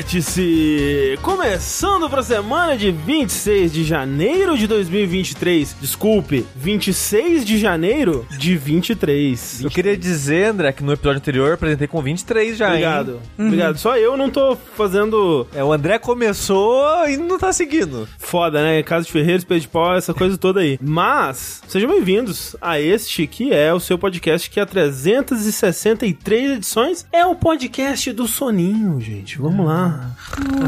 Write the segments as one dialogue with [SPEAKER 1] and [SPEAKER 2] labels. [SPEAKER 1] Vértice! Começando para a semana de 26 de janeiro de 2023. Desculpe, 26 de janeiro de 23.
[SPEAKER 2] Eu queria dizer, André, que no episódio anterior eu apresentei com 23 já, hein?
[SPEAKER 1] Obrigado.
[SPEAKER 3] Uhum.
[SPEAKER 1] Obrigado. Só eu não tô fazendo
[SPEAKER 2] É, o André começou e não tá seguindo.
[SPEAKER 1] foda, né? Casa de Ferreiro, Espelho de Pau, essa coisa toda aí. Mas, sejam bem-vindos a este que é o seu podcast que há 363 edições é o podcast do soninho, gente. Vamos lá.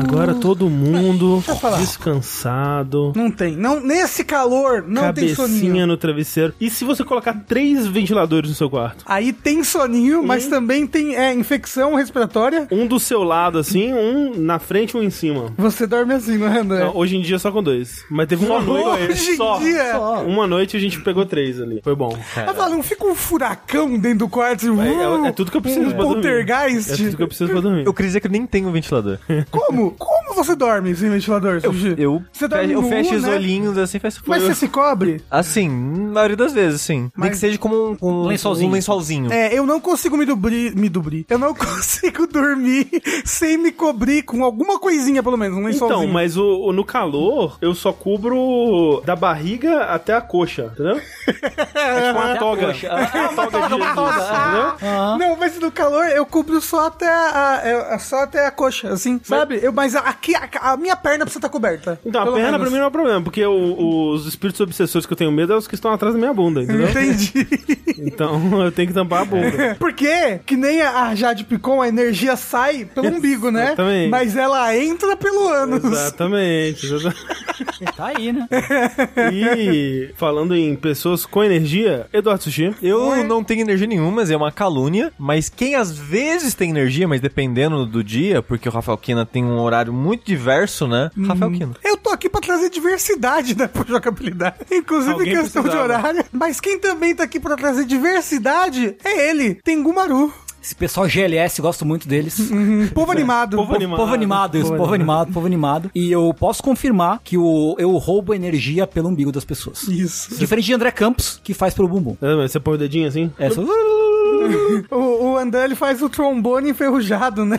[SPEAKER 1] Agora todo mundo
[SPEAKER 3] Ah. eu falar.
[SPEAKER 1] descansado.
[SPEAKER 3] Não tem. Não, nesse calor, não tem
[SPEAKER 1] cabecinha
[SPEAKER 3] soninho.
[SPEAKER 1] no travesseiro. E se você colocar três ventiladores no seu quarto?
[SPEAKER 3] Aí tem soninho, mas também tem é, infecção respiratória.
[SPEAKER 1] Um do seu lado, assim, um na frente e um em cima.
[SPEAKER 3] Você dorme assim, não é, André?
[SPEAKER 1] Não, hoje em dia só com dois. Mas teve uma noite.
[SPEAKER 3] Hoje em
[SPEAKER 1] só,
[SPEAKER 3] dia.
[SPEAKER 1] só. Uma noite a gente pegou três ali. Foi bom.
[SPEAKER 3] Ah, fala, não fica um furacão dentro do quarto. assim,
[SPEAKER 1] é- é
[SPEAKER 3] uh,
[SPEAKER 1] tudo que eu preciso
[SPEAKER 3] um
[SPEAKER 1] pra dormir.
[SPEAKER 3] poltergeist.
[SPEAKER 1] É tudo que eu preciso pra dormir.
[SPEAKER 2] Eu queria dizer que eu nem tenho ventilador.
[SPEAKER 3] Como? Como você dorme sem ventilador, Sushi?
[SPEAKER 2] Eu,
[SPEAKER 3] Você dorme
[SPEAKER 2] eu
[SPEAKER 3] nu,
[SPEAKER 2] fecho os
[SPEAKER 3] né?
[SPEAKER 2] olhinhos assim, faz
[SPEAKER 3] Mas você se cobre?
[SPEAKER 2] Assim, na maioria das vezes, sim. Nem
[SPEAKER 3] Mas-
[SPEAKER 2] que seja como um, um
[SPEAKER 4] Lençolzinho.
[SPEAKER 2] Um lençolzinho.
[SPEAKER 3] É, eu não consigo me dobrir, me dobrir. Eu não consigo dormir sem me cobrir com alguma coisinha, pelo menos, um lençolzinho.
[SPEAKER 1] Então, mas o, o- no calor, eu só cubro da barriga até a coxa, entendeu? É tipo uma
[SPEAKER 4] Até a
[SPEAKER 1] toga.
[SPEAKER 4] coxa.
[SPEAKER 1] É uma toga de Jesus, entendeu?
[SPEAKER 3] Não, mas no calor eu cubro só até a, a- a- só até a coxa, assim, sabe? Eu, mas aqui, a, a minha perna precisa estar coberta.
[SPEAKER 1] Então, a
[SPEAKER 3] Pelo
[SPEAKER 1] perna
[SPEAKER 3] menos.
[SPEAKER 1] pra mim não é um problema, porque o- os espíritos obsessores que eu tenho medo é os que estão atrás da minha bunda, entendeu?
[SPEAKER 3] Entendi.
[SPEAKER 1] Então, eu tenho que tampar a bunda.
[SPEAKER 3] Porque, que nem a a Jade Picon, a energia sai pelo umbigo, né?
[SPEAKER 1] Exatamente.
[SPEAKER 3] Mas ela entra pelo ânus.
[SPEAKER 1] Exatamente. exatamente.
[SPEAKER 4] Tá aí, né?
[SPEAKER 1] E falando em pessoas com energia, Eduardo Sushi.
[SPEAKER 2] Eu não tenho energia nenhuma, mas é uma calúnia. Mas quem às vezes tem energia, mas dependendo do dia, porque o Rafael Kina tem um horário muito diverso, né?
[SPEAKER 3] Uhum.
[SPEAKER 2] Rafael Kina.
[SPEAKER 3] Eu tô aqui pra trazer diversidade da jogabilidade, inclusive
[SPEAKER 1] Alguém
[SPEAKER 3] questão de
[SPEAKER 1] precisava.
[SPEAKER 3] horário. Mas quem também tá aqui pra trazer diversidade é ele, Tengumaru.
[SPEAKER 4] Esse pessoal GLS, gosto muito deles.
[SPEAKER 3] Um povo animado.
[SPEAKER 1] Uhum. é. Povo
[SPEAKER 4] Po-
[SPEAKER 1] animado.
[SPEAKER 4] Povo animado, isso. Povo animado, povo animado. E eu posso confirmar que o, eu roubo energia pelo umbigo das pessoas.
[SPEAKER 3] Isso.
[SPEAKER 4] Diferente de André Campos, que faz pelo bumbum.
[SPEAKER 1] Você põe o dedinho assim?
[SPEAKER 4] É, só-
[SPEAKER 3] O, o André ele faz o trombone enferrujado, né?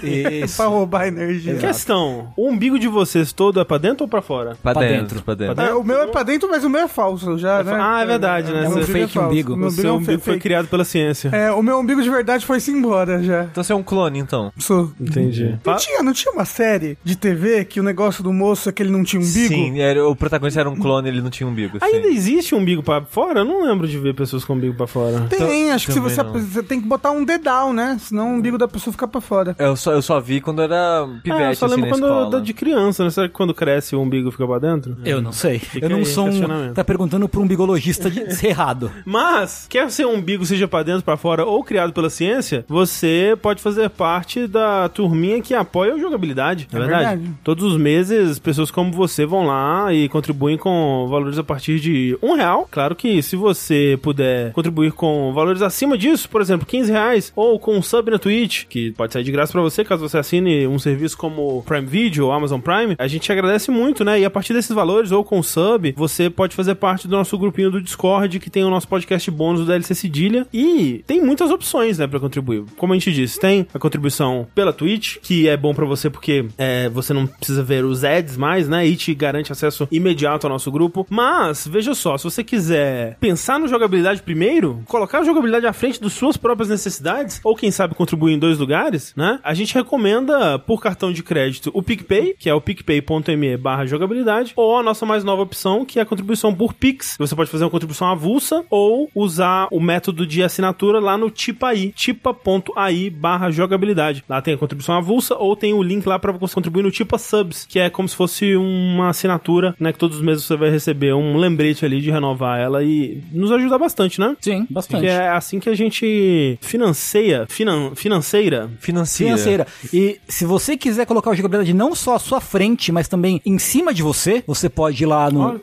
[SPEAKER 4] Isso.
[SPEAKER 3] pra roubar
[SPEAKER 1] É
[SPEAKER 3] energia.
[SPEAKER 1] Questão: o umbigo de vocês todo é pra dentro ou pra fora?
[SPEAKER 2] Pra,
[SPEAKER 4] Pra
[SPEAKER 2] dentro,
[SPEAKER 4] dentro.
[SPEAKER 2] pra dentro.
[SPEAKER 3] É, o meu é pra dentro, mas o meu é falso já, né?
[SPEAKER 1] Ah, é verdade, né?
[SPEAKER 3] o
[SPEAKER 1] É um
[SPEAKER 3] meu umbigo
[SPEAKER 4] fake
[SPEAKER 3] falso.
[SPEAKER 4] umbigo.
[SPEAKER 3] O Meu
[SPEAKER 1] O seu
[SPEAKER 3] umbigo,
[SPEAKER 1] umbigo foi
[SPEAKER 3] foi criado.
[SPEAKER 1] criado pela ciência.
[SPEAKER 3] É, o meu umbigo de verdade foi-se embora já.
[SPEAKER 2] Então você é um clone, então.
[SPEAKER 3] Sou.
[SPEAKER 1] Entendi.
[SPEAKER 3] Não tinha, não tinha uma série de TV que o negócio do moço é que ele não tinha umbigo?
[SPEAKER 2] Sim, era, o protagonista era um clone, ele não tinha umbigo. Assim.
[SPEAKER 1] Ainda existe umbigo pra fora? Eu não lembro de ver pessoas com umbigo pra fora.
[SPEAKER 3] Tem, acho que se
[SPEAKER 2] também
[SPEAKER 3] você,
[SPEAKER 2] não.
[SPEAKER 3] você tem que botar um dedal, né? Senão o umbigo da pessoa fica pra fora.
[SPEAKER 2] Eu só, eu só vi quando era pivete,
[SPEAKER 1] É, eu só
[SPEAKER 2] assim,
[SPEAKER 1] lembro
[SPEAKER 2] na
[SPEAKER 1] quando
[SPEAKER 2] escola.
[SPEAKER 1] eu- de criança, né? Será que quando cresce o umbigo fica pra
[SPEAKER 3] É.
[SPEAKER 1] dentro? É.
[SPEAKER 4] eu não sei.
[SPEAKER 1] Fica
[SPEAKER 4] Eu não
[SPEAKER 1] aí,
[SPEAKER 4] sou um.
[SPEAKER 1] questionamento.
[SPEAKER 4] Tá perguntando pra um bigologista de... errado.
[SPEAKER 1] Mas, quer ser um umbigo, seja pra dentro, pra fora ou criado pela ciência, você pode fazer parte da turminha que apoia a jogabilidade. É verdade.
[SPEAKER 3] verdade.
[SPEAKER 1] Todos os meses, pessoas como você vão lá e contribuem com valores a partir de um real. Claro que se você puder contribuir com valores acima disso, por exemplo, 15 reais, ou com um sub na Twitch, que pode sair de graça pra você caso você assine um serviço como Prime Video ou Amazon Prime, a gente agradece muito, né? E a partir desses valores, ou com sub, você pode fazer parte do nosso grupinho do Discord, que tem o nosso podcast bônus da LC Cedilha. E tem muitas opções, né, pra contribuir. Como a gente disse, tem a contribuição pela Twitch, que é bom pra você porque é, você não precisa ver os ads mais, né? E te garante acesso imediato ao nosso grupo. Mas, veja só, se você quiser pensar no jogabilidade primeiro, colocar a jogabilidade à frente das suas próprias necessidades, ou quem sabe contribuir em dois lugares, né? A gente recomenda por cartão de crédito o PicPay, que é o picpay.me barra jogabilidade, ou a nossa mais nova opção, que é a contribuição por Pix. Você pode fazer uma contribuição avulsa ou usar o método de assinatura lá no Tipaí, tipa.ai barra jogabilidade. Lá tem a contribuição avulsa ou tem o link lá para você contribuir no Tipa Subs, que é como se fosse uma assinatura, né? Que todos os meses você vai receber um lembrete ali de renovar ela e nos ajuda bastante, né?
[SPEAKER 4] Sim,
[SPEAKER 1] Que
[SPEAKER 4] bastante.
[SPEAKER 1] é assim que a gente financia, finan, financeira,
[SPEAKER 2] Financia.
[SPEAKER 4] Financeira. E se você quiser colocar o jogabilidade não só à sua frente, mas também em cima de você, você pode ir lá no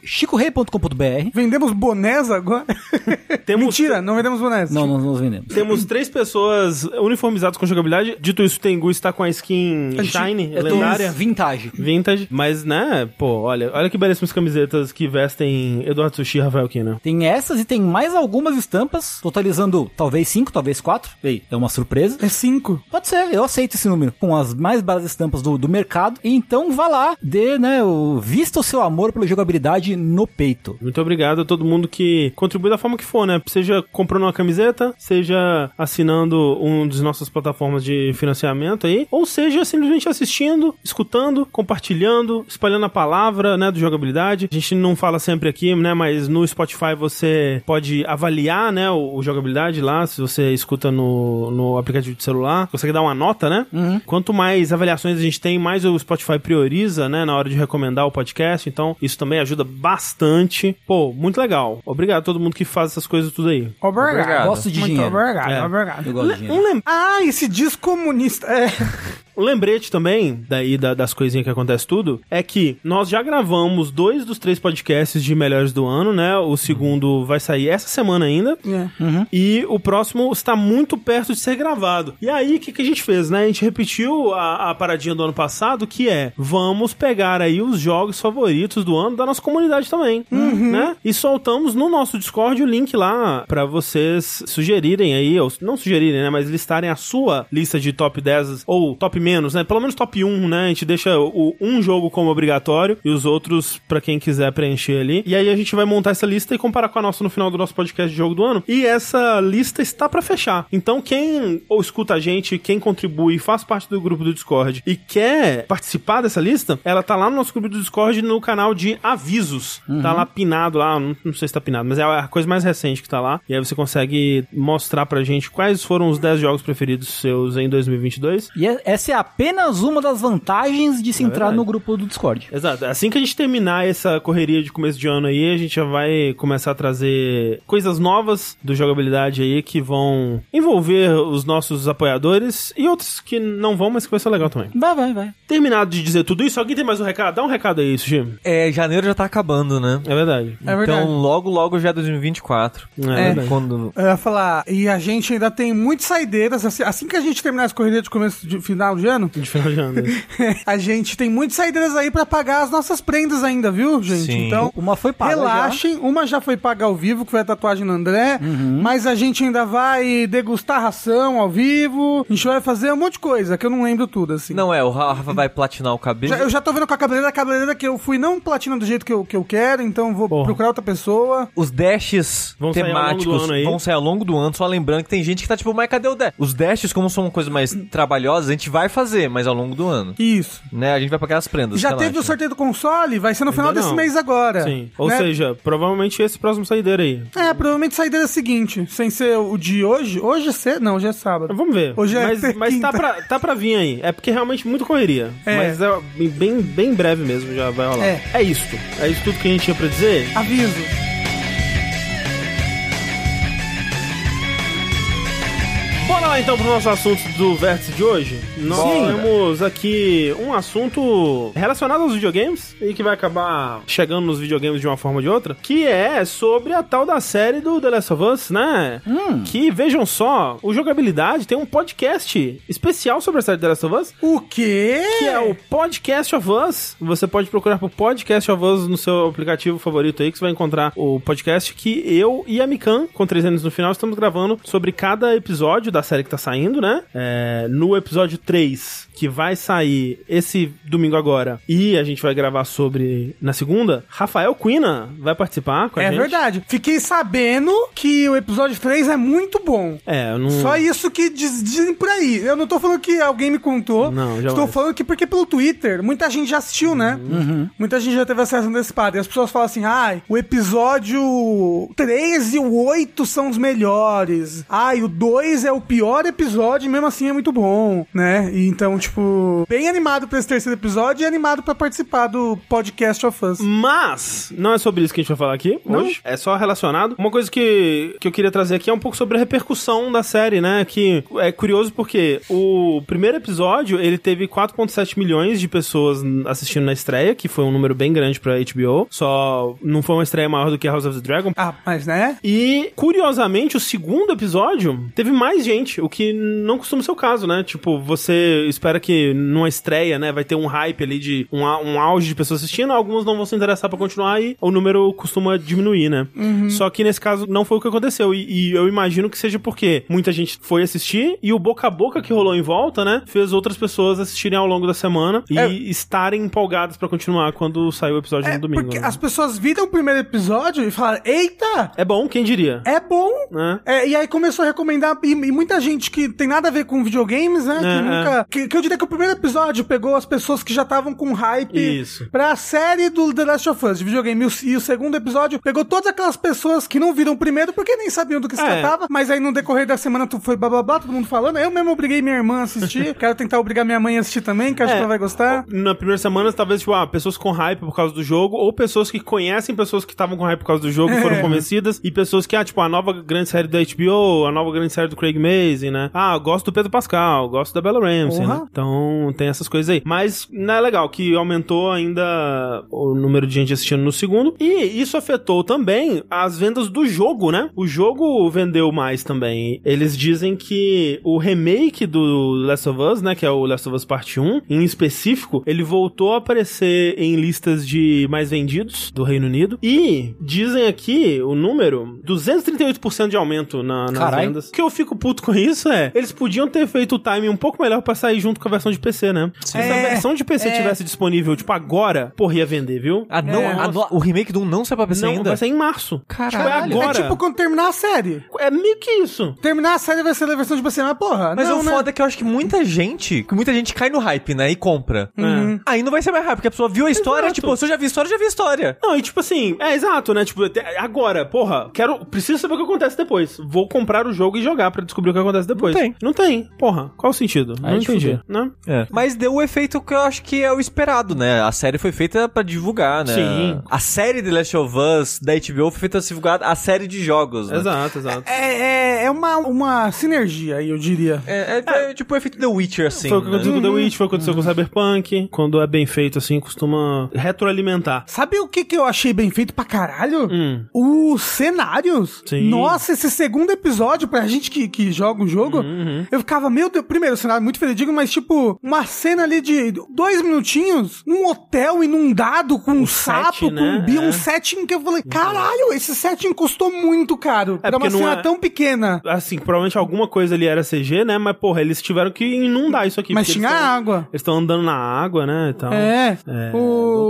[SPEAKER 4] chicorei.com.br.
[SPEAKER 3] Vendemos bonés agora?
[SPEAKER 1] Temos-
[SPEAKER 3] Mentira, não vendemos bonés.
[SPEAKER 4] Não, nós não vendemos.
[SPEAKER 1] Temos três pessoas uniformizadas com jogabilidade. Dito isso, o Tengu está com a skin
[SPEAKER 3] Anti-
[SPEAKER 1] Shine,
[SPEAKER 4] É do
[SPEAKER 1] lendária.
[SPEAKER 4] vintage.
[SPEAKER 1] Vintage, mas né, pô, olha, olha que belíssimas camisetas que vestem Eduardo Sushi e Rafael Kina.
[SPEAKER 4] Tem essas e tem mais algumas estampas, totalizando talvez 5, talvez quatro. Ei, é uma surpresa.
[SPEAKER 3] É cinco.
[SPEAKER 4] Pode ser, eu aceito esse número. Com as mais belas estampas do, do mercado. E então vá lá, dê, né? O, vista o seu amor pela jogabilidade no peito.
[SPEAKER 1] Muito obrigado a todo mundo que contribui da forma que for, né? Seja comprando uma camiseta, seja assinando um das nossas plataformas de financiamento aí, ou seja simplesmente assistindo, escutando, compartilhando, espalhando a palavra, né, do jogabilidade. A gente não fala sempre aqui, né, mas no Spotify você pode avaliar, né, o, o jogabilidade lá, se você escuta no, no aplicativo de celular, consegue dar uma nota, né? Quanto mais avaliações a gente tem, mais o Spotify prioriza, né, na hora de recomendar o podcast. Então, isso também ajuda bastante. Pô, muito legal. Obrigado a todo mundo que faz essas coisas tudo aí.
[SPEAKER 3] Obrigado.
[SPEAKER 2] Obrigado.
[SPEAKER 4] Gosto de
[SPEAKER 3] Muito
[SPEAKER 4] dinheiro.
[SPEAKER 3] obrigado,
[SPEAKER 1] É.
[SPEAKER 4] Eu
[SPEAKER 3] obrigado.
[SPEAKER 4] gosto de
[SPEAKER 1] Le-
[SPEAKER 4] dinheiro.
[SPEAKER 1] um lem-
[SPEAKER 3] Ah, esse disco comunista. É.
[SPEAKER 1] Um lembrete também, daí da- das coisinhas que acontece tudo, é que nós já gravamos dois dos três podcasts de melhores do ano, né? O segundo vai sair essa semana ainda.
[SPEAKER 4] É.
[SPEAKER 1] E o próximo está muito perto de ser gravado. E aí, o que, que a gente fez, né? A gente repetiu a, a paradinha do ano passado, que é vamos pegar aí os jogos favoritos do ano da nossa comunidade também, né? E soltamos no nosso Discord o link lá pra vocês sugerirem aí, ou não sugerirem, né? Mas listarem a sua lista de top 10 ou top menos, né? Pelo menos top 1, né? A gente deixa o, um jogo como obrigatório e os outros pra quem quiser preencher ali. E aí a gente vai montar essa lista e comparar com a nossa no final do nosso podcast de jogo do ano. E essa lista está pra fechar. Então quem ou escuta a gente, quem contribui, faz parte do grupo do Discord e quer participar dessa lista, ela tá lá no nosso grupo do Discord no canal de avisos. Tá lá pinado lá, não, não sei se tá pinado, mas é a coisa mais recente que tá lá. E aí você consegue mostrar pra gente quais foram os 10 jogos preferidos seus em 2022.
[SPEAKER 4] E é- essa é apenas uma das vantagens de se entrar
[SPEAKER 1] verdade.
[SPEAKER 4] no grupo do Discord.
[SPEAKER 1] Exato. Assim que a gente terminar essa correria de começo de ano aí, a gente já vai começar a trazer coisas novas do jogabilidade aí que vão envolver os nossos apoiadores e outros que não vão, mas que vai ser legal também.
[SPEAKER 4] Vai, vai, vai.
[SPEAKER 1] Terminado de dizer tudo isso, alguém tem mais um recado? Dá um recado aí, Sushi.
[SPEAKER 2] É, janeiro já tá acabando, né?
[SPEAKER 1] É verdade.
[SPEAKER 3] É verdade.
[SPEAKER 2] Então logo, logo já é 2024.
[SPEAKER 1] É verdade.
[SPEAKER 2] Quando...
[SPEAKER 3] Eu ia falar, e a gente ainda tem muitas saideiras, assim, assim que a gente terminar as correrias de começo de final de ano,
[SPEAKER 1] De final de ano.
[SPEAKER 3] a gente tem muitas saideiras aí pra pagar as nossas prendas ainda, viu, gente?
[SPEAKER 2] Sim.
[SPEAKER 3] Então,
[SPEAKER 4] Uma foi paga
[SPEAKER 3] relaxem. Uma já foi paga ao vivo, que foi a tatuagem no André, mas a gente ainda vai degustar ração ao vivo, a gente vai fazer um monte de coisa, que eu não lembro tudo, assim.
[SPEAKER 2] Não é, o Rafa vai platinar o cabelo.
[SPEAKER 3] Já- eu já tô vendo com a cabeleireira, a cabeleireira que eu fui não platina do jeito que eu, que eu quero, então vou
[SPEAKER 1] Porra.
[SPEAKER 3] procurar outra pessoa.
[SPEAKER 2] Os dashes
[SPEAKER 1] Vão sair ao longo do
[SPEAKER 2] temáticos
[SPEAKER 1] ano aí.
[SPEAKER 2] vão sair ao longo do ano, só lembrando que tem gente que tá tipo, mas cadê o dash? Os dashes, como são uma coisa mais trabalhosa, a gente vai fazer, mas ao longo do ano.
[SPEAKER 3] Isso.
[SPEAKER 2] Né? A gente vai pagar as prendas.
[SPEAKER 3] Já
[SPEAKER 2] relaxa.
[SPEAKER 3] teve o sorteio do console, vai ser no final
[SPEAKER 1] Ainda
[SPEAKER 3] desse
[SPEAKER 1] não.
[SPEAKER 3] mês agora.
[SPEAKER 1] Sim. Ou
[SPEAKER 3] né?
[SPEAKER 1] seja, provavelmente esse próximo saideiro aí.
[SPEAKER 3] É, provavelmente saideira é a seguinte, sem ser o de hoje. Hoje é cedo? Não, hoje é sábado.
[SPEAKER 1] Vamos ver.
[SPEAKER 3] Hoje é
[SPEAKER 1] mas mas tá,
[SPEAKER 3] quinta.
[SPEAKER 1] pra, tá pra vir aí. É porque realmente muito correria.
[SPEAKER 3] É.
[SPEAKER 1] Mas é bem, bem breve mesmo já vai rolar.
[SPEAKER 3] É.
[SPEAKER 1] é isso. É isso tudo que a gente tinha pra dizer.
[SPEAKER 3] Aviso.
[SPEAKER 1] Bora lá então pro nosso assunto do vértice de hoje. Nós
[SPEAKER 2] Bora.
[SPEAKER 1] temos aqui um assunto relacionado aos videogames e que vai acabar chegando nos videogames de uma forma ou de outra, que é sobre a tal da série do The Last of Us, né?
[SPEAKER 3] Hum.
[SPEAKER 1] Que vejam só, o jogabilidade tem um podcast especial sobre a série The Last of Us,
[SPEAKER 3] O quê?
[SPEAKER 1] que é o Podcast of Us. Você pode procurar por Podcast of Us no seu aplicativo favorito aí, que você vai encontrar o podcast que eu e a Mikan, com três anos no final, estamos gravando sobre cada episódio da série que tá saindo, né? É, no episódio 3, que vai sair esse domingo agora, e a gente vai gravar sobre na segunda, Rafael Quina vai participar com a
[SPEAKER 3] É
[SPEAKER 1] gente.
[SPEAKER 3] verdade. Fiquei sabendo que o episódio 3 é muito bom.
[SPEAKER 1] É, eu não...
[SPEAKER 3] Só isso que diz- dizem por aí. Eu não tô falando que alguém me contou.
[SPEAKER 1] Não, jamais. Uhum.
[SPEAKER 3] Estou falando que porque pelo Twitter, muita gente já assistiu, né? Muita gente já teve acesso antecipado. E as pessoas falam assim, ai, o episódio 3 e o 8 são os melhores. Ai, o 2 é o pior episódio e mesmo assim é muito bom, né? E então, tipo, bem animado pra esse terceiro episódio e animado pra participar do podcast of Us.
[SPEAKER 1] Hum. Mas não é sobre isso que a gente vai falar aqui
[SPEAKER 3] Não.
[SPEAKER 1] hoje. É só relacionado. Uma coisa que, que eu queria trazer aqui é um pouco sobre a repercussão da série, né? Que é curioso porque o primeiro episódio ele teve 4,7 milhões de pessoas assistindo na estreia, que foi um número bem grande pra HBO. Só não foi uma estreia maior do que House of the Dragon.
[SPEAKER 3] Ah, mas né?
[SPEAKER 1] E, curiosamente, o segundo episódio teve mais gente, o que não costuma ser o caso, né? Tipo, você espera que numa estreia, né, vai ter um hype ali de um, a- um auge de pessoas assistindo, algumas não vão se interessar pra continuar e o número costuma diminuir, né?
[SPEAKER 3] Uhum.
[SPEAKER 1] Só que nesse caso não foi o que aconteceu. E, e eu imagino que seja porque muita gente foi assistir e o boca a boca que rolou em volta, né, fez outras pessoas assistirem ao longo da semana e estarem empolgadas pra continuar quando sair o episódio
[SPEAKER 3] É,
[SPEAKER 1] no domingo.
[SPEAKER 3] porque
[SPEAKER 1] né?
[SPEAKER 3] as pessoas viram o primeiro episódio e falaram: Eita,
[SPEAKER 1] É bom, quem diria?
[SPEAKER 3] é bom.
[SPEAKER 1] Né?
[SPEAKER 3] É, e aí começou a recomendar, e, e muita gente que tem nada a ver com videogames, né?
[SPEAKER 1] É,
[SPEAKER 3] que nunca. Que, que eu diria que o primeiro episódio pegou as pessoas que já estavam com hype
[SPEAKER 1] Isso.
[SPEAKER 3] pra série do The Last of Us de videogame. E o, e o segundo episódio pegou todas aquelas pessoas que não viram o primeiro porque nem sabiam do que se
[SPEAKER 1] É.
[SPEAKER 3] tratava, mas aí no decorrer da semana tu foi blá blá blá, todo mundo falando. Eu mesmo obriguei minha irmã a assistir, quero tentar obrigar minha mãe a assistir também, que acho
[SPEAKER 1] É.
[SPEAKER 3] que ela vai gostar.
[SPEAKER 1] Na primeira semana, talvez, tipo, ah, pessoas com hype por causa do jogo, ou pessoas que conhecem pessoas que estavam com hype por causa do jogo e foram convencidas, e pessoas que, ah, tipo, a nova grande série da HBO, a nova grande série do Craig Mazin, né? Ah, gosto do Pedro Pascal, gosto da Bella Ramsey,
[SPEAKER 3] Porra.
[SPEAKER 1] né? Então, tem essas coisas aí. Mas, não é legal que aumentou ainda o número de gente assistindo no segundo, e isso afetou também as vendas do jogo, né? O jogo vendeu mais também. Eles dizem que o remake do Last of Us, né, que é o Last of Us Part 1, em específico, ele voltou a aparecer em listas de mais vendidos do Reino Unido. E dizem aqui o número: 238% de aumento na, nas
[SPEAKER 4] Carai.
[SPEAKER 1] vendas. O que eu fico puto com isso é: eles podiam ter feito o timing um pouco melhor pra sair junto com a versão de PC, né? Se a
[SPEAKER 3] É,
[SPEAKER 1] versão de PC
[SPEAKER 3] é.
[SPEAKER 1] tivesse disponível, tipo, agora, porra, ia vender, viu?
[SPEAKER 2] Ah, não,
[SPEAKER 3] É.
[SPEAKER 2] ah, não, o remake do 1 não sai pra PC
[SPEAKER 1] Não,
[SPEAKER 2] ainda?
[SPEAKER 1] vai sair em março.
[SPEAKER 2] Caralho.
[SPEAKER 1] Tipo, é
[SPEAKER 3] É
[SPEAKER 1] agora.
[SPEAKER 3] tipo quando terminar a série.
[SPEAKER 1] É meio que isso.
[SPEAKER 3] Terminar a série vai ser a versão de PC, mas porra.
[SPEAKER 2] Mas
[SPEAKER 3] não,
[SPEAKER 2] o
[SPEAKER 3] né?
[SPEAKER 2] foda é que eu acho que muita gente, que muita gente cai no hype, né, e compra.
[SPEAKER 1] É.
[SPEAKER 2] Aí não vai ser mais hype, porque a pessoa viu a história,
[SPEAKER 1] Exato.
[SPEAKER 2] tipo, se eu já vi história, eu já vi história.
[SPEAKER 1] Não, e tipo assim, é exato, né? Tipo, até agora, porra, quero. Preciso saber o que acontece depois. Vou comprar o jogo e jogar pra descobrir o que acontece depois.
[SPEAKER 2] Não tem.
[SPEAKER 1] Não tem. Porra, qual o sentido?
[SPEAKER 4] Aí
[SPEAKER 1] não
[SPEAKER 4] te
[SPEAKER 1] entendi.
[SPEAKER 4] fudeu.
[SPEAKER 1] Né?
[SPEAKER 2] Mas deu o efeito que eu acho que é o esperado, né? A série foi feita pra divulgar, né?
[SPEAKER 1] Sim.
[SPEAKER 2] A série The Last of Us da HBO foi feita pra divulgar a série de jogos, né?
[SPEAKER 1] Exato, exato.
[SPEAKER 3] É, é, é uma, uma sinergia aí, eu diria.
[SPEAKER 2] É, é, é tipo o efeito The Witcher, assim.
[SPEAKER 1] foi o que
[SPEAKER 2] né?
[SPEAKER 1] aconteceu com The Witch, foi o que aconteceu com Cyberpunk. Quando é bem feito, assim, costuma retroalimentar.
[SPEAKER 3] Sabe o que, que eu achei bem feito pra caralho?
[SPEAKER 1] Hum.
[SPEAKER 3] Os cenários.
[SPEAKER 1] Sim.
[SPEAKER 3] Nossa, esse segundo episódio, pra gente que, que joga o jogo,
[SPEAKER 1] Uhum,
[SPEAKER 3] eu ficava, meu Deus, primeiro, o cenário é muito fidedigno, mas tipo, uma cena ali de dois minutinhos, um hotel inundado com um sapo,
[SPEAKER 1] setting,
[SPEAKER 3] com um
[SPEAKER 1] né?
[SPEAKER 3] bi,
[SPEAKER 1] É. Uhum.
[SPEAKER 3] um setting que eu falei, caralho, esse setting custou muito caro.
[SPEAKER 1] É
[SPEAKER 3] pra uma
[SPEAKER 1] porque não
[SPEAKER 3] cena
[SPEAKER 1] é-
[SPEAKER 3] tão pequena.
[SPEAKER 1] Assim, provavelmente alguma coisa ali era CG, né? Mas, porra, eles tiveram que inundar isso aqui.
[SPEAKER 3] mas
[SPEAKER 1] porque
[SPEAKER 3] tinha
[SPEAKER 1] eles tão-
[SPEAKER 3] água.
[SPEAKER 1] Eles estão andando na água, né? Então.
[SPEAKER 3] É.
[SPEAKER 1] É,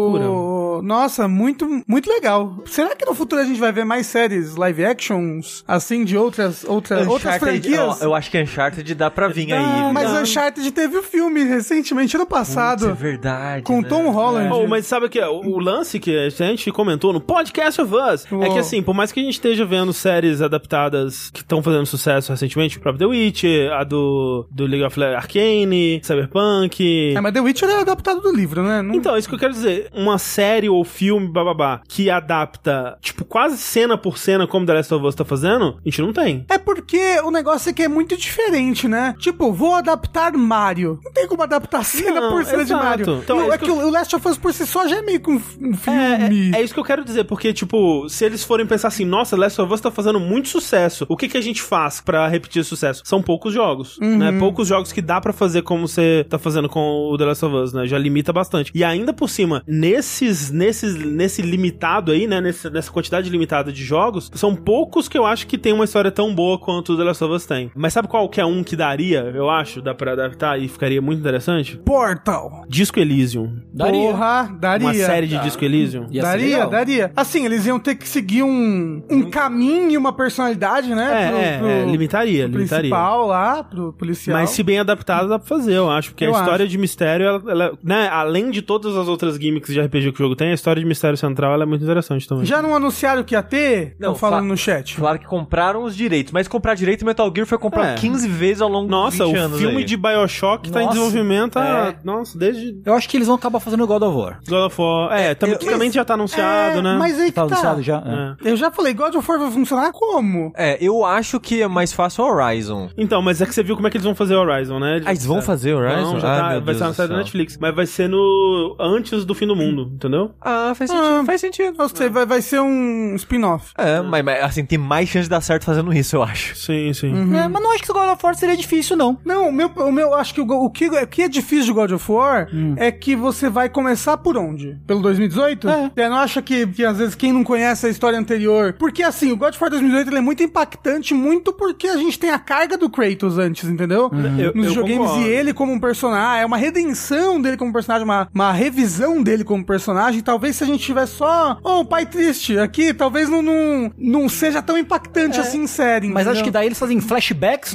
[SPEAKER 3] o... Nossa, muito, muito legal. Será que no futuro a gente vai ver mais séries live actions, assim, de outras, outra, outras
[SPEAKER 2] Uncharted, ó,
[SPEAKER 3] franquias?
[SPEAKER 2] eu acho que Uncharted dá pra vir aí.
[SPEAKER 3] Mas
[SPEAKER 2] né?
[SPEAKER 3] Uncharted teve o filme recentemente, ano
[SPEAKER 2] Isso é
[SPEAKER 3] passado,
[SPEAKER 2] verdade.
[SPEAKER 3] com
[SPEAKER 2] né?
[SPEAKER 3] Tom Holland.
[SPEAKER 1] Oh, mas sabe o que é? o, o lance que a gente comentou no podcast of Us é
[SPEAKER 3] Uou.
[SPEAKER 1] que assim, por mais que a gente esteja vendo séries adaptadas que estão fazendo sucesso recentemente, o próprio The Witch, a do, do League of Legends Arcane, Cyberpunk.
[SPEAKER 3] É, mas The Witcher é adaptado do livro, né? Não-
[SPEAKER 1] Então, isso que eu quero dizer. Uma série ou filme, bababá, que adapta, tipo, quase cena por cena, como The Last of Us tá fazendo, a gente não tem.
[SPEAKER 3] É porque o negócio é que é muito diferente, né? Tipo, vou adaptar Mario. Não tem como adaptar cena
[SPEAKER 1] Não,
[SPEAKER 3] por cena de
[SPEAKER 1] exato.
[SPEAKER 3] Mario.
[SPEAKER 1] Então,
[SPEAKER 3] E o-
[SPEAKER 1] é isso
[SPEAKER 3] é
[SPEAKER 1] que
[SPEAKER 3] que o Last of Us por si só já é meio que um, f- um filme.
[SPEAKER 1] É, é isso que eu quero dizer, porque, tipo, se eles forem pensar assim, nossa, Last of Us tá fazendo muito sucesso, o que, que a gente faz pra repetir esse sucesso? São poucos jogos, né? Poucos jogos que dá pra fazer como você tá fazendo com o The Last of Us, né? Já limita bastante. E ainda por cima, nesses, nesses, nesse limitado aí, né? Nesse- nessa quantidade limitada de jogos, são poucos que eu acho que tem uma história tão boa quanto o The Last of Us tem. Mas sabe qual que é um que daria, eu acho, dá pra adaptar e ficaria muito interessante?
[SPEAKER 3] Portal.
[SPEAKER 1] Disco Elysium.
[SPEAKER 4] Daria.
[SPEAKER 3] Porra, daria.
[SPEAKER 1] Uma série de Disco Elysium.
[SPEAKER 4] Ia ser
[SPEAKER 3] daria,
[SPEAKER 4] legal.
[SPEAKER 3] daria. Assim, eles iam ter que seguir um, um caminho e uma personalidade, né?
[SPEAKER 1] É,
[SPEAKER 3] pro-
[SPEAKER 1] é,
[SPEAKER 3] pro-
[SPEAKER 1] é, limitaria,
[SPEAKER 3] pro
[SPEAKER 1] limitaria.
[SPEAKER 3] principal lá, pro policial.
[SPEAKER 1] Mas se bem adaptada, dá pra fazer, eu acho. Porque
[SPEAKER 3] Eu
[SPEAKER 1] a história de mistério, ela, ela- né, além de todas as outras gimmicks de RPG que o jogo tem, a história de mistério central ela é muito interessante também.
[SPEAKER 3] Já não anunciaram que ia ter?
[SPEAKER 2] Não,
[SPEAKER 3] Estão falando
[SPEAKER 2] fa-
[SPEAKER 3] no chat.
[SPEAKER 2] Claro que compraram os direitos, mas comprar direito Metal Gear foi comprar
[SPEAKER 1] É.
[SPEAKER 2] 15 vezes ao longo
[SPEAKER 1] Nossa,
[SPEAKER 2] de 20
[SPEAKER 1] o
[SPEAKER 2] anos.
[SPEAKER 1] filme
[SPEAKER 2] aí.
[SPEAKER 1] de Bioshock tá em
[SPEAKER 4] Nossa,
[SPEAKER 1] desenvolvimento há,
[SPEAKER 4] é.
[SPEAKER 1] nossa, desde
[SPEAKER 4] Eu acho que eles vão acabar fazendo God of War.
[SPEAKER 1] God of War. É, tam- que também já tá anunciado,
[SPEAKER 3] É,
[SPEAKER 1] né?
[SPEAKER 3] Mas aí que
[SPEAKER 4] Tá
[SPEAKER 3] tá.
[SPEAKER 4] anunciado já? É.
[SPEAKER 1] É.
[SPEAKER 3] Eu já falei, God of War vai funcionar como?
[SPEAKER 2] É, eu acho que é mais fácil Horizon.
[SPEAKER 1] Então, mas é que você viu como é que eles vão fazer o Horizon, né?
[SPEAKER 2] Ah, eles vão fazer Horizon?
[SPEAKER 1] Não, já tá,
[SPEAKER 2] Ah, meu
[SPEAKER 1] vai
[SPEAKER 2] Deus
[SPEAKER 1] ser
[SPEAKER 2] do
[SPEAKER 1] anunciado
[SPEAKER 2] céu.
[SPEAKER 1] na Netflix. Mas vai ser no. antes do fim do mundo, entendeu?
[SPEAKER 2] Ah, faz sentido,
[SPEAKER 3] Ah.
[SPEAKER 2] faz sentido.
[SPEAKER 3] Eu sei, vai, vai ser um spin-off.
[SPEAKER 1] Ah.
[SPEAKER 2] É, mas, mas, assim, tem mais chance de dar certo fazendo isso, eu acho.
[SPEAKER 1] Sim, sim.
[SPEAKER 3] Uhum.
[SPEAKER 4] É, mas não acho que o God of War seria difícil, não.
[SPEAKER 3] Não, o meu, o meu, acho que o Go- o, que, o que é difícil de God of War
[SPEAKER 4] Hum.
[SPEAKER 3] é que você vai começar por onde? Pelo 2018? É. Você não acha que, que às vezes quem não conhece a história anterior. Porque assim, o God of War 2018 ele é muito impactante, muito porque a gente tem a carga do Kratos antes, entendeu?
[SPEAKER 4] Uhum.
[SPEAKER 1] Eu-
[SPEAKER 3] Nos
[SPEAKER 1] eu
[SPEAKER 3] videogames
[SPEAKER 1] concordo.
[SPEAKER 3] e ele como um personagem, é uma redenção dele como personagem, uma, uma revisão dele como personagem. Talvez se a gente tiver só, oh, o pai triste aqui, talvez não, não, não seja tão impactante assim em série.
[SPEAKER 4] É. Mas acho que
[SPEAKER 3] entendeu?
[SPEAKER 4] daí eles fazem flashbacks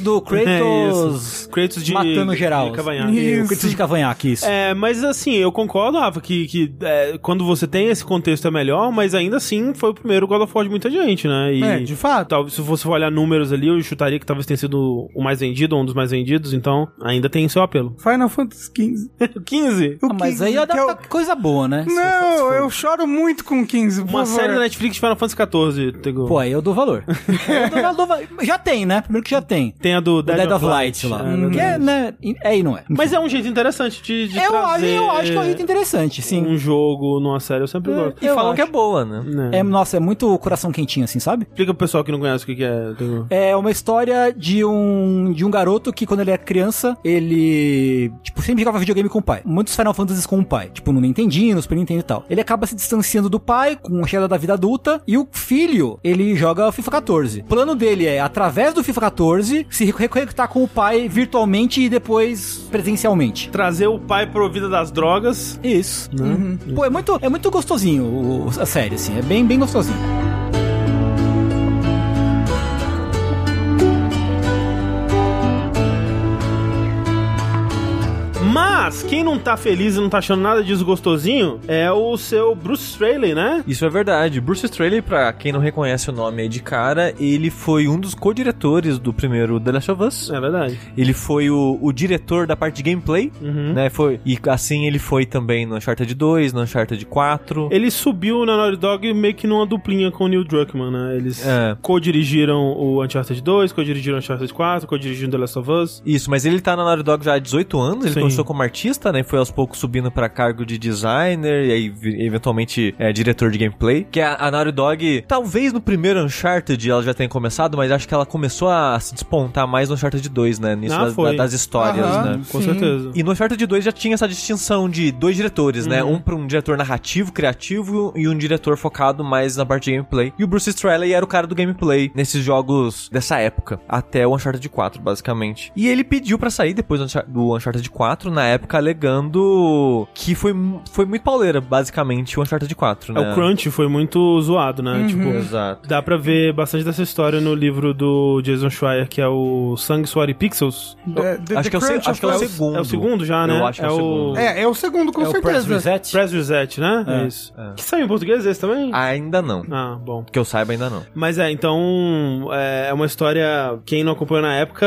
[SPEAKER 3] É
[SPEAKER 4] do Kratos,
[SPEAKER 1] isso. É Kratos de-
[SPEAKER 4] matando geral.
[SPEAKER 1] de cavanhaque.
[SPEAKER 4] E O
[SPEAKER 3] Isso.
[SPEAKER 4] Kratos de cavanhaque, isso.
[SPEAKER 1] É, mas assim, eu concordo, Rafa, que, que é, quando você tem esse contexto é melhor, mas ainda assim foi o primeiro God of War de muita gente, né? E
[SPEAKER 3] É, de fato.
[SPEAKER 1] Talvez, se você for olhar números ali, eu chutaria que talvez tenha sido o mais vendido, ou um dos mais vendidos, então ainda tem seu apelo.
[SPEAKER 3] Final Fantasy XV.
[SPEAKER 1] 15?
[SPEAKER 3] O
[SPEAKER 4] Ah, mas
[SPEAKER 3] 15,
[SPEAKER 4] aí
[SPEAKER 3] que é o-
[SPEAKER 4] adapta coisa boa, né? Se for- se
[SPEAKER 3] Não,
[SPEAKER 4] for-
[SPEAKER 3] eu choro muito com 15. por
[SPEAKER 1] Uma
[SPEAKER 3] favor.
[SPEAKER 1] série da Netflix de Final Fantasy XIV, Tego.
[SPEAKER 4] Pô, aí eu dou valor. Eu dou- eu dou valor. Já tem, né? Primeiro que já tem.
[SPEAKER 1] Tem a do
[SPEAKER 4] O Dead, of Light, lá.
[SPEAKER 1] É,
[SPEAKER 4] que é, né? É e não é.
[SPEAKER 1] Mas é um jeito interessante de, de
[SPEAKER 4] eu, acho-
[SPEAKER 1] trazer
[SPEAKER 4] eu acho que é um jeito interessante, sim.
[SPEAKER 1] um jogo numa série, eu sempre
[SPEAKER 4] É.
[SPEAKER 1] gosto.
[SPEAKER 2] E
[SPEAKER 4] Eu
[SPEAKER 2] falam
[SPEAKER 4] acho.
[SPEAKER 2] que é boa, né?
[SPEAKER 1] Né?
[SPEAKER 4] É, nossa, é muito coração quentinho, assim, sabe?
[SPEAKER 1] Explica pro pessoal que não conhece o que que é, Tego.
[SPEAKER 4] É uma história de um de um garoto que quando ele era criança, ele tipo sempre jogava videogame com o pai. Muitos Final Fantasies com o pai, tipo no Nintendinho, no Super Nintendo e tal. Ele acaba se distanciando do pai com a chegada da vida adulta e o filho, ele joga FIFA 14. O plano dele é através do FIFA 14 se re- reconectar com o pai virtualmente e depois presencialmente.
[SPEAKER 1] Trazer o pai pro vida das drogas. né?
[SPEAKER 4] Isso. Pô, é muito, é muito gostosinho o- a série, assim. É bem, bem gostosinho.
[SPEAKER 1] Mas, quem não tá feliz e não tá achando nada disso gostosinho é o seu Bruce Straley, né?
[SPEAKER 2] Isso é verdade. Bruce Straley, pra quem não reconhece o nome aí de cara, ele foi um dos co-diretores do primeiro The Last of Us.
[SPEAKER 1] É verdade.
[SPEAKER 2] Ele foi o, o diretor da parte de gameplay,
[SPEAKER 1] Uhum.
[SPEAKER 2] né? Foi, e assim ele foi também no Uncharted 2, no Uncharted 4.
[SPEAKER 1] Ele subiu na Naughty Dog meio que numa duplinha com o Neil Druckmann, né? Eles
[SPEAKER 2] É.
[SPEAKER 1] co-dirigiram o Uncharted 2, co-dirigiram o Uncharted 4, co-dirigiram The Last of Us.
[SPEAKER 2] Isso, mas ele tá na Naughty Dog já há 18 anos, ele
[SPEAKER 1] Sim.
[SPEAKER 2] começou como artista, né? e Foi aos poucos subindo pra cargo de designer e aí vi- eventualmente é, diretor de gameplay. Que a, a Naughty Dog, talvez no primeiro Uncharted ela já tenha começado, mas acho que ela começou a se despontar mais no Uncharted 2, né? Nisso
[SPEAKER 1] Ah,
[SPEAKER 2] das,
[SPEAKER 1] foi.
[SPEAKER 2] da- das histórias,
[SPEAKER 3] Aham.
[SPEAKER 2] né?
[SPEAKER 1] Com
[SPEAKER 3] Sim.
[SPEAKER 1] certeza.
[SPEAKER 2] E no Uncharted 2 já tinha essa distinção de dois diretores, né?
[SPEAKER 1] Uhum.
[SPEAKER 2] Um pra um diretor narrativo, criativo e um diretor focado mais na parte de gameplay. E o Bruce Straley era o cara do gameplay nesses jogos dessa época, até o Uncharted 4, basicamente. E ele pediu pra sair depois do Unchar- do Uncharted 4, na época alegando que foi, mu- foi muito pauleira, basicamente, o Uncharted 4, né?
[SPEAKER 1] É, o Crunch foi muito zoado, né? Tipo,
[SPEAKER 2] Exato.
[SPEAKER 1] dá pra ver bastante dessa história no livro do Jason Schreier, que é o Sangue, Suor e Pixels.
[SPEAKER 3] The- the-
[SPEAKER 2] acho
[SPEAKER 3] the
[SPEAKER 2] que é o se-
[SPEAKER 3] Crunch
[SPEAKER 2] acho que
[SPEAKER 3] of
[SPEAKER 2] é o
[SPEAKER 3] Wealth.
[SPEAKER 2] segundo.
[SPEAKER 1] É o segundo já, né?
[SPEAKER 2] Eu acho que é o segundo.
[SPEAKER 3] É, é o segundo, com
[SPEAKER 4] é o Press
[SPEAKER 3] certeza.
[SPEAKER 4] Reset.
[SPEAKER 1] Press Reset, né? É,
[SPEAKER 4] É,
[SPEAKER 1] isso. Que saiu em português esse também?
[SPEAKER 2] Ainda não.
[SPEAKER 1] Ah, bom.
[SPEAKER 2] Que eu saiba, ainda não.
[SPEAKER 1] Mas é, então é é uma história. Quem não acompanhou na época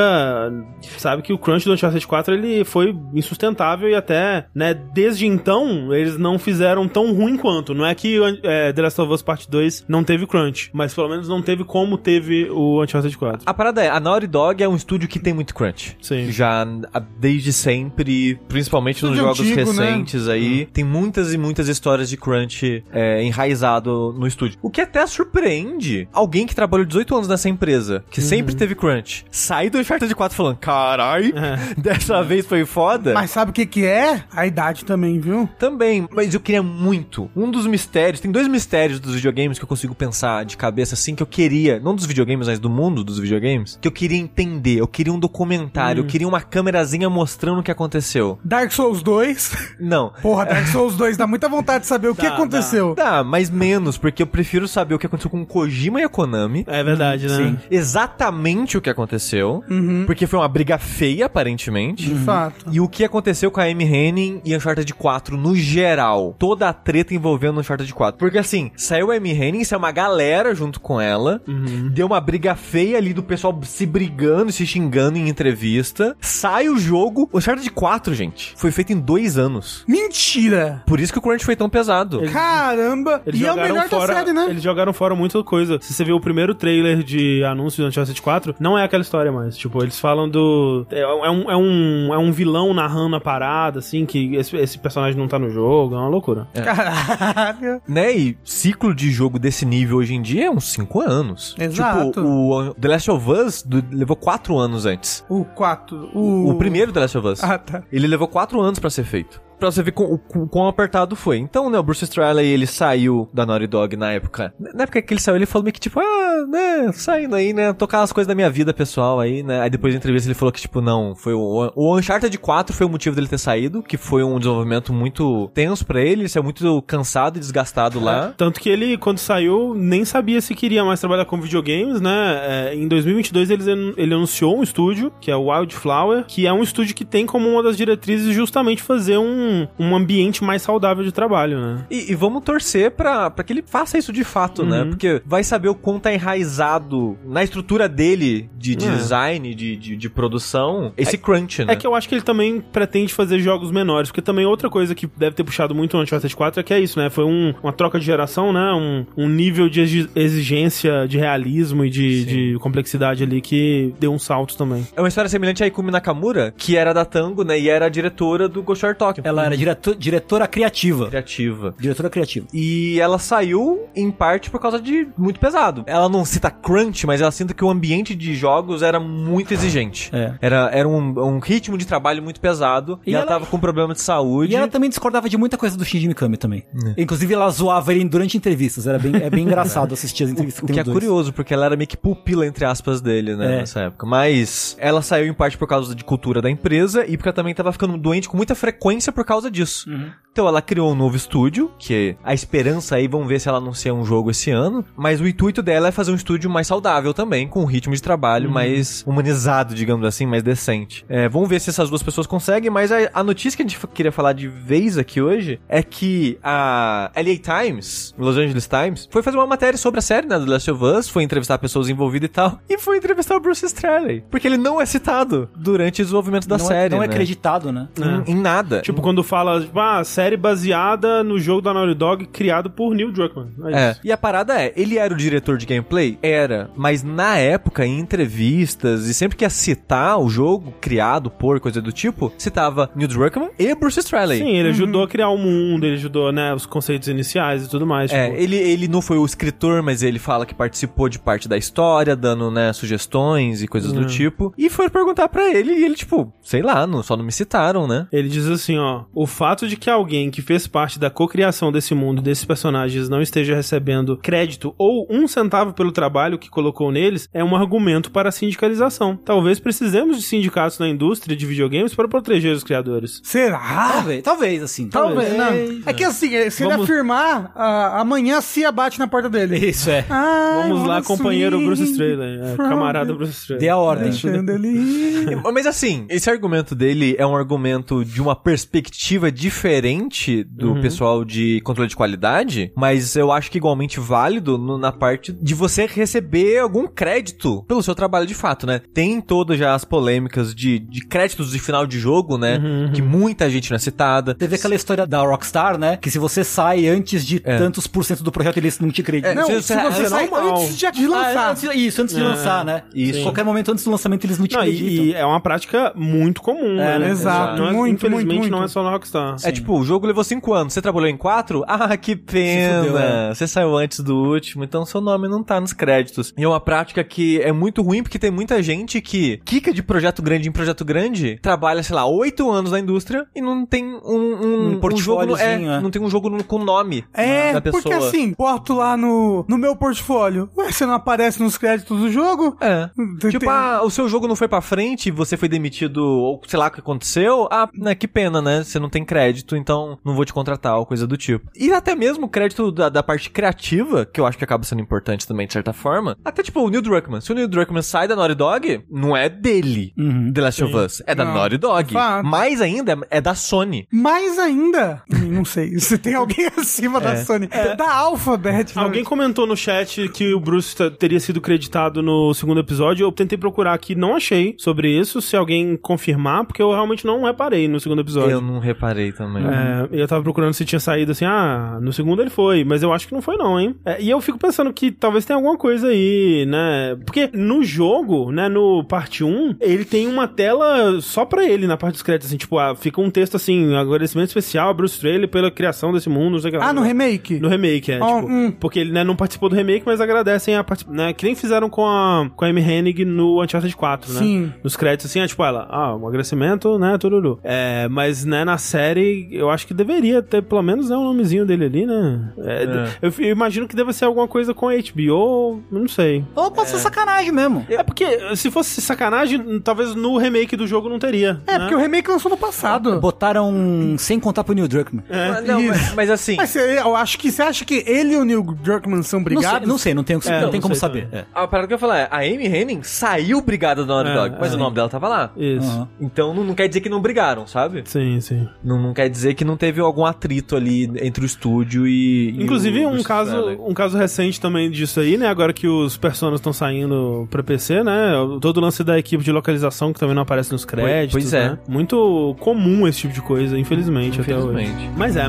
[SPEAKER 1] sabe que o crunch do Uncharted 4 ele foi insustentável e até, né, desde então eles não fizeram tão ruim quanto. Não é que é, The Last of Us Part 2 não teve crunch, mas pelo menos não teve como teve o Uncharted 4.
[SPEAKER 2] A parada é, a Naughty Dog é um estúdio que tem muito crunch.
[SPEAKER 1] Sim.
[SPEAKER 2] Já ah, desde sempre, principalmente nos
[SPEAKER 3] Estúdio
[SPEAKER 2] jogos
[SPEAKER 3] antigo, né?
[SPEAKER 2] recentes aí, tem muitas e muitas histórias de crunch é, enraizado no estúdio. O que até surpreende alguém que trabalhou 18 anos nessa empresa, que sempre
[SPEAKER 3] Uhum.
[SPEAKER 2] teve crunch, sair do Uncharted 4 falando, carai,
[SPEAKER 3] É.
[SPEAKER 2] dessa vez foi foda.
[SPEAKER 3] Mas sabe o que que é? A idade também, viu?
[SPEAKER 2] Também, mas eu queria muito. Um dos mistérios, tem dois mistérios dos videogames que eu consigo pensar de cabeça assim que eu queria, não dos videogames, mas do mundo dos videogames, que eu queria entender. Eu queria um documentário, eu queria uma câmerazinha mostrando o que aconteceu.
[SPEAKER 3] Dark Souls 2.
[SPEAKER 2] Não.
[SPEAKER 3] Porra, Dark Souls 2 dá muita vontade de saber o que
[SPEAKER 1] Dá,
[SPEAKER 3] aconteceu.
[SPEAKER 2] Tá, mas menos, porque eu prefiro saber o que aconteceu com o Kojima e a Konami.
[SPEAKER 1] É verdade, né? Sim.
[SPEAKER 2] Exatamente o que aconteceu, porque foi uma briga feia, aparentemente.
[SPEAKER 3] De fato.
[SPEAKER 2] Tá. E o que aconteceu com a Amy Henning e Uncharted 4 no geral? Toda a treta envolvendo Uncharted 4. Porque assim, saiu a Amy Henning, saiu uma galera junto com ela.
[SPEAKER 3] Uhum.
[SPEAKER 2] Deu uma briga feia ali do pessoal se brigando, se xingando em entrevista. Sai o jogo. O Uncharted 4, gente, foi feito em dois anos.
[SPEAKER 3] Mentira!
[SPEAKER 2] Por isso que o crunch foi tão pesado.
[SPEAKER 3] Caramba!
[SPEAKER 1] Eles
[SPEAKER 3] e é o
[SPEAKER 1] jogaram
[SPEAKER 3] melhor
[SPEAKER 1] fora,
[SPEAKER 3] da série, né?
[SPEAKER 1] Eles jogaram fora muita coisa. Se você vê o primeiro trailer de anúncio do Uncharted 4, não é aquela história mais. Tipo, eles falam do. É, é um, é, um, é um vilão na narrando a parada, assim, que esse, esse personagem não tá no jogo, é uma loucura.
[SPEAKER 3] Caralho.
[SPEAKER 2] Né? E ciclo de jogo desse nível hoje em dia é uns 5 anos.
[SPEAKER 3] Exato.
[SPEAKER 2] Tipo, o The Last of Us do- levou 4 anos antes.
[SPEAKER 3] O 4.
[SPEAKER 2] O,
[SPEAKER 3] O...
[SPEAKER 2] primeiro The Last of Us.
[SPEAKER 3] Ah, tá.
[SPEAKER 2] Ele levou 4 anos pra ser feito. Pra você ver com, com, quão apertado foi. Então, né, o Bruce Straley, ele saiu da Naughty Dog na época. né, Na época que ele saiu, ele falou meio que tipo, ah, né, saindo aí, né, tocar as coisas da minha vida pessoal aí, né. Aí depois da entrevista ele falou que, tipo, não, foi o, o Uncharted 4 foi o motivo dele ter saído, que foi um desenvolvimento muito tenso pra ele, ele saiu muito cansado e desgastado lá.
[SPEAKER 1] É, Tanto que ele, quando saiu, nem sabia se queria mais trabalhar com videogames, né? É, em 2022, ele, ele anunciou um estúdio, que é o Wildflower, que é um estúdio que tem como uma das diretrizes justamente fazer um, um ambiente mais saudável de trabalho, né?
[SPEAKER 2] E, e vamos torcer pra, pra que ele faça isso de fato, né?
[SPEAKER 1] Uhum.
[SPEAKER 2] Porque vai saber o quanto tá enraizado na estrutura dele de de
[SPEAKER 1] É.
[SPEAKER 2] design, de, de, de produção, esse crunch, né?
[SPEAKER 1] É que eu acho que ele também pretende fazer jogos menores, porque também outra coisa que deve ter puxado muito o Uncharted 4 é que é isso, né? Foi um- uma troca de geração, né? Um, um nível de exi- exigência, de realismo e de, de complexidade ali que deu um salto também.
[SPEAKER 2] É uma história semelhante a Ikumi Nakamura, que era da Tango, né? E era a diretora do Ghost Shore Tokyo.
[SPEAKER 4] Ela era direto- diretora criativa.
[SPEAKER 2] criativa.
[SPEAKER 4] Diretora criativa.
[SPEAKER 2] E ela saiu, em parte, por causa de muito pesado. Ela não cita crunch, mas ela cita que o ambiente de jogos era muito exigente.
[SPEAKER 4] É.
[SPEAKER 2] Era, era um, um ritmo de trabalho muito pesado. E,
[SPEAKER 4] E
[SPEAKER 2] ela,
[SPEAKER 4] ela-
[SPEAKER 2] tava com um problema de saúde.
[SPEAKER 4] E ela também discordava de muita coisa do Shinji Mikami também. Inclusive, ela zoava ele durante entrevistas. Era bem, é bem engraçado assistir as entrevistas
[SPEAKER 2] O
[SPEAKER 4] tem
[SPEAKER 2] que é
[SPEAKER 4] os dois.
[SPEAKER 2] curioso, porque ela era meio que pupila, entre aspas, dele, né,
[SPEAKER 4] É.
[SPEAKER 2] nessa época. Mas ela saiu em parte por causa de cultura da empresa e porque ela também tava ficando doente com muita frequência por causa disso. Então ela criou um novo estúdio, que a esperança aí, vamos ver se ela anuncia um jogo esse ano. Mas o intuito dela é fazer um estúdio mais saudável também, com um ritmo de
[SPEAKER 4] Uhum.
[SPEAKER 2] trabalho mais humanizado, digamos assim, mais decente. É, vamos ver se essas duas pessoas conseguem, mas a, a notícia que a gente f- queria falar de vez aqui hoje é que a LA Times, Los Angeles Times, foi fazer uma matéria sobre a série, né, do Last of Us, foi entrevistar pessoas envolvidas e tal, e foi entrevistar o Bruce Straley, porque ele não é citado durante o desenvolvimento da
[SPEAKER 4] não
[SPEAKER 2] série,
[SPEAKER 4] é, não é
[SPEAKER 2] né?
[SPEAKER 4] acreditado, né?
[SPEAKER 2] Em, em nada.
[SPEAKER 1] Tipo, quando fala, tipo, ah, série baseada no jogo da Naughty Dog criado por Neil Druckmann. É,
[SPEAKER 2] É.
[SPEAKER 1] isso.
[SPEAKER 2] E a parada é, ele era o diretor de gameplay? Era. Mas na época, em entrevistas, e sempre que ia citar o jogo criado por coisa do tipo, citava Neil Druckmann e Bruce Straley.
[SPEAKER 1] Sim, ele ajudou a criar o mundo, ele ajudou, né, os conceitos iniciais e tudo mais.
[SPEAKER 2] É,
[SPEAKER 1] tipo.
[SPEAKER 2] ele, ele não foi o escritor, mas ele fala que participou de parte da história, dando, né, sugestões e coisas do tipo. E foram perguntar pra ele, e ele, tipo, sei lá, não, só não me citaram, né?
[SPEAKER 1] Ele diz assim, ó, o fato de que alguém que fez parte da cocriação desse mundo, desses personagens, não esteja recebendo crédito ou um centavo pelo trabalho que colocou neles, é um argumento para a sindicalização. Talvez precisemos de sindicatos na indústria de videogames para proteger os criadores.
[SPEAKER 3] Será?
[SPEAKER 4] Talvez, talvez, assim.
[SPEAKER 3] Talvez, não. É que assim, se ele
[SPEAKER 1] Vamos-
[SPEAKER 3] afirmar, ah, amanhã a Cia bate na porta dele.
[SPEAKER 4] Isso, é.
[SPEAKER 3] Ai,
[SPEAKER 1] Vamos lá,
[SPEAKER 3] wanna
[SPEAKER 1] companheiro
[SPEAKER 3] swing
[SPEAKER 1] Bruce Straley, é,
[SPEAKER 3] from
[SPEAKER 1] camarada
[SPEAKER 3] the
[SPEAKER 1] Bruce Straley.
[SPEAKER 4] Dê a ordem.
[SPEAKER 3] chandelier.
[SPEAKER 2] Mas assim, esse argumento dele é um argumento de uma perspectiva diferente do pessoal de controle de qualidade, mas eu acho que igualmente válido no- na parte de você receber algum crédito pelo seu trabalho de fato, né? Tem todas já as polêmicas de, de créditos de final de jogo, né? Que muita gente não é citada.
[SPEAKER 4] Teve aquela história da Rockstar, né? Que se você sai antes de tantos por cento do projeto, eles não te acreditam.
[SPEAKER 2] É,
[SPEAKER 3] Não,
[SPEAKER 2] Você-
[SPEAKER 3] se,
[SPEAKER 2] você-
[SPEAKER 3] você
[SPEAKER 2] é
[SPEAKER 3] sair
[SPEAKER 1] normal.
[SPEAKER 3] antes de, de lançar.
[SPEAKER 4] Ah, isso, antes de lançar, né?
[SPEAKER 2] Isso.
[SPEAKER 4] Em qualquer momento antes do lançamento, eles não te
[SPEAKER 1] Não,
[SPEAKER 4] acreditam.
[SPEAKER 1] e, e é uma prática muito comum,
[SPEAKER 4] É,
[SPEAKER 1] né?
[SPEAKER 3] exato,
[SPEAKER 1] Não é-
[SPEAKER 3] muito,
[SPEAKER 1] infelizmente
[SPEAKER 3] muito, muito.
[SPEAKER 1] não é só na Rockstar.
[SPEAKER 2] É tipo, o jogo levou 5 anos, você trabalhou em 4? Ah, que pena!
[SPEAKER 4] Se fudeu, é.
[SPEAKER 2] Você saiu antes do último, então seu nome não tá nos créditos. E é uma prática que é muito ruim, porque tem muita gente que quica de projeto grande em projeto grande, trabalha, sei lá, 8 anos na indústria e não tem um, um,
[SPEAKER 4] Um
[SPEAKER 2] jogo, é,
[SPEAKER 4] portfóliozinho, é.
[SPEAKER 2] Não tem um jogo no- com nome
[SPEAKER 3] É,
[SPEAKER 2] da pessoa.
[SPEAKER 3] porque assim, boto lá no, no meu portfólio. Ué, você não aparece nos créditos do jogo?
[SPEAKER 2] É.
[SPEAKER 3] Tem-
[SPEAKER 2] Tipo,
[SPEAKER 3] tem-
[SPEAKER 2] ah, o seu jogo não foi pra frente, você foi demitido, ou sei lá o que aconteceu. Ah, né, que pena, né? Você não tem crédito, então não vou te contratar, ou coisa do tipo. E até mesmo o crédito da, da parte criativa, que eu acho que acaba sendo importante também, de certa forma. Até tipo, o Neil Druckmann. Se o Neil Druckmann sai da Naughty Dog, não é dele. The Last of Us. É da
[SPEAKER 3] Não.
[SPEAKER 2] Naughty Dog.
[SPEAKER 3] Fato.
[SPEAKER 2] Mais ainda, é da Sony.
[SPEAKER 3] Mais ainda, Hum, não sei, se tem alguém acima da Sony, da Alphabet. né?
[SPEAKER 1] Alguém comentou no chat que o Bruce t- teria sido creditado no segundo episódio. Eu tentei procurar aqui, não achei sobre isso. Se alguém confirmar, porque eu realmente não reparei no segundo
[SPEAKER 2] Eu
[SPEAKER 1] episódio.
[SPEAKER 2] não reparei também.
[SPEAKER 1] É, eu tava procurando se tinha saído assim, ah, no segundo ele foi, mas eu acho que não foi, não, hein? É, e eu fico pensando que talvez tenha alguma coisa aí, né? Porque no jogo, né, no parte 1, ele tem uma tela só pra ele na parte dos créditos, assim, tipo, ah, fica um texto assim, agradecimento especial a Bruce Trailer pela criação desse mundo, não sei o que lá.
[SPEAKER 3] Ah, no remake?
[SPEAKER 1] No remake, é.
[SPEAKER 3] Ah,
[SPEAKER 1] tipo,
[SPEAKER 3] hum.
[SPEAKER 1] Porque ele né, não participou do remake, mas agradecem a participação. Né, que nem fizeram com a, com a Amy Hennig no Uncharted 4, né?
[SPEAKER 3] Sim.
[SPEAKER 1] Nos créditos, assim, é tipo ela, ah, um agradecimento, né, tururu. É, mas, né, na série, eu acho que deveria ter pelo menos né, um nomezinho dele ali, né? É, Eu, eu imagino que deva ser alguma coisa com a HBO, não sei.
[SPEAKER 4] Ou pode ser sacanagem mesmo.
[SPEAKER 1] É porque, se fosse sacanagem, talvez no remake do jogo não teria. né?
[SPEAKER 3] É, porque o remake lançou no
[SPEAKER 4] É,
[SPEAKER 3] passado.
[SPEAKER 4] Botaram sem contar pro Neil Druckmann.
[SPEAKER 2] Mas, É, não, mas, mas assim.
[SPEAKER 3] Mas você, eu acho que você acha que ele e o Neil Druckmann são
[SPEAKER 4] Não sei,
[SPEAKER 3] brigados?
[SPEAKER 4] não sei, não tem, o que-
[SPEAKER 1] É,
[SPEAKER 4] não
[SPEAKER 1] não
[SPEAKER 4] tem como
[SPEAKER 1] sei
[SPEAKER 4] saber.
[SPEAKER 1] também.
[SPEAKER 4] É.
[SPEAKER 2] A parada que eu ia falar é, a Amy Henning saiu brigada da Naughty
[SPEAKER 1] É,
[SPEAKER 2] Dog, mas
[SPEAKER 1] é.
[SPEAKER 2] o nome dela tava lá.
[SPEAKER 1] Isso.
[SPEAKER 4] Aham.
[SPEAKER 2] Então não, não quer dizer que não brigaram, sabe?
[SPEAKER 1] Sim, sim.
[SPEAKER 2] Não, não quer dizer que não teve algum atrito ali entre o estúdio e. e
[SPEAKER 1] Inclusive,
[SPEAKER 2] o
[SPEAKER 1] um
[SPEAKER 2] Bruce
[SPEAKER 1] caso,
[SPEAKER 2] Sterling.
[SPEAKER 1] um caso recente também disso aí, né? Agora que os personas estão saindo pra PC, né? Todo o lance da equipe de localização que também não aparece nos créditos.
[SPEAKER 2] Pois é.
[SPEAKER 1] né? Muito comum esse tipo de coisa, infelizmente, até hoje.
[SPEAKER 2] Infelizmente.
[SPEAKER 1] Mas é.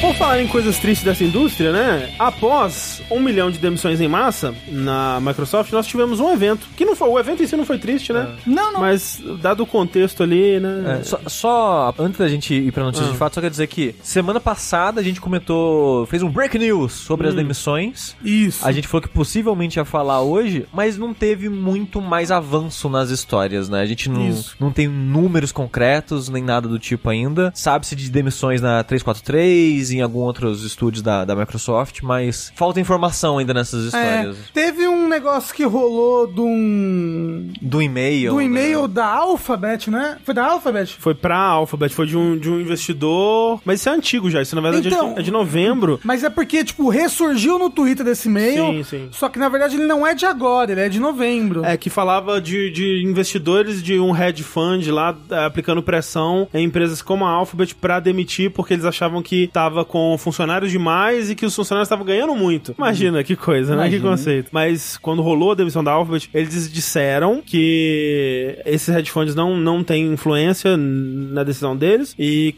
[SPEAKER 1] Por falar em coisas tristes dessa indústria, né? Após um milhão de demissões em massa na Microsoft, nós tivemos um evento. Que não foi. O evento em si não foi triste, né?
[SPEAKER 4] Não, não.
[SPEAKER 1] Mas, dado o contexto ali, né?
[SPEAKER 2] É, só, só antes da gente ir pra notícia
[SPEAKER 1] Ah.
[SPEAKER 2] de fato, só quero dizer que semana passada a gente comentou, fez um break news sobre
[SPEAKER 1] Hum.
[SPEAKER 2] as demissões.
[SPEAKER 3] Isso.
[SPEAKER 2] A gente falou que possivelmente ia falar hoje, mas não teve muito mais avanço nas histórias, né? A gente não,
[SPEAKER 1] Isso.
[SPEAKER 2] não tem números concretos nem nada do tipo ainda. Sabe-se de demissões na 343 e em alguns outros estúdios da, da Microsoft, mas falta informação ainda nessas
[SPEAKER 3] É,
[SPEAKER 2] histórias.
[SPEAKER 3] teve um negócio que rolou de um.
[SPEAKER 2] Do e-mail.
[SPEAKER 3] do
[SPEAKER 2] né?
[SPEAKER 3] e-mail da Alphabet, né? Foi da Alphabet?
[SPEAKER 1] Foi pra Alphabet, foi de um, de um investidor. Mas isso é antigo já, isso na verdade é de-
[SPEAKER 3] Então-
[SPEAKER 1] é de novembro.
[SPEAKER 3] Mas é porque, tipo, ressurgiu no Twitter desse
[SPEAKER 1] Sim,
[SPEAKER 3] e-mail.
[SPEAKER 1] sim.
[SPEAKER 3] Só que na verdade ele não é de agora, ele é de novembro.
[SPEAKER 1] É, que falava de, de investidores de um hedge fund lá eh, aplicando pressão em empresas como a Alphabet pra demitir porque eles achavam que tava com funcionários demais e que os funcionários estavam ganhando muito. Imagina que coisa, né? Que
[SPEAKER 4] Imagina.
[SPEAKER 1] conceito. Mas quando rolou a demissão da Alphabet, eles disseram que esses hedge funds não, não têm influência n- na decisão deles e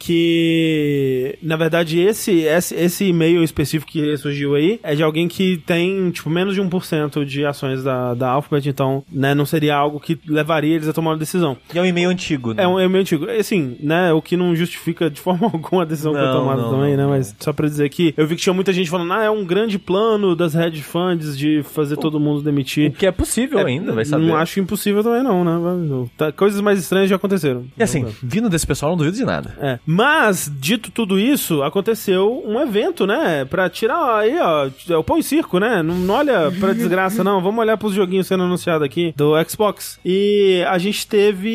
[SPEAKER 1] que, na verdade, esse, esse, esse e-mail específico que surgiu aí é de alguém que tem, tipo, menos de 1% de ações da, da Alphabet, então, né, não seria algo que levaria eles a tomar uma decisão.
[SPEAKER 2] E é um e-mail antigo, né?
[SPEAKER 1] É um e-mail antigo. Assim, né? O que não justifica de forma alguma a decisão que foi
[SPEAKER 2] Não,
[SPEAKER 1] tomada
[SPEAKER 2] não,
[SPEAKER 1] também,
[SPEAKER 2] não,
[SPEAKER 1] né?
[SPEAKER 2] não.
[SPEAKER 1] Mas só pra dizer que eu vi que tinha muita gente falando, ah, é um grande plano das hedge funds de fazer todo mundo demitir.
[SPEAKER 2] que é possível
[SPEAKER 1] É,
[SPEAKER 2] ainda, vai saber.
[SPEAKER 1] Não acho impossível também, não, né? Mas, tá, coisas mais estranhas já aconteceram.
[SPEAKER 2] E assim, vindo desse pessoal, não duvido de nada.
[SPEAKER 1] É. Mas, dito tudo isso, aconteceu um evento, né? Pra tirar aí, ó, é o pão e circo, né? Não, não olha pra desgraça, não. Vamos olhar pros joguinhos sendo anunciados aqui do Xbox. E a gente teve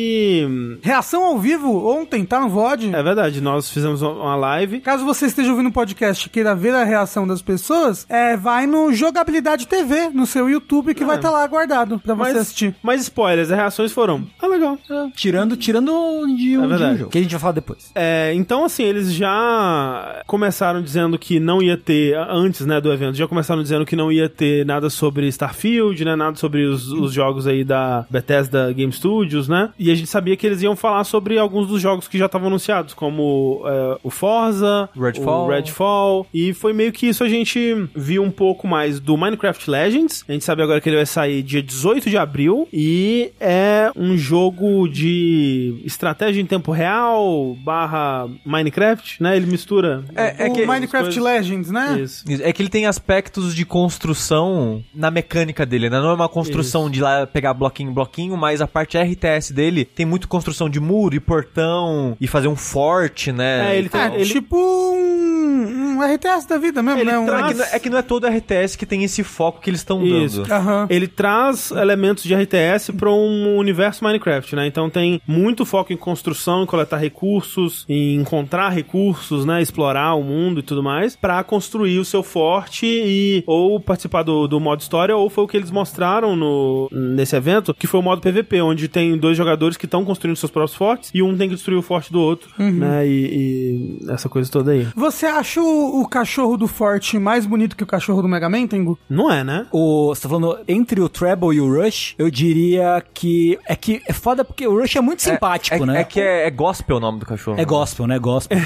[SPEAKER 3] Reação ao vivo ontem, tá no VOD?
[SPEAKER 1] É verdade, nós fizemos um- uma- uma live.
[SPEAKER 3] Caso você esteja ouvindo o podcast e queira ver a reação das pessoas, é, vai no Jogabilidade TV, no seu YouTube, que vai estar lá guardado pra você assistir.
[SPEAKER 1] É. mas spoilers, as reações foram. Ah, legal.
[SPEAKER 4] Tirando, tirando
[SPEAKER 2] É
[SPEAKER 4] de um, de um
[SPEAKER 1] verdade.
[SPEAKER 4] jogo. Que a gente vai falar depois.
[SPEAKER 1] É, então, assim, eles já começaram dizendo que não ia ter, antes né, do evento, já começaram dizendo que não ia ter nada sobre Starfield, né? Nada sobre os, os jogos aí da Bethesda Game Studios, né? E a gente sabia que eles iam falar sobre alguns dos jogos que já estavam anunciados, como é, o Forza,
[SPEAKER 2] Redfall.
[SPEAKER 1] o Redfall. E foi meio que isso a gente viu um pouco mais do Minecraft Legends. A gente sabe agora que ele vai sair dia 18 de abril. E é um jogo de estratégia em tempo real barra Minecraft, né? Ele mistura.
[SPEAKER 2] É, é
[SPEAKER 3] o
[SPEAKER 2] que-
[SPEAKER 3] Minecraft
[SPEAKER 1] coisas-
[SPEAKER 3] Legends, né?
[SPEAKER 1] Isso.
[SPEAKER 2] Isso, É que ele tem aspectos de construção na mecânica dele, né? Não é uma construção de lá pegar bloquinho em bloquinho, mas a parte RTS dele tem muito construção de muro e portão e fazer um forte, né?
[SPEAKER 1] É, ele tem-
[SPEAKER 3] É,
[SPEAKER 1] ele-
[SPEAKER 3] tipo um, um RTS da vida mesmo,
[SPEAKER 1] Ele
[SPEAKER 3] né? Um,
[SPEAKER 2] Então, é,
[SPEAKER 1] traz-
[SPEAKER 2] que, não- é que não é todo RTS que tem esse foco que eles estão
[SPEAKER 1] Isso.
[SPEAKER 2] dando.
[SPEAKER 3] Aham.
[SPEAKER 1] Ele traz elementos de RTS para um universo Minecraft, né? Então tem muito foco em construção, em coletar recursos, em encontrar recursos, né? Explorar o mundo e tudo mais, para construir o seu forte e ou participar do, do modo história, ou foi o que eles mostraram no, nesse evento, que foi o modo PVP, onde tem dois jogadores que estão construindo seus próprios fortes e um tem que destruir o forte do outro, né? E, e essa coisa toda aí.
[SPEAKER 3] Você acha o, o cachorro do Forte mais bonito que o cachorro do Mega Man, Tengu?
[SPEAKER 1] Não é, né?
[SPEAKER 4] O, você tá falando entre o Treble e o Rush, eu diria que. É que é foda porque o Rush é muito simpático,
[SPEAKER 2] é,
[SPEAKER 4] né?
[SPEAKER 2] É que é, é gospel o nome do cachorro.
[SPEAKER 4] É gospel, né? Gospel.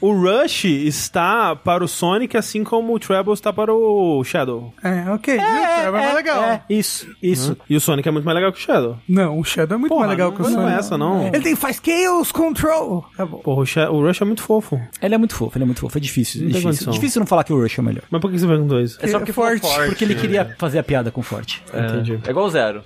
[SPEAKER 1] O Rush está para o Sonic, assim como o Treble está para o Shadow.
[SPEAKER 3] É, ok. viu? O Trevor é mais legal.
[SPEAKER 4] É, isso, isso.
[SPEAKER 1] E o Sonic é muito mais legal que o Shadow.
[SPEAKER 3] Não, o Shadow é muito mais legal
[SPEAKER 1] não,
[SPEAKER 3] que o
[SPEAKER 1] não
[SPEAKER 3] Sonic.
[SPEAKER 1] é essa, não.
[SPEAKER 3] Ele tem faz Chaos Control. Tá bom.
[SPEAKER 1] Porra, o, Sha- o Rush é muito fofo.
[SPEAKER 4] Ele é muito fofo, ele é muito fofo. É difícil.
[SPEAKER 1] Não tem
[SPEAKER 4] difícil.
[SPEAKER 1] condição.
[SPEAKER 4] difícil não falar que o Rush é o melhor.
[SPEAKER 1] Mas por que você perguntou isso?
[SPEAKER 2] É só porque foi
[SPEAKER 3] Forte,
[SPEAKER 2] forte.
[SPEAKER 4] Porque ele queria fazer a piada com o Forte.
[SPEAKER 1] Entendi.
[SPEAKER 2] É igual zero.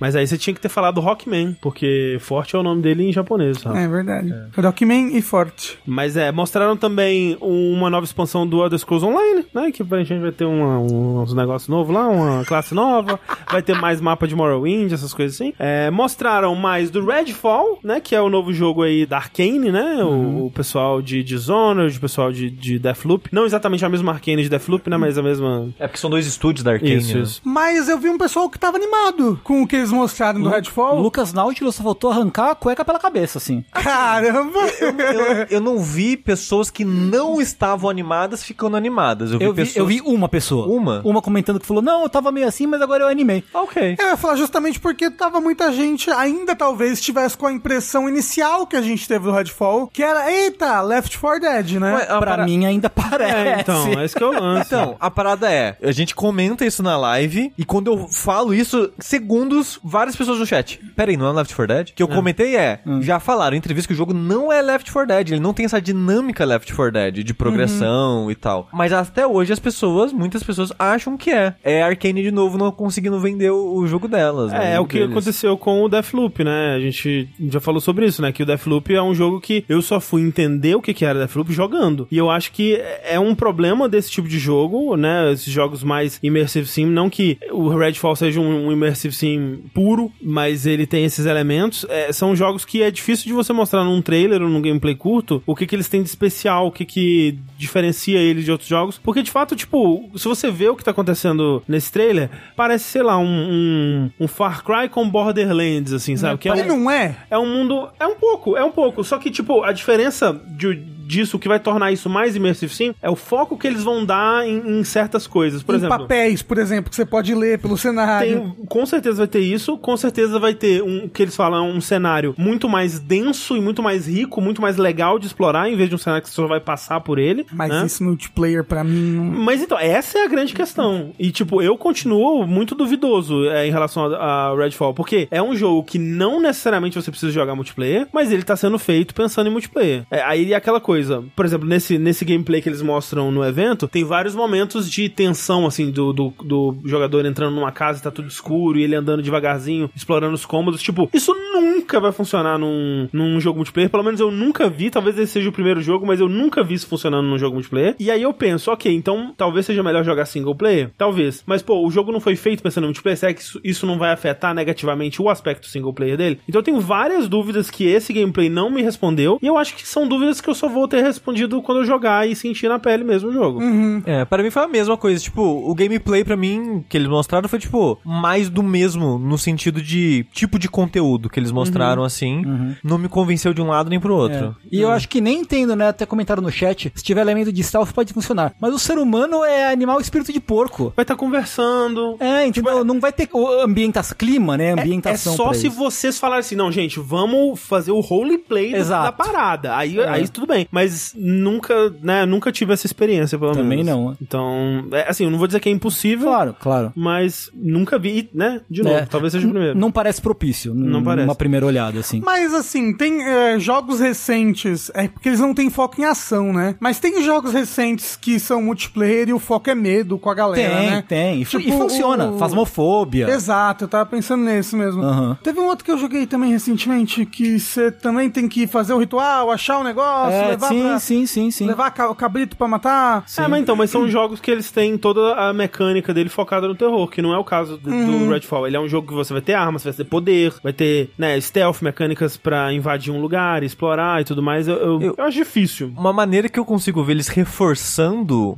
[SPEAKER 1] Mas aí você tinha que ter falado Rockman, porque Forte é o nome dele em japonês, sabe?
[SPEAKER 3] É verdade. Rockman e Forte.
[SPEAKER 1] Mas é, mostraram também uma nova expansão do Elder Scrolls Online, né? Que a gente vai ter uma- um- uns negócios novos lá, uma classe nova, vai ter mais mapa de Morrowind, essas coisas assim. É, mostraram mais do Redfall, né? Que é o novo jogo aí da Arkane, né? O- O, pessoal de Dishonored, o pessoal de, de Deathloop. Não exatamente a mesma Arkane de Deathloop, né? Mas a mesma...
[SPEAKER 2] É porque são dois estúdios da Arkane.
[SPEAKER 1] Isso,
[SPEAKER 2] né?
[SPEAKER 1] isso.
[SPEAKER 3] Mas eu vi um pessoal que tava animado com o que eles mostraram do Redfall.
[SPEAKER 4] Lucas Nautilus só faltou arrancar a cueca pela cabeça, assim.
[SPEAKER 3] Caramba!
[SPEAKER 2] Eu, eu não vi pessoas que não estavam animadas ficando animadas. Eu vi,
[SPEAKER 4] Eu vi,
[SPEAKER 2] pessoas...
[SPEAKER 4] eu vi uma pessoa.
[SPEAKER 2] Uma?
[SPEAKER 4] Uma comentando que falou: Não, eu tava meio assim, mas agora eu animei.
[SPEAKER 2] Ah, ok.
[SPEAKER 3] Eu ia falar justamente porque tava muita gente, ainda talvez tivesse com a impressão inicial que a gente teve do Redfall, que era, eita, Left 4 Dead, né?
[SPEAKER 2] Ué, a
[SPEAKER 4] pra
[SPEAKER 2] Ah, para-
[SPEAKER 4] mim ainda parece.
[SPEAKER 1] É, então, é isso que eu lance.
[SPEAKER 2] Então, a parada é, a gente comenta isso na live, e quando eu falo isso, segundos, várias pessoas no chat. Pera aí, não é Left 4 Dead? O que eu
[SPEAKER 1] Ah.
[SPEAKER 2] comentei é, já falaram em entrevista que o jogo não é Left 4 Dead, ele não tem essa dinâmica Left 4 Dead, de progressão
[SPEAKER 1] Uhum.
[SPEAKER 2] e tal. Mas até hoje as pessoas, muitas pessoas acham que é. É a Arkane de novo não conseguindo vender o, o jogo delas. né,
[SPEAKER 1] É, é o que
[SPEAKER 2] deles.
[SPEAKER 1] aconteceu com o Deathloop, né? A gente já falou sobre isso, né? Que o Deathloop é um jogo que eu só fui entender o que que era Deathloop jogando. E eu acho que é um problema desse tipo de jogo, né? Esses jogos mais immersive sim, não que o Redfall seja um, um immersive sim puro, mas ele tem esses elementos. É, são jogos que é difícil de você mostrar num trailer ou num gameplay curto o que que eles têm de especial, o que que diferencia eles de outros jogos. Porque, de fato, tipo, se você vê o que tá acontecendo nesse trailer, parece, sei lá, um, um, um Far Cry com Borderlands, assim, sabe? Que é
[SPEAKER 3] Ele
[SPEAKER 1] um,
[SPEAKER 3] não é?
[SPEAKER 1] é um mundo... É um pouco, é um pouco. Só que, tipo, a diferença de- disso, o que vai tornar isso mais immersive sim, é o foco que eles vão dar em, em certas coisas. Por
[SPEAKER 3] em
[SPEAKER 1] exemplo...
[SPEAKER 3] papéis, por exemplo, que você pode ler pelo cenário.
[SPEAKER 1] Tem- um- com certeza vai ter isso, com certeza vai ter um o que eles falam, um cenário muito mais denso e muito mais rico, muito mais legal de explorar, em vez de um cenário que você só vai passar por ele.
[SPEAKER 3] Mas
[SPEAKER 1] né?
[SPEAKER 3] isso no multiplayer, pra mim, não...
[SPEAKER 1] Mas então, essa é a grande questão. E, tipo, eu continuo muito duvidoso é, em relação a, a Redfall, porque é um jogo que não necessariamente você precisa jogar multiplayer, mas ele tá sendo feito pensando em multiplayer. É, aí é aquela coisa, por exemplo, nesse, nesse gameplay que eles mostram no evento, tem vários momentos de tensão, assim, do, do, do jogador entrando numa casa e tá tudo escuro e ele andando devagarzinho, explorando os cômodos. Tipo, isso nunca vai funcionar num, num jogo multiplayer. Pelo menos eu nunca vi, talvez esse seja o primeiro jogo, mas eu nunca vi isso funcionando num jogo multiplayer. E aí eu penso, ok, então talvez seja melhor jogar single player? Talvez. Mas, pô, o jogo não foi feito pensando no multiplayer, será que isso, isso não vai afetar negativamente o aspecto single player dele? Então eu tenho várias dúvidas que esse gameplay não me respondeu, e eu acho que são dúvidas que eu só vou ter respondido quando eu jogar e sentir na pele mesmo o jogo.
[SPEAKER 2] É, pra mim foi a mesma coisa. Tipo, o gameplay pra mim que eles mostraram foi, tipo, mais do mesmo no sentido de tipo de conteúdo que eles mostraram, assim. Não me convenceu de um lado nem pro outro.
[SPEAKER 4] É. E eu acho que nem entendo, né? Até comentaram no chat. Se tiver elemento de stealth, pode funcionar. Mas o ser humano é animal espírito de porco.
[SPEAKER 1] Vai estar conversando.
[SPEAKER 4] É, entendeu? não vai ter o ambientação, clima, né? Ambientação.
[SPEAKER 1] É só
[SPEAKER 4] pra
[SPEAKER 1] se
[SPEAKER 4] isso.
[SPEAKER 1] vocês falarem assim, não, gente, vamos fazer o roleplay do-
[SPEAKER 4] Exato. É.
[SPEAKER 1] da parada. Aí, aí tudo bem. Mas nunca, né, nunca tive essa experiência, pelo
[SPEAKER 4] Também
[SPEAKER 1] menos.
[SPEAKER 4] não, né?
[SPEAKER 1] Então, é, assim, eu não vou dizer que é impossível,
[SPEAKER 4] Claro, claro.
[SPEAKER 1] mas nunca vi, né, de novo.
[SPEAKER 4] É.
[SPEAKER 1] Talvez seja o primeiro.
[SPEAKER 4] Não parece propício. Não parece. Uma
[SPEAKER 1] parece.
[SPEAKER 4] primeira olhada, assim.
[SPEAKER 3] Mas assim, tem é, jogos recentes, é porque eles não têm foco em ação, né? Mas tem jogos recentes que são multiplayer e o foco é medo com a galera,
[SPEAKER 4] tem,
[SPEAKER 3] né?
[SPEAKER 4] tem. E, fu- e
[SPEAKER 3] Tipo,
[SPEAKER 4] funciona.
[SPEAKER 3] o-
[SPEAKER 4] Fasmofobia.
[SPEAKER 3] Exato, eu tava pensando nisso mesmo.
[SPEAKER 4] Aham.
[SPEAKER 3] Teve um outro que eu joguei também recentemente, que você também tem que fazer o ritual, achar o negócio,
[SPEAKER 4] É,
[SPEAKER 3] levar
[SPEAKER 4] sim,
[SPEAKER 3] pra-
[SPEAKER 4] sim, sim, sim.
[SPEAKER 3] levar ca- o cabrito pra matar.
[SPEAKER 1] É, mas então, mas são jogos que eles têm toda a mecânica dele focada no terror, que não é o caso do,
[SPEAKER 4] Uhum.
[SPEAKER 1] do Redfall. Ele é um jogo que você vai ter armas, vai ter poder, vai ter, né, stealth, mecânicas pra invadir um lugar, explorar e tudo mais. Eu, eu-
[SPEAKER 2] Eu-
[SPEAKER 1] eu acho difícil.
[SPEAKER 2] Uma maneira que eu consigo ver eles reforçando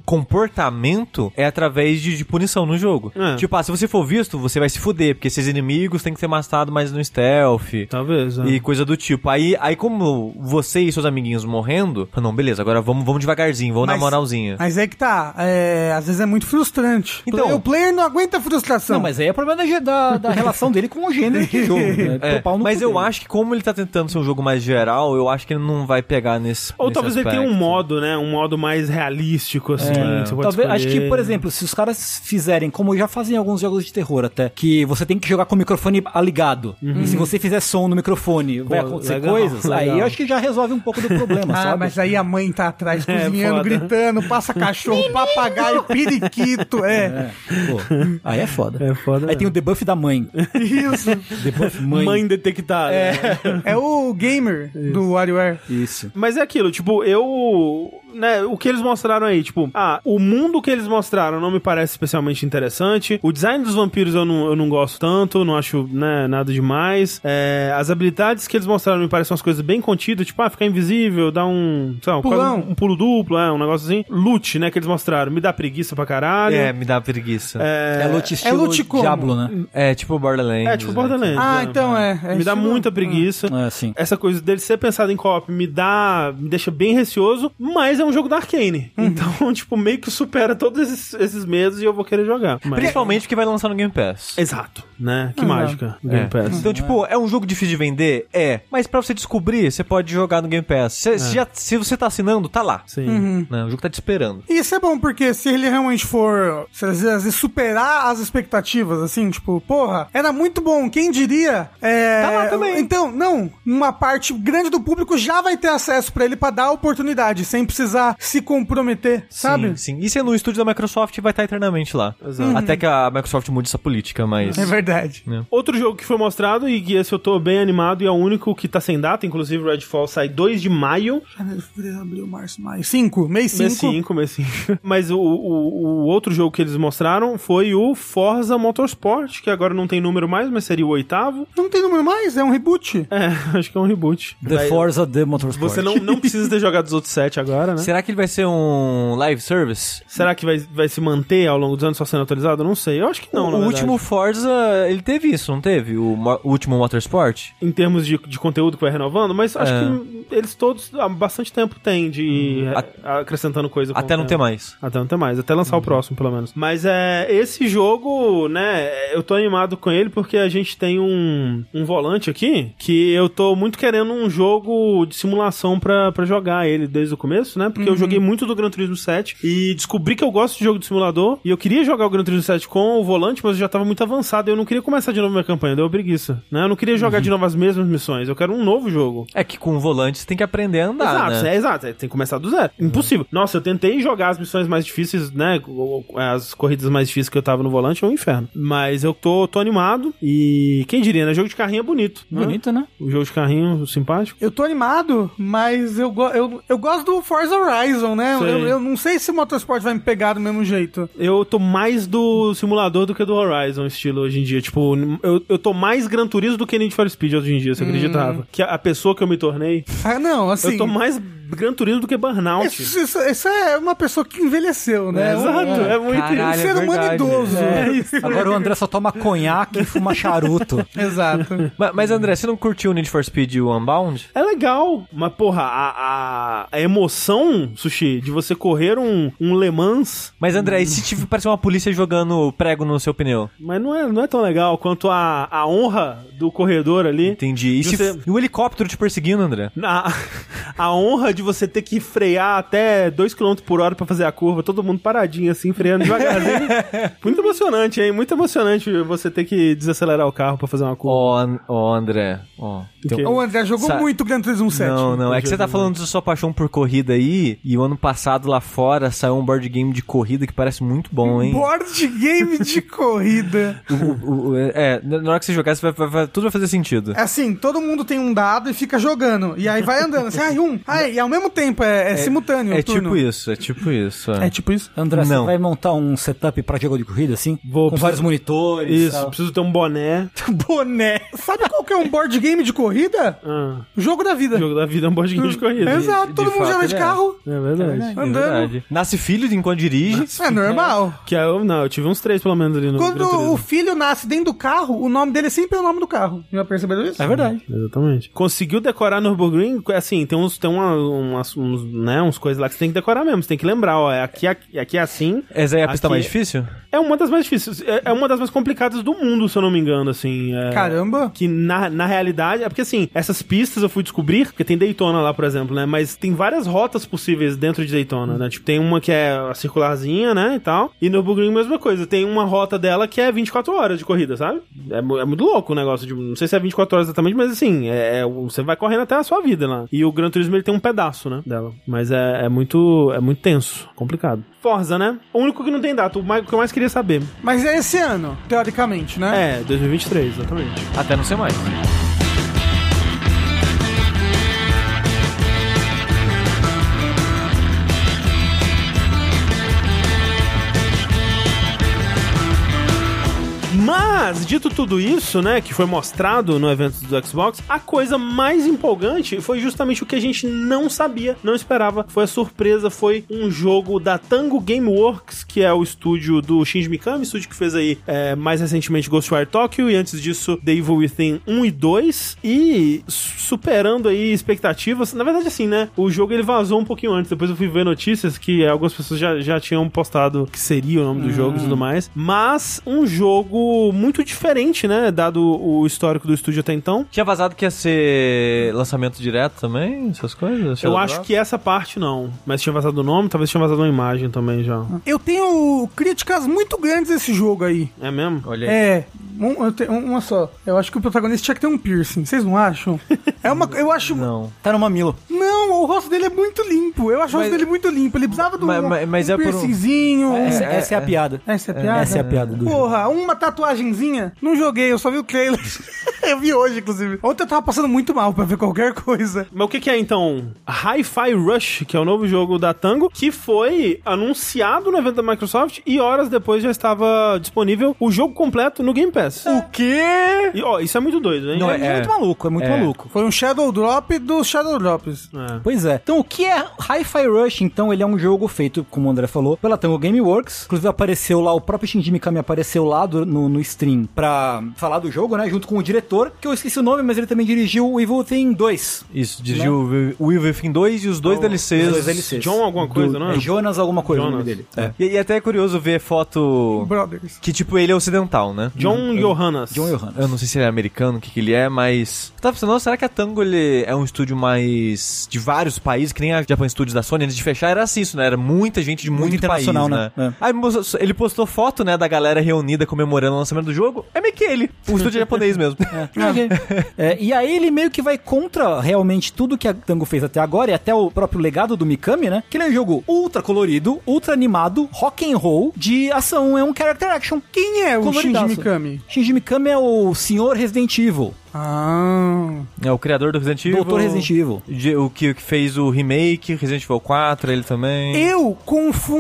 [SPEAKER 2] comportamento é através de, de punição no jogo.
[SPEAKER 1] É.
[SPEAKER 2] Tipo, ah, se você for visto, você vai se fuder, porque esses inimigos têm que ser matado mais no stealth.
[SPEAKER 1] Talvez, é.
[SPEAKER 2] E coisa do tipo. Aí, aí, como você e seus amiguinhos morrendo, mundo. Ah, não, beleza, agora vamos, vamos devagarzinho, vamos na
[SPEAKER 3] Mas-
[SPEAKER 2] moralzinha.
[SPEAKER 3] Mas é que tá. é, às vezes é muito frustrante.
[SPEAKER 2] Então-
[SPEAKER 3] Então, o player não aguenta frustração.
[SPEAKER 4] Não, mas aí é problema da, da, da relação dele com o gênero de jogo. Né?
[SPEAKER 2] É,
[SPEAKER 4] Pro pau no
[SPEAKER 2] mas
[SPEAKER 4] cu
[SPEAKER 2] eu
[SPEAKER 4] dele.
[SPEAKER 2] acho que como ele tá tentando ser um jogo mais geral, eu acho que ele não vai pegar nesse
[SPEAKER 1] Ou
[SPEAKER 2] nesse
[SPEAKER 1] talvez ele tenha um
[SPEAKER 2] aspecto.
[SPEAKER 1] modo, né? Um modo mais realístico, assim.
[SPEAKER 4] É.
[SPEAKER 1] que você pode
[SPEAKER 4] Né? Talvez, acho
[SPEAKER 1] escolher.
[SPEAKER 4] que, por exemplo, se os caras fizerem, como já fazem em alguns jogos de terror até, que você tem que jogar com o microfone aligado. E se você fizer som no microfone, vai acontecer
[SPEAKER 1] Uhum. legal,
[SPEAKER 4] coisas. Aí
[SPEAKER 1] legal.
[SPEAKER 4] eu acho que já resolve um pouco do problema,
[SPEAKER 3] Ah,
[SPEAKER 4] sabe?
[SPEAKER 3] mas aí a mãe tá atrás
[SPEAKER 1] É,
[SPEAKER 3] cozinhando,
[SPEAKER 1] foda.
[SPEAKER 3] gritando, passa cachorro, papagaio, periquito, é.
[SPEAKER 4] É, pô, aí é foda.
[SPEAKER 1] É foda
[SPEAKER 4] Aí
[SPEAKER 1] mesmo.
[SPEAKER 4] tem o debuff da mãe.
[SPEAKER 3] Isso.
[SPEAKER 4] Debuff mãe.
[SPEAKER 1] Mãe, detectada.
[SPEAKER 3] É o gamer do WarioWare.
[SPEAKER 4] Isso.
[SPEAKER 1] Mas é aquilo, tipo, eu. Né, o que eles mostraram aí, tipo, ah, o mundo que eles mostraram não me parece especialmente interessante. O design dos vampiros eu não, eu não gosto tanto, não acho né, nada demais. É, as habilidades que eles mostraram me parecem umas coisas bem contidas, tipo, ah, ficar invisível, dar um. Sei lá, quase
[SPEAKER 3] Pulão.
[SPEAKER 1] um, um pulo duplo, é, um negócio assim. Loot, né, que eles mostraram, me dá preguiça pra cararho.
[SPEAKER 2] É, me dá preguiça. É,
[SPEAKER 4] É, loot
[SPEAKER 3] é
[SPEAKER 4] estilo
[SPEAKER 3] loot como?
[SPEAKER 4] Diablo, né?
[SPEAKER 2] tipo Borderlands.
[SPEAKER 1] É, tipo
[SPEAKER 2] né?
[SPEAKER 1] Borderlands.
[SPEAKER 3] Ah,
[SPEAKER 1] né?
[SPEAKER 3] então é. é
[SPEAKER 1] me dá
[SPEAKER 3] isso
[SPEAKER 1] muita
[SPEAKER 3] mesmo.
[SPEAKER 1] preguiça.
[SPEAKER 4] É, sim.
[SPEAKER 1] Essa coisa dele ser pensado em co-op me dá. me deixa bem receoso, mas é um jogo da Arcane.
[SPEAKER 3] Uhum.
[SPEAKER 1] Então, tipo, meio que supera todos esses, esses medos e eu vou querer jogar. Mas-
[SPEAKER 2] Principalmente porque vai lançar no Game Pass.
[SPEAKER 1] Exato, né?
[SPEAKER 3] Ah,
[SPEAKER 1] Que mágica.
[SPEAKER 2] É.
[SPEAKER 1] Game
[SPEAKER 3] Uhum.
[SPEAKER 1] Pass.
[SPEAKER 2] Então, tipo, é um jogo difícil de vender? É. Mas pra você descobrir, você pode jogar no Game Pass. Se, se já, se você tá assinando, tá lá.
[SPEAKER 1] É. Sim.
[SPEAKER 3] Uhum.
[SPEAKER 2] Né, o jogo tá te esperando.
[SPEAKER 3] Isso é bom, porque se ele realmente for, se às vezes, superar as expectativas, assim, tipo, porra, era muito bom, quem diria? É,
[SPEAKER 2] Tá lá também.
[SPEAKER 3] Então, não, uma parte grande do público já vai ter acesso pra ele pra dar a oportunidade, sem precisar se comprometer, sabe?
[SPEAKER 2] Sim, sim. E sendo no estúdio da Microsoft, vai estar eternamente lá.
[SPEAKER 1] Exato.
[SPEAKER 2] Até que a Microsoft mude essa política, mas...
[SPEAKER 3] Uhum. É verdade.
[SPEAKER 1] Outro jogo que foi mostrado e que esse eu tô bem animado e é o único que tá sem data, inclusive Redfall sai 2 de maio.
[SPEAKER 3] Janeiro, fevereiro, abril, março, maio. Cinco, mês cinco.
[SPEAKER 1] Mês 5, mês 5. Mas o, o, o outro jogo que eles mostraram foi o Forza Motorsport, que agora não tem número mais, mas seria o oitavo.
[SPEAKER 3] Não tem número mais, é um reboot.
[SPEAKER 1] É, acho que é um reboot.
[SPEAKER 4] The
[SPEAKER 1] Vai-
[SPEAKER 4] Forza The Motorsport.
[SPEAKER 1] Você não, não precisa ter jogado os outros sete agora, né?
[SPEAKER 2] Será que ele vai ser um live service?
[SPEAKER 1] Será que vai, vai se manter ao longo dos anos só sendo atualizado? Eu não sei. Eu acho que não,
[SPEAKER 2] o
[SPEAKER 1] na verdade.
[SPEAKER 2] último Forza, ele teve isso, não teve? O, mo- o último Motorsport?
[SPEAKER 1] Em termos de, de conteúdo que vai renovando, mas acho
[SPEAKER 2] É. Uhum.
[SPEAKER 1] que eles todos há bastante tempo têm de ir a- acrescentando coisa. com
[SPEAKER 2] Até
[SPEAKER 1] o
[SPEAKER 2] não
[SPEAKER 1] tempo.
[SPEAKER 2] ter mais.
[SPEAKER 1] Até não ter mais, até lançar o próximo, pelo menos. Mas é esse jogo, né? Eu tô animado com ele porque a gente tem um, um volante aqui que eu tô muito querendo um jogo de simulação pra, pra jogar ele desde o começo, né? Porque eu joguei muito do Gran Turismo 7 e descobri que eu gosto de jogo de simulador e eu queria jogar o Gran Turismo 7 com o volante, mas eu já tava muito avançado e eu não queria começar de novo minha campanha, deu preguiça, né? Eu não queria jogar de novo as mesmas missões, eu quero um novo jogo.
[SPEAKER 2] É que com o volante você tem que aprender a andar,
[SPEAKER 1] Exato,
[SPEAKER 2] né?
[SPEAKER 1] é, exato. é, tem que começar do zero. Impossível. Nossa, eu tentei jogar as missões mais difíceis, né? o- o- As corridas mais difíceis que eu tava no volante, é um inferno. Mas eu tô, tô animado e quem diria, né? Jogo de carrinho é bonito. né?
[SPEAKER 4] Bonito, né?
[SPEAKER 1] O jogo de carrinho simpático.
[SPEAKER 3] Eu tô animado, mas eu, go- eu, eu gosto do Forza Horizon, né?
[SPEAKER 1] Sei.
[SPEAKER 3] Eu, eu não sei se o Motorsport vai me pegar do mesmo jeito.
[SPEAKER 1] Eu tô mais do simulador do que do Horizon, estilo, hoje em dia. Tipo, n- eu, eu tô mais Gran Turismo do que Need for Speed hoje em dia, você acreditava? Que a, a pessoa que eu me tornei,
[SPEAKER 3] Ah, não, assim...
[SPEAKER 1] eu tô mais Gran Turismo do que Burnout.
[SPEAKER 3] Isso, isso- isso é uma pessoa que envelheceu, né?
[SPEAKER 1] Exato, é, muito
[SPEAKER 3] Um
[SPEAKER 2] Caralho,
[SPEAKER 3] ser
[SPEAKER 2] é
[SPEAKER 3] humano
[SPEAKER 2] verdade,
[SPEAKER 3] idoso.
[SPEAKER 1] É isso.
[SPEAKER 4] Agora o André só toma conhaque e fuma charuto.
[SPEAKER 3] Exato.
[SPEAKER 2] Ma- Mas André, você não curtiu o Need for Speed e o Unbound?
[SPEAKER 1] É legal, mas porra, a, a, a emoção, Sushi, de você correr um, um Le Mans,
[SPEAKER 2] Mas André, e
[SPEAKER 1] Hum.
[SPEAKER 2] se tiver parecer uma polícia jogando prego no seu pneu?
[SPEAKER 1] mas não é, não é tão legal quanto a, a honra do corredor ali.
[SPEAKER 2] Entendi. E,
[SPEAKER 1] E
[SPEAKER 2] se
[SPEAKER 1] você-
[SPEAKER 2] f- e o helicóptero te perseguindo, André?
[SPEAKER 1] A, a honra de você ter que frear até 2 km por hora pra fazer a curva, todo mundo paradinho assim, freando devagarzinho. muito emocionante, hein? Muito emocionante você ter que desacelerar o carro pra fazer uma curva.
[SPEAKER 2] Ó, An- ó, André. Ó. Tem-
[SPEAKER 1] quê?
[SPEAKER 3] O André jogou
[SPEAKER 2] Sa-
[SPEAKER 3] muito Gran Turismo 7.
[SPEAKER 2] Não, não. É que você tá falando da sua paixão por corrida aí, e o ano passado lá fora saiu um board game de corrida que parece muito bom, hein?
[SPEAKER 3] Board game de corrida.
[SPEAKER 2] O- o- é, na hora que você jogar, você vai- vai- vai- tudo vai fazer sentido.
[SPEAKER 3] É assim, todo mundo tem um dado e fica jogando. E aí vai andando. Assim, ai, um. Ai, e ao mesmo tempo, é, é simultâneo.
[SPEAKER 2] É
[SPEAKER 3] o turno.
[SPEAKER 2] tipo isso, é tipo isso. é.
[SPEAKER 3] É tipo isso?
[SPEAKER 4] André,
[SPEAKER 2] Não.
[SPEAKER 4] você vai montar um setup pra jogo de corrida, assim?
[SPEAKER 1] Vou
[SPEAKER 4] com
[SPEAKER 1] precisar-
[SPEAKER 4] vários monitores.
[SPEAKER 1] Isso,
[SPEAKER 4] tal.
[SPEAKER 1] preciso ter um boné.
[SPEAKER 3] Boné. Sabe qual que é um board game de corrida?
[SPEAKER 1] Ah,
[SPEAKER 3] Jogo da vida.
[SPEAKER 1] jogo da vida é um board game de corrida.
[SPEAKER 3] Exato,
[SPEAKER 2] de
[SPEAKER 3] todo mundo
[SPEAKER 2] fato,
[SPEAKER 3] já vai de
[SPEAKER 2] ele é.
[SPEAKER 3] carro.
[SPEAKER 1] É verdade.
[SPEAKER 2] É
[SPEAKER 3] andando.
[SPEAKER 2] verdade. Nasce filho enquanto dirige.
[SPEAKER 3] É normal.
[SPEAKER 1] Que eu, não, eu tive uns três pelo menos ali no Gran
[SPEAKER 3] Quando
[SPEAKER 1] Turismo.
[SPEAKER 3] o filho nasce dentro do carro, o nome dele sempre é o nome do carro. Já perceberam isso?
[SPEAKER 4] É verdade.
[SPEAKER 1] Exatamente. Conseguiu decorar Nürburgring? Assim, tem, uns, tem uma, umas, uns, né, uns coisas lá que você tem que decorar mesmo. Você tem que lembrar, ó, é aqui, aqui, aqui é assim.
[SPEAKER 2] Essa é a pista
[SPEAKER 1] Aqui-
[SPEAKER 2] mais difícil?
[SPEAKER 1] É uma das mais difíceis. É, é uma das mais complicadas do mundo, se eu não me engano, assim. é-
[SPEAKER 3] Caramba.
[SPEAKER 1] Que na, na realidade, é porque assim, essas pistas eu fui descobrir, porque tem Daytona lá, por exemplo, né? Mas tem várias rotas possíveis dentro de Daytona, né? Tipo, tem uma que é a circularzinha, né? E tal. E no Bugreen, mesma coisa. Tem uma rota dela que é 24 horas de corrida, sabe? É, mu- é muito louco o negócio. de- não sei se é 24 horas exatamente, mas assim, é, é- você vai correndo até a sua vida lá. E o Gran Turismo ele tem um pedaço, né? Dela. Mas é, é muito. É muito tenso, complicado. Forza, né? O único que não tem data, o mais- o que eu mais queria saber.
[SPEAKER 3] Mas é esse ano, teoricamente, né?
[SPEAKER 1] É, 2023, exatamente.
[SPEAKER 2] Até não ser mais.
[SPEAKER 1] Mas, dito tudo isso, né, que foi mostrado no evento do Xbox, a coisa mais empolgante foi justamente o que a gente não sabia, não esperava. Foi a surpresa, foi um jogo da Tango Gameworks, que é o estúdio do Shinji Mikami, estúdio que fez aí é, mais recentemente Ghostwire Tokyo e antes disso The Evil Within 1 e 2 e superando aí expectativas. Na verdade, assim, né, o jogo ele vazou um pouquinho antes, depois eu fui ver notícias que algumas pessoas já, já tinham postado que seria o nome do jogo e tudo mais, mas um jogo muito diferente, né, dado o histórico do estúdio até então.
[SPEAKER 2] Tinha vazado que ia ser lançamento direto também, essas coisas?
[SPEAKER 1] Eu acho que essa parte não, mas tinha vazado o nome, talvez tinha vazado uma imagem também já.
[SPEAKER 3] Eu tenho críticas muito grandes desse jogo aí.
[SPEAKER 1] É mesmo?
[SPEAKER 2] Olha aí.
[SPEAKER 3] É, um- eu tenho- uma só. Eu acho que o protagonista tinha que ter um piercing, vocês não acham? É uma. Eu acho.
[SPEAKER 2] Não.
[SPEAKER 4] Tá no mamilo.
[SPEAKER 3] Não, o rosto dele é muito limpo. Eu acho o rosto
[SPEAKER 2] Mas-
[SPEAKER 3] dele muito limpo. Ele precisava de um,
[SPEAKER 2] Mas- mas- mas
[SPEAKER 3] um
[SPEAKER 2] é por um-
[SPEAKER 3] piercingzinho.
[SPEAKER 4] Essa,
[SPEAKER 2] É,
[SPEAKER 4] essa é, a piada.
[SPEAKER 3] Essa é a piada?
[SPEAKER 4] Essa é a piada do jogo.
[SPEAKER 3] Porra, uma tatuagenzinha? Não joguei, eu só vi o trailer. eu vi hoje, inclusive. Ontem eu tava passando muito mal pra ver qualquer coisa.
[SPEAKER 1] Mas o que, que é então? Hi-Fi Rush, que é o novo jogo da Tango, que foi anunciado no evento da Microsoft e horas depois já estava disponível o jogo completo no Game Pass.
[SPEAKER 3] O quê?
[SPEAKER 1] E, ó, isso é muito doido, hein?
[SPEAKER 2] Não,
[SPEAKER 4] É, muito maluco, é muito
[SPEAKER 2] É.
[SPEAKER 4] maluco.
[SPEAKER 3] Foi um Shadow Drop dos Shadow Drops.
[SPEAKER 1] É.
[SPEAKER 4] Pois é. Então, o que é Hi-Fi Rush? Então, ele é um jogo feito, como o André falou, pela Tango Gameworks. Inclusive, apareceu lá, o próprio Shinji Mikami apareceu lá do- no, no stream pra falar do jogo, né? Junto com o diretor, que eu esqueci o nome, mas ele também dirigiu o Evil Within 2.
[SPEAKER 2] Isso, dirigiu o Will Within 2 e os dois DLCs.
[SPEAKER 4] Os dois DLCs.
[SPEAKER 1] John alguma coisa,
[SPEAKER 4] Do-
[SPEAKER 1] não é?
[SPEAKER 4] é Jonas alguma coisa, o nome
[SPEAKER 1] Jonas.
[SPEAKER 4] dele. É.
[SPEAKER 2] E, e até é curioso ver foto
[SPEAKER 3] Brothers.
[SPEAKER 2] que, tipo, ele é ocidental, né?
[SPEAKER 1] John Johannes.
[SPEAKER 4] é. John Johannes.
[SPEAKER 2] Eu não sei se ele é americano, o que, que ele é, mas. Eu tava pensando, "Nossa, será que a Tango ele é um estúdio mais. de vários países, que nem a Japan Studios da Sony, antes de fechar era assim, isso, né? Era muita gente de muito,
[SPEAKER 4] Muito internacional,
[SPEAKER 2] país,
[SPEAKER 4] né?
[SPEAKER 2] Aí mos- ele postou foto, né, da galera reunida comemorando o lançamento do jogo. É meio que ele. O estúdio é japonês mesmo.
[SPEAKER 4] É, e aí ele meio que vai contra realmente tudo que a Tango fez até agora e até o próprio legado do Mikami, né? Que ele é um jogo ultra colorido, ultra animado, rock and roll, de ação, é um character action.
[SPEAKER 3] Quem é o Shinji
[SPEAKER 4] Coloridaço.
[SPEAKER 3] Mikami?
[SPEAKER 4] Shinji Mikami é o senhor Resident Evil,
[SPEAKER 3] Ah.
[SPEAKER 2] É o criador do Resident Evil.
[SPEAKER 4] doutor Resident Evil.
[SPEAKER 2] De- O que, o que fez o remake, Resident Evil 4, ele também.
[SPEAKER 3] Eu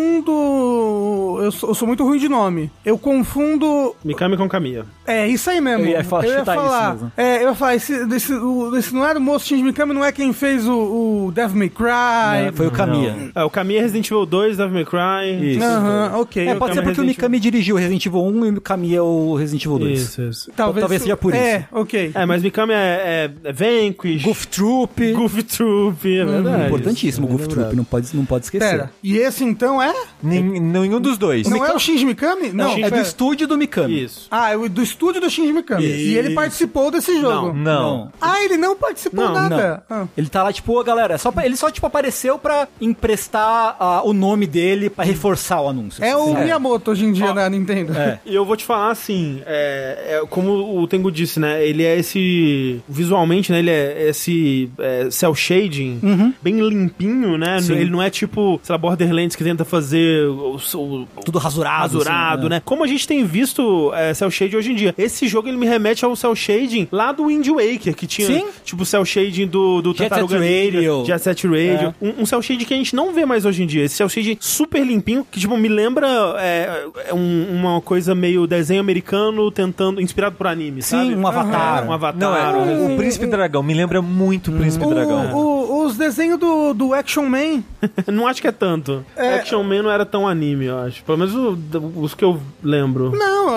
[SPEAKER 3] confundo. Eu sou, eu sou muito ruim de nome. Eu confundo.
[SPEAKER 1] Mikami com Kamiya.
[SPEAKER 3] É isso aí mesmo.
[SPEAKER 4] Eu ia falar- chutar isso mesmo.
[SPEAKER 3] É, eu ia falar. Esse, desse, o- esse não era o moço Shinji Mikami, não é quem fez o, o Devil May Cry.
[SPEAKER 4] Né? Foi o Kamiya.
[SPEAKER 1] É, o Kamiya é Resident Evil 2, Devil May Cry.
[SPEAKER 4] Isso.
[SPEAKER 3] Aham, ok.
[SPEAKER 4] É,
[SPEAKER 3] eu-
[SPEAKER 1] Kamiya
[SPEAKER 4] pode ser porque o
[SPEAKER 1] Resident
[SPEAKER 4] Mikami dirigiu o Resident Evil 1 e o Kamiya é o Resident Evil 2.
[SPEAKER 1] Isso, isso.
[SPEAKER 4] talvez seja por
[SPEAKER 3] É,
[SPEAKER 4] isso.
[SPEAKER 3] ok.
[SPEAKER 1] É, mas Mikami é, é, é Vanquish,
[SPEAKER 4] Goof Troop.
[SPEAKER 1] Goof Troop, é verdade.
[SPEAKER 4] É Hum, Importantíssimo o Goof Troop, não pode, não pode esquecer.
[SPEAKER 3] É Pera. E esse então é?
[SPEAKER 2] Nen- nenhum dos dois.
[SPEAKER 3] Não é o Shinji Mikami? Não,
[SPEAKER 1] Shinji-
[SPEAKER 4] É do
[SPEAKER 3] pera.
[SPEAKER 4] estúdio do Mikami.
[SPEAKER 1] Isso.
[SPEAKER 3] Ah, é o do estúdio do Shinji Mikami. E ele
[SPEAKER 1] Isso.
[SPEAKER 3] participou desse jogo.
[SPEAKER 2] Não.
[SPEAKER 3] Ah, ele não participou
[SPEAKER 1] Não,
[SPEAKER 3] nada. Ah.
[SPEAKER 4] Ele tá lá, tipo, ô galera, só pra- ele só, tipo, apareceu pra emprestar ah, o nome dele pra reforçar o anúncio. assim.
[SPEAKER 3] É o Miyamoto hoje em dia na Nintendo.
[SPEAKER 1] E eu vou te falar assim, é, é como o Tengu disse, né? Ele é esse. Visualmente, né? Ele é esse é, cel shading bem limpinho, né?
[SPEAKER 4] Sim.
[SPEAKER 1] Ele não é tipo, sei lá, Borderlands que tenta fazer o, o- o
[SPEAKER 4] Tudo rasurado.
[SPEAKER 1] azurado,
[SPEAKER 4] assim,
[SPEAKER 1] né? Como a gente tem visto é, cel shading hoje em dia. Esse jogo ele me remete ao cel shading lá do Wind Waker, que tinha
[SPEAKER 4] Sim.
[SPEAKER 1] tipo cel shading do, do
[SPEAKER 4] Jet
[SPEAKER 1] Tartaruga
[SPEAKER 4] Set
[SPEAKER 1] Ninja,
[SPEAKER 4] Radio. É.
[SPEAKER 1] Jet Set Radio. Um, um cel shading que a gente não vê mais hoje em dia. Esse cel shading super limpinho, que tipo me lembra é, é um- uma coisa meio desenho americano tentando, inspirado por anime,
[SPEAKER 4] Sim,
[SPEAKER 1] sabe?
[SPEAKER 4] um avatar.
[SPEAKER 1] É, um avatar.
[SPEAKER 2] Não, é.
[SPEAKER 1] um-
[SPEAKER 2] O, o Príncipe Dragão me lembra muito o Príncipe
[SPEAKER 3] Hum. O-
[SPEAKER 2] Dragão.
[SPEAKER 3] o- os desenhos do, do Action Man.
[SPEAKER 1] não
[SPEAKER 4] É.
[SPEAKER 1] acho que é tanto. Action Man não era tão anime, eu acho. Pelo menos o- os que eu lembro.
[SPEAKER 3] Não, Não,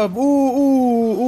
[SPEAKER 3] o,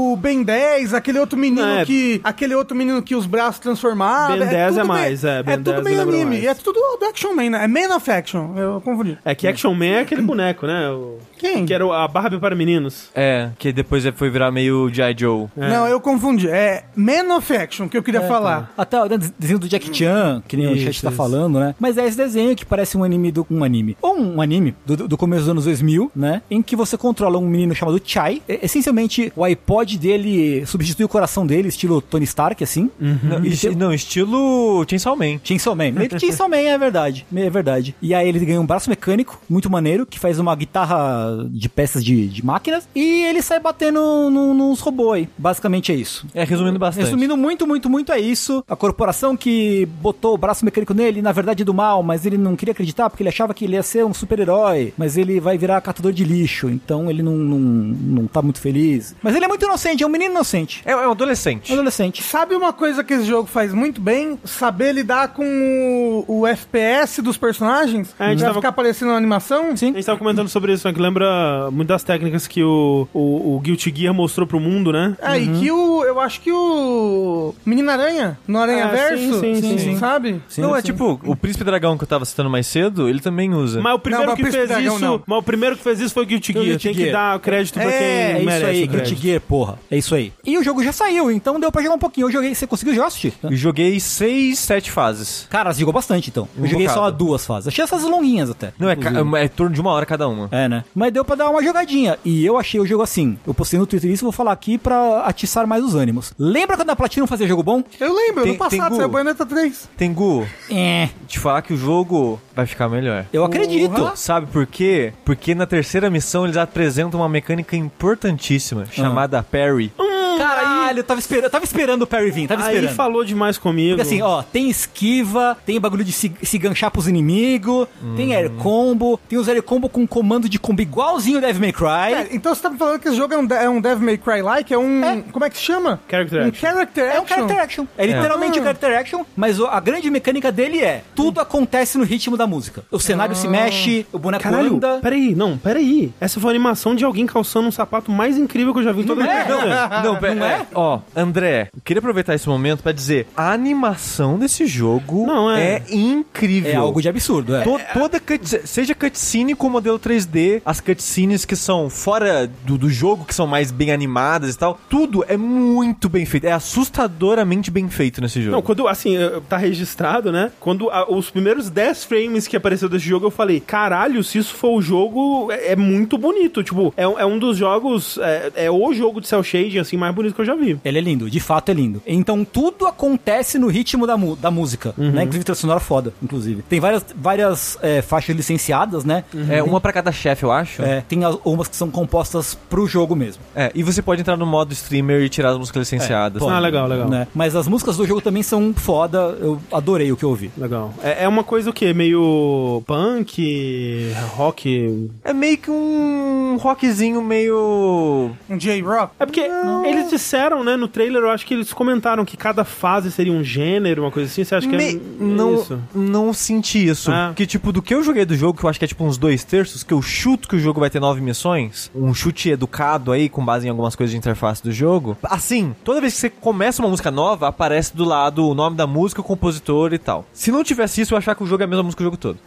[SPEAKER 3] o, o Ben 10, aquele outro menino
[SPEAKER 1] Não, é-
[SPEAKER 3] que. Aquele outro menino que os braços transformavam.
[SPEAKER 1] Ben 10 é
[SPEAKER 3] tudo
[SPEAKER 1] mais, é, Ben
[SPEAKER 3] é tudo
[SPEAKER 1] 10
[SPEAKER 3] meio
[SPEAKER 1] lembra
[SPEAKER 3] anime.
[SPEAKER 1] mais.
[SPEAKER 3] E é tudo do Action Man, né? É Man of Action. Eu confundi.
[SPEAKER 1] É que Action Man é aquele boneco, né? O-
[SPEAKER 3] Quem?
[SPEAKER 1] Que era o- a Barbie para meninos.
[SPEAKER 2] É, que depois foi virar meio G.I. Joe.
[SPEAKER 1] É.
[SPEAKER 3] Não, eu confundi. É Man of Action que eu queria falar.
[SPEAKER 4] Até o desenho do
[SPEAKER 3] Hum.
[SPEAKER 4] Jack Chan, que nem o
[SPEAKER 1] Isso,
[SPEAKER 4] chat tá
[SPEAKER 1] isso.
[SPEAKER 4] falando, né? Mas é esse desenho que parece um anime do. Um anime. Ou um anime do, do começo dos anos 2000, né? Em que você controla um menino chamado Chai. E- Essencialmente, o iPod dele substitui o coração dele, estilo Tony Stark, assim.
[SPEAKER 3] Uhum.
[SPEAKER 2] Não,
[SPEAKER 4] E
[SPEAKER 2] esti-
[SPEAKER 4] tem-
[SPEAKER 2] não, estilo Chainsaw Man.
[SPEAKER 4] Chainsaw Man. Meio que Chainsaw Man, é verdade. É verdade. E aí ele ganha um braço mecânico, muito maneiro, que faz uma guitarra de peças de, de máquinas. E ele sai batendo num- nos robôs aí. Basicamente é isso.
[SPEAKER 2] É, resumindo bastante.
[SPEAKER 4] Resumindo muito, muito, muito é isso. A corporação que botou o braço mecânico nele, na verdade é do mal, mas ele não queria acreditar porque ele achava que ele ia ser um super-herói. Mas ele vai virar catador de lixo, então ele não, não, não tá muito feliz. Mas ele é muito inocente, é um menino inocente.
[SPEAKER 2] É, é um adolescente.
[SPEAKER 4] É um adolescente.
[SPEAKER 3] Sabe uma coisa que esse jogo faz muito bem? Saber lidar com o, o FPS dos personagens?
[SPEAKER 1] A gente
[SPEAKER 3] pra
[SPEAKER 1] tava-
[SPEAKER 3] ficar aparecendo na animação?
[SPEAKER 1] A
[SPEAKER 4] Sim.
[SPEAKER 1] gente tava comentando sobre isso, né? Que lembra muito das técnicas que o, o, o Guilty Gear mostrou pro mundo, né?
[SPEAKER 3] É, e que o. Eu acho que o. Menino Aranha, no Aranha Verso.
[SPEAKER 1] sim, sim, sim,
[SPEAKER 4] sim.
[SPEAKER 3] Sabe?
[SPEAKER 2] não, é
[SPEAKER 4] sim.
[SPEAKER 2] tipo, o Príncipe Dragão que eu tava citando mais cedo, ele também usa.
[SPEAKER 1] Mas o primeiro
[SPEAKER 3] mas
[SPEAKER 1] que
[SPEAKER 3] Príncipe
[SPEAKER 1] fez
[SPEAKER 3] Dragão,
[SPEAKER 1] isso.
[SPEAKER 3] não.
[SPEAKER 1] Mas o primeiro que fez isso foi o Guilty Gear.
[SPEAKER 4] Foi o Guilty
[SPEAKER 1] Tem que
[SPEAKER 4] Gear.
[SPEAKER 1] dar crédito pra quem
[SPEAKER 4] É isso
[SPEAKER 1] merece.
[SPEAKER 4] aí,
[SPEAKER 1] o crédito.
[SPEAKER 4] Guilty Gear, porra. É isso aí. E o jogo já saiu, então deu pra jogar um pouquinho. Eu joguei, você conseguiu jogar, Sushi?
[SPEAKER 2] Eu joguei seis, sete fases.
[SPEAKER 4] Cara, você jogou bastante, então. Eu
[SPEAKER 2] Um
[SPEAKER 4] joguei só
[SPEAKER 2] bocado.
[SPEAKER 4] duas fases. Achei essas longuinhas até.
[SPEAKER 2] Não, é, ca-
[SPEAKER 4] Uhum.
[SPEAKER 2] é em torno de uma hora cada uma.
[SPEAKER 4] É, né? Mas deu pra dar uma jogadinha. E eu achei o jogo assim. Eu postei no Twitter isso, vou falar aqui pra atiçar mais os ânimos. Lembra quando a Platinum fazia jogo bom?
[SPEAKER 3] Eu lembro,
[SPEAKER 2] Tem-
[SPEAKER 3] no passado
[SPEAKER 2] tem
[SPEAKER 3] saiu
[SPEAKER 2] Gu.
[SPEAKER 3] Bayonetta 3.
[SPEAKER 2] Tengu,
[SPEAKER 4] É.
[SPEAKER 2] te falar que o jogo vai ficar melhor.
[SPEAKER 4] Eu acredito.
[SPEAKER 2] Sabe por quê? Porque na terceira missão eles apresentam uma mecânica
[SPEAKER 4] Ah.
[SPEAKER 2] importantíssima, chamada Parry.
[SPEAKER 4] Caralho, eu tava, esperando, eu tava esperando o Perry vir, tava
[SPEAKER 1] Aí
[SPEAKER 4] esperando.
[SPEAKER 1] falou demais comigo.
[SPEAKER 4] Porque assim, ó, tem esquiva, tem bagulho de se, se ganchar pros inimigos, tem air combo, tem os air combo com comando de combo igualzinho o Devil May Cry.
[SPEAKER 3] É, então você tá me falando que esse jogo é um, de- é um Devil May Cry like? É um.
[SPEAKER 4] É.
[SPEAKER 3] Como é que se chama?
[SPEAKER 1] Character
[SPEAKER 3] um
[SPEAKER 1] action.
[SPEAKER 3] character
[SPEAKER 4] É um
[SPEAKER 3] action.
[SPEAKER 4] character action. É literalmente
[SPEAKER 3] Ah.
[SPEAKER 4] um character action, mas o- a grande mecânica dele é tudo acontece no ritmo da música. O cenário se mexe, o boneco
[SPEAKER 1] Caralho,
[SPEAKER 4] anda.
[SPEAKER 1] peraí, não, peraí. Essa foi a animação de alguém calçando um sapato mais incrível que eu já vi em toda
[SPEAKER 4] É.
[SPEAKER 1] a minha vida.
[SPEAKER 2] Não, pe-
[SPEAKER 4] Não é?
[SPEAKER 2] Ó, André, eu queria aproveitar esse momento pra dizer, a animação desse jogo
[SPEAKER 1] Não, é.
[SPEAKER 2] incrível.
[SPEAKER 4] É algo de absurdo, é.
[SPEAKER 2] To- toda cutscene, seja cutscene com modelo 3D, as cutscenes que são fora do, do jogo, que são mais bem animadas e tal, tudo é muito bem feito. É assustadoramente bem feito nesse jogo.
[SPEAKER 1] Não, quando, assim, eh, tá registrado, né? Quando a- os primeiros 10 frames que apareceu desse jogo, eu falei, caralho, se isso for o jogo, é, é muito bonito. Tipo, é, um- é um dos jogos, é, é o jogo de cel shading, assim, mais bonito que eu já vi.
[SPEAKER 4] Ele é lindo, de fato é lindo. Então tudo acontece no ritmo da, mu- da música, né? Inclusive trilha sonora foda, inclusive. Tem várias, várias é, faixas licenciadas, né?
[SPEAKER 2] É uma pra cada chefe, eu acho.
[SPEAKER 1] Então.
[SPEAKER 4] É, tem as- umas que são compostas pro jogo mesmo.
[SPEAKER 2] É, e você pode entrar no modo streamer e tirar as músicas licenciadas.
[SPEAKER 4] É, Pô,
[SPEAKER 1] Ah, legal, legal.
[SPEAKER 4] né? Mas as músicas do jogo também são foda, eu adorei o que eu ouvi.
[SPEAKER 1] Legal. É, é uma coisa o quê? Meio punk, rock...
[SPEAKER 2] É meio que um rockzinho meio.
[SPEAKER 3] Um J-Rock.
[SPEAKER 1] É porque eles disseram, né, no trailer, eu acho que eles comentaram que cada fase seria um gênero, uma coisa assim. Você acha que
[SPEAKER 2] Me-
[SPEAKER 1] é
[SPEAKER 2] não,
[SPEAKER 1] isso?
[SPEAKER 2] não senti isso.
[SPEAKER 1] Ah.
[SPEAKER 2] Porque, tipo, do que eu joguei do jogo, que eu acho que é tipo uns dois terços, que eu chuto que o jogo vai ter nove missões, um chute educado aí, com base em algumas coisas de interface do jogo. Assim, toda vez que você começa uma música nova, aparece do lado o nome da música, o compositor e tal. Se não tivesse isso, eu ia achar que o jogo é a mesma música o jogo todo.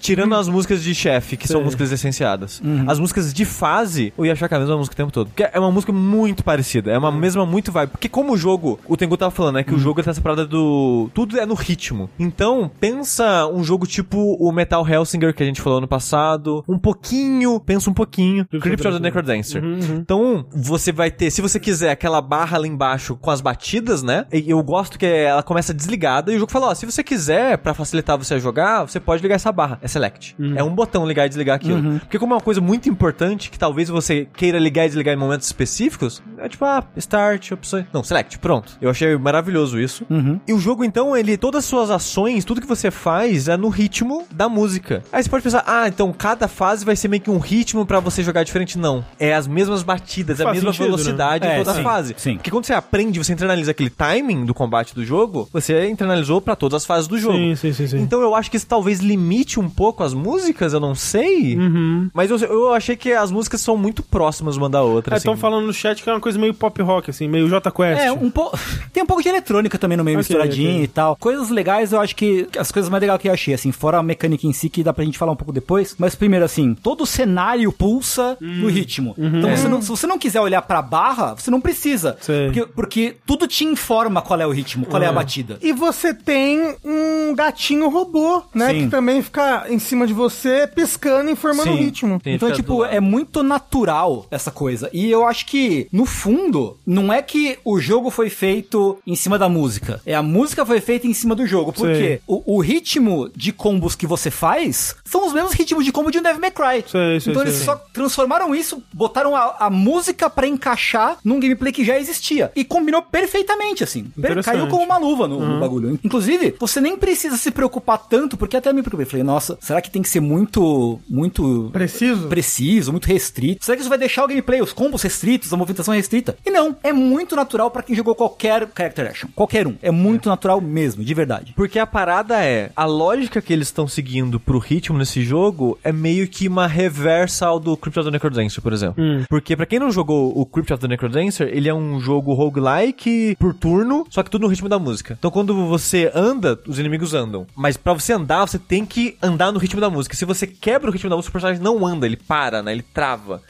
[SPEAKER 2] Tirando as músicas de chefe, que são músicas licenciadas. As músicas de fase, eu ia achar que é a mesma música o tempo todo. Porque é uma música muito parecida. É uma mesma muito vibe. Porque como o jogo, o Tengu tava falando, é que o jogo ele tá separado do... Tudo é no ritmo. Então, pensa um jogo tipo o Metal Hellsinger que a gente falou no passado. Um pouquinho, pensa um pouquinho. Crypt of the Necrodancer. Então, você vai ter, se você quiser, aquela barra ali embaixo com as batidas, né? E eu gosto que ela começa desligada e o jogo fala, ó, se você quiser, pra facilitar você a jogar, você pode ligar essa barra, é select. É um botão ligar e desligar aquilo. Porque como é uma coisa muito importante que talvez você queira ligar e desligar em momentos específicos, é tipo, ah, Start, opções. Não, Select, pronto. Eu achei maravilhoso isso.
[SPEAKER 4] Uhum.
[SPEAKER 2] E o jogo, então, ele. Todas as suas ações, tudo que você faz é no ritmo da música. Aí você pode pensar, ah, então cada fase vai ser meio que um ritmo pra você jogar diferente. Não. É as mesmas batidas, é a
[SPEAKER 1] Faz
[SPEAKER 2] mesma
[SPEAKER 1] sentido, né?
[SPEAKER 2] velocidade em
[SPEAKER 4] É,
[SPEAKER 2] toda
[SPEAKER 4] sim,
[SPEAKER 2] fase.
[SPEAKER 4] sim.
[SPEAKER 2] Porque quando você aprende, você internaliza aquele timing do combate do jogo, você internalizou pra todas as fases do jogo.
[SPEAKER 1] Sim, sim, sim, sim.
[SPEAKER 2] Então eu acho que isso talvez limite um pouco as músicas, eu não sei.
[SPEAKER 1] Uhum.
[SPEAKER 2] Mas eu, eu achei que as músicas são muito próximas uma da outra. assim.
[SPEAKER 1] Estão falando no chat que é uma coisa meio pop rock, assim, meio J Quest.
[SPEAKER 4] É, um pouco. Tem um pouco de eletrônica também no meio,
[SPEAKER 1] Ok,
[SPEAKER 4] misturadinha
[SPEAKER 1] ok.
[SPEAKER 4] e tal. Coisas legais, eu acho que. As coisas mais legais que eu achei, assim, fora a mecânica em si, que dá pra gente falar um pouco depois. Mas primeiro, assim, todo o cenário pulsa
[SPEAKER 1] Hum.
[SPEAKER 4] no ritmo.
[SPEAKER 1] Uhum.
[SPEAKER 4] Então, você não- se você não quiser olhar pra barra, você não precisa.
[SPEAKER 1] É. Sei.
[SPEAKER 4] Porque, porque tudo te informa qual é o ritmo, qual é, a batida.
[SPEAKER 3] E você tem um gatinho robô, né?
[SPEAKER 4] Sim.
[SPEAKER 3] Que também fica em cima de você, piscando e informando o
[SPEAKER 4] Sim.
[SPEAKER 3] ritmo.
[SPEAKER 2] Tem
[SPEAKER 4] então,
[SPEAKER 2] que ficar do
[SPEAKER 4] tipo,
[SPEAKER 2] lado.
[SPEAKER 4] é muito natural essa coisa. E eu acho que, no fundo, não é que o jogo foi feito em cima da música. É a música foi feita em cima do jogo. Por
[SPEAKER 1] Sim.
[SPEAKER 4] quê? O, o ritmo de combos que você faz são os mesmos ritmos de combo de um Devil May Cry.
[SPEAKER 1] Sei, sei,
[SPEAKER 4] então
[SPEAKER 1] sei.
[SPEAKER 4] eles só transformaram isso, botaram a, a música pra encaixar num gameplay que já existia. E combinou perfeitamente, assim. Per-
[SPEAKER 1] Interessante.
[SPEAKER 4] Caiu como uma luva no,
[SPEAKER 2] Uhum.
[SPEAKER 4] no bagulho. Inclusive, você nem precisa se preocupar tanto, porque até eu me preocupei. Falei, nossa, será que tem que ser muito, muito
[SPEAKER 3] Preciso?
[SPEAKER 4] preciso, muito restrito. Será que isso vai deixar o gameplay, os combos restritos, a movimentação restrita? E não, é muito natural pra quem jogou qualquer character action, qualquer um. É muito natural mesmo, de verdade.
[SPEAKER 2] Porque a parada é, a lógica que eles estão seguindo pro ritmo nesse jogo é meio que uma reversa ao do Crypt of the Necrodancer, por exemplo. Porque pra quem não jogou o Crypt of the Necrodancer, ele é um jogo roguelike por turno, só que tudo no ritmo da música. Então quando você anda, os inimigos andam. Mas pra você andar, você tem que andar no ritmo da música. Se você quebra o ritmo da música, o personagem não anda, ele para, né? Ele trava.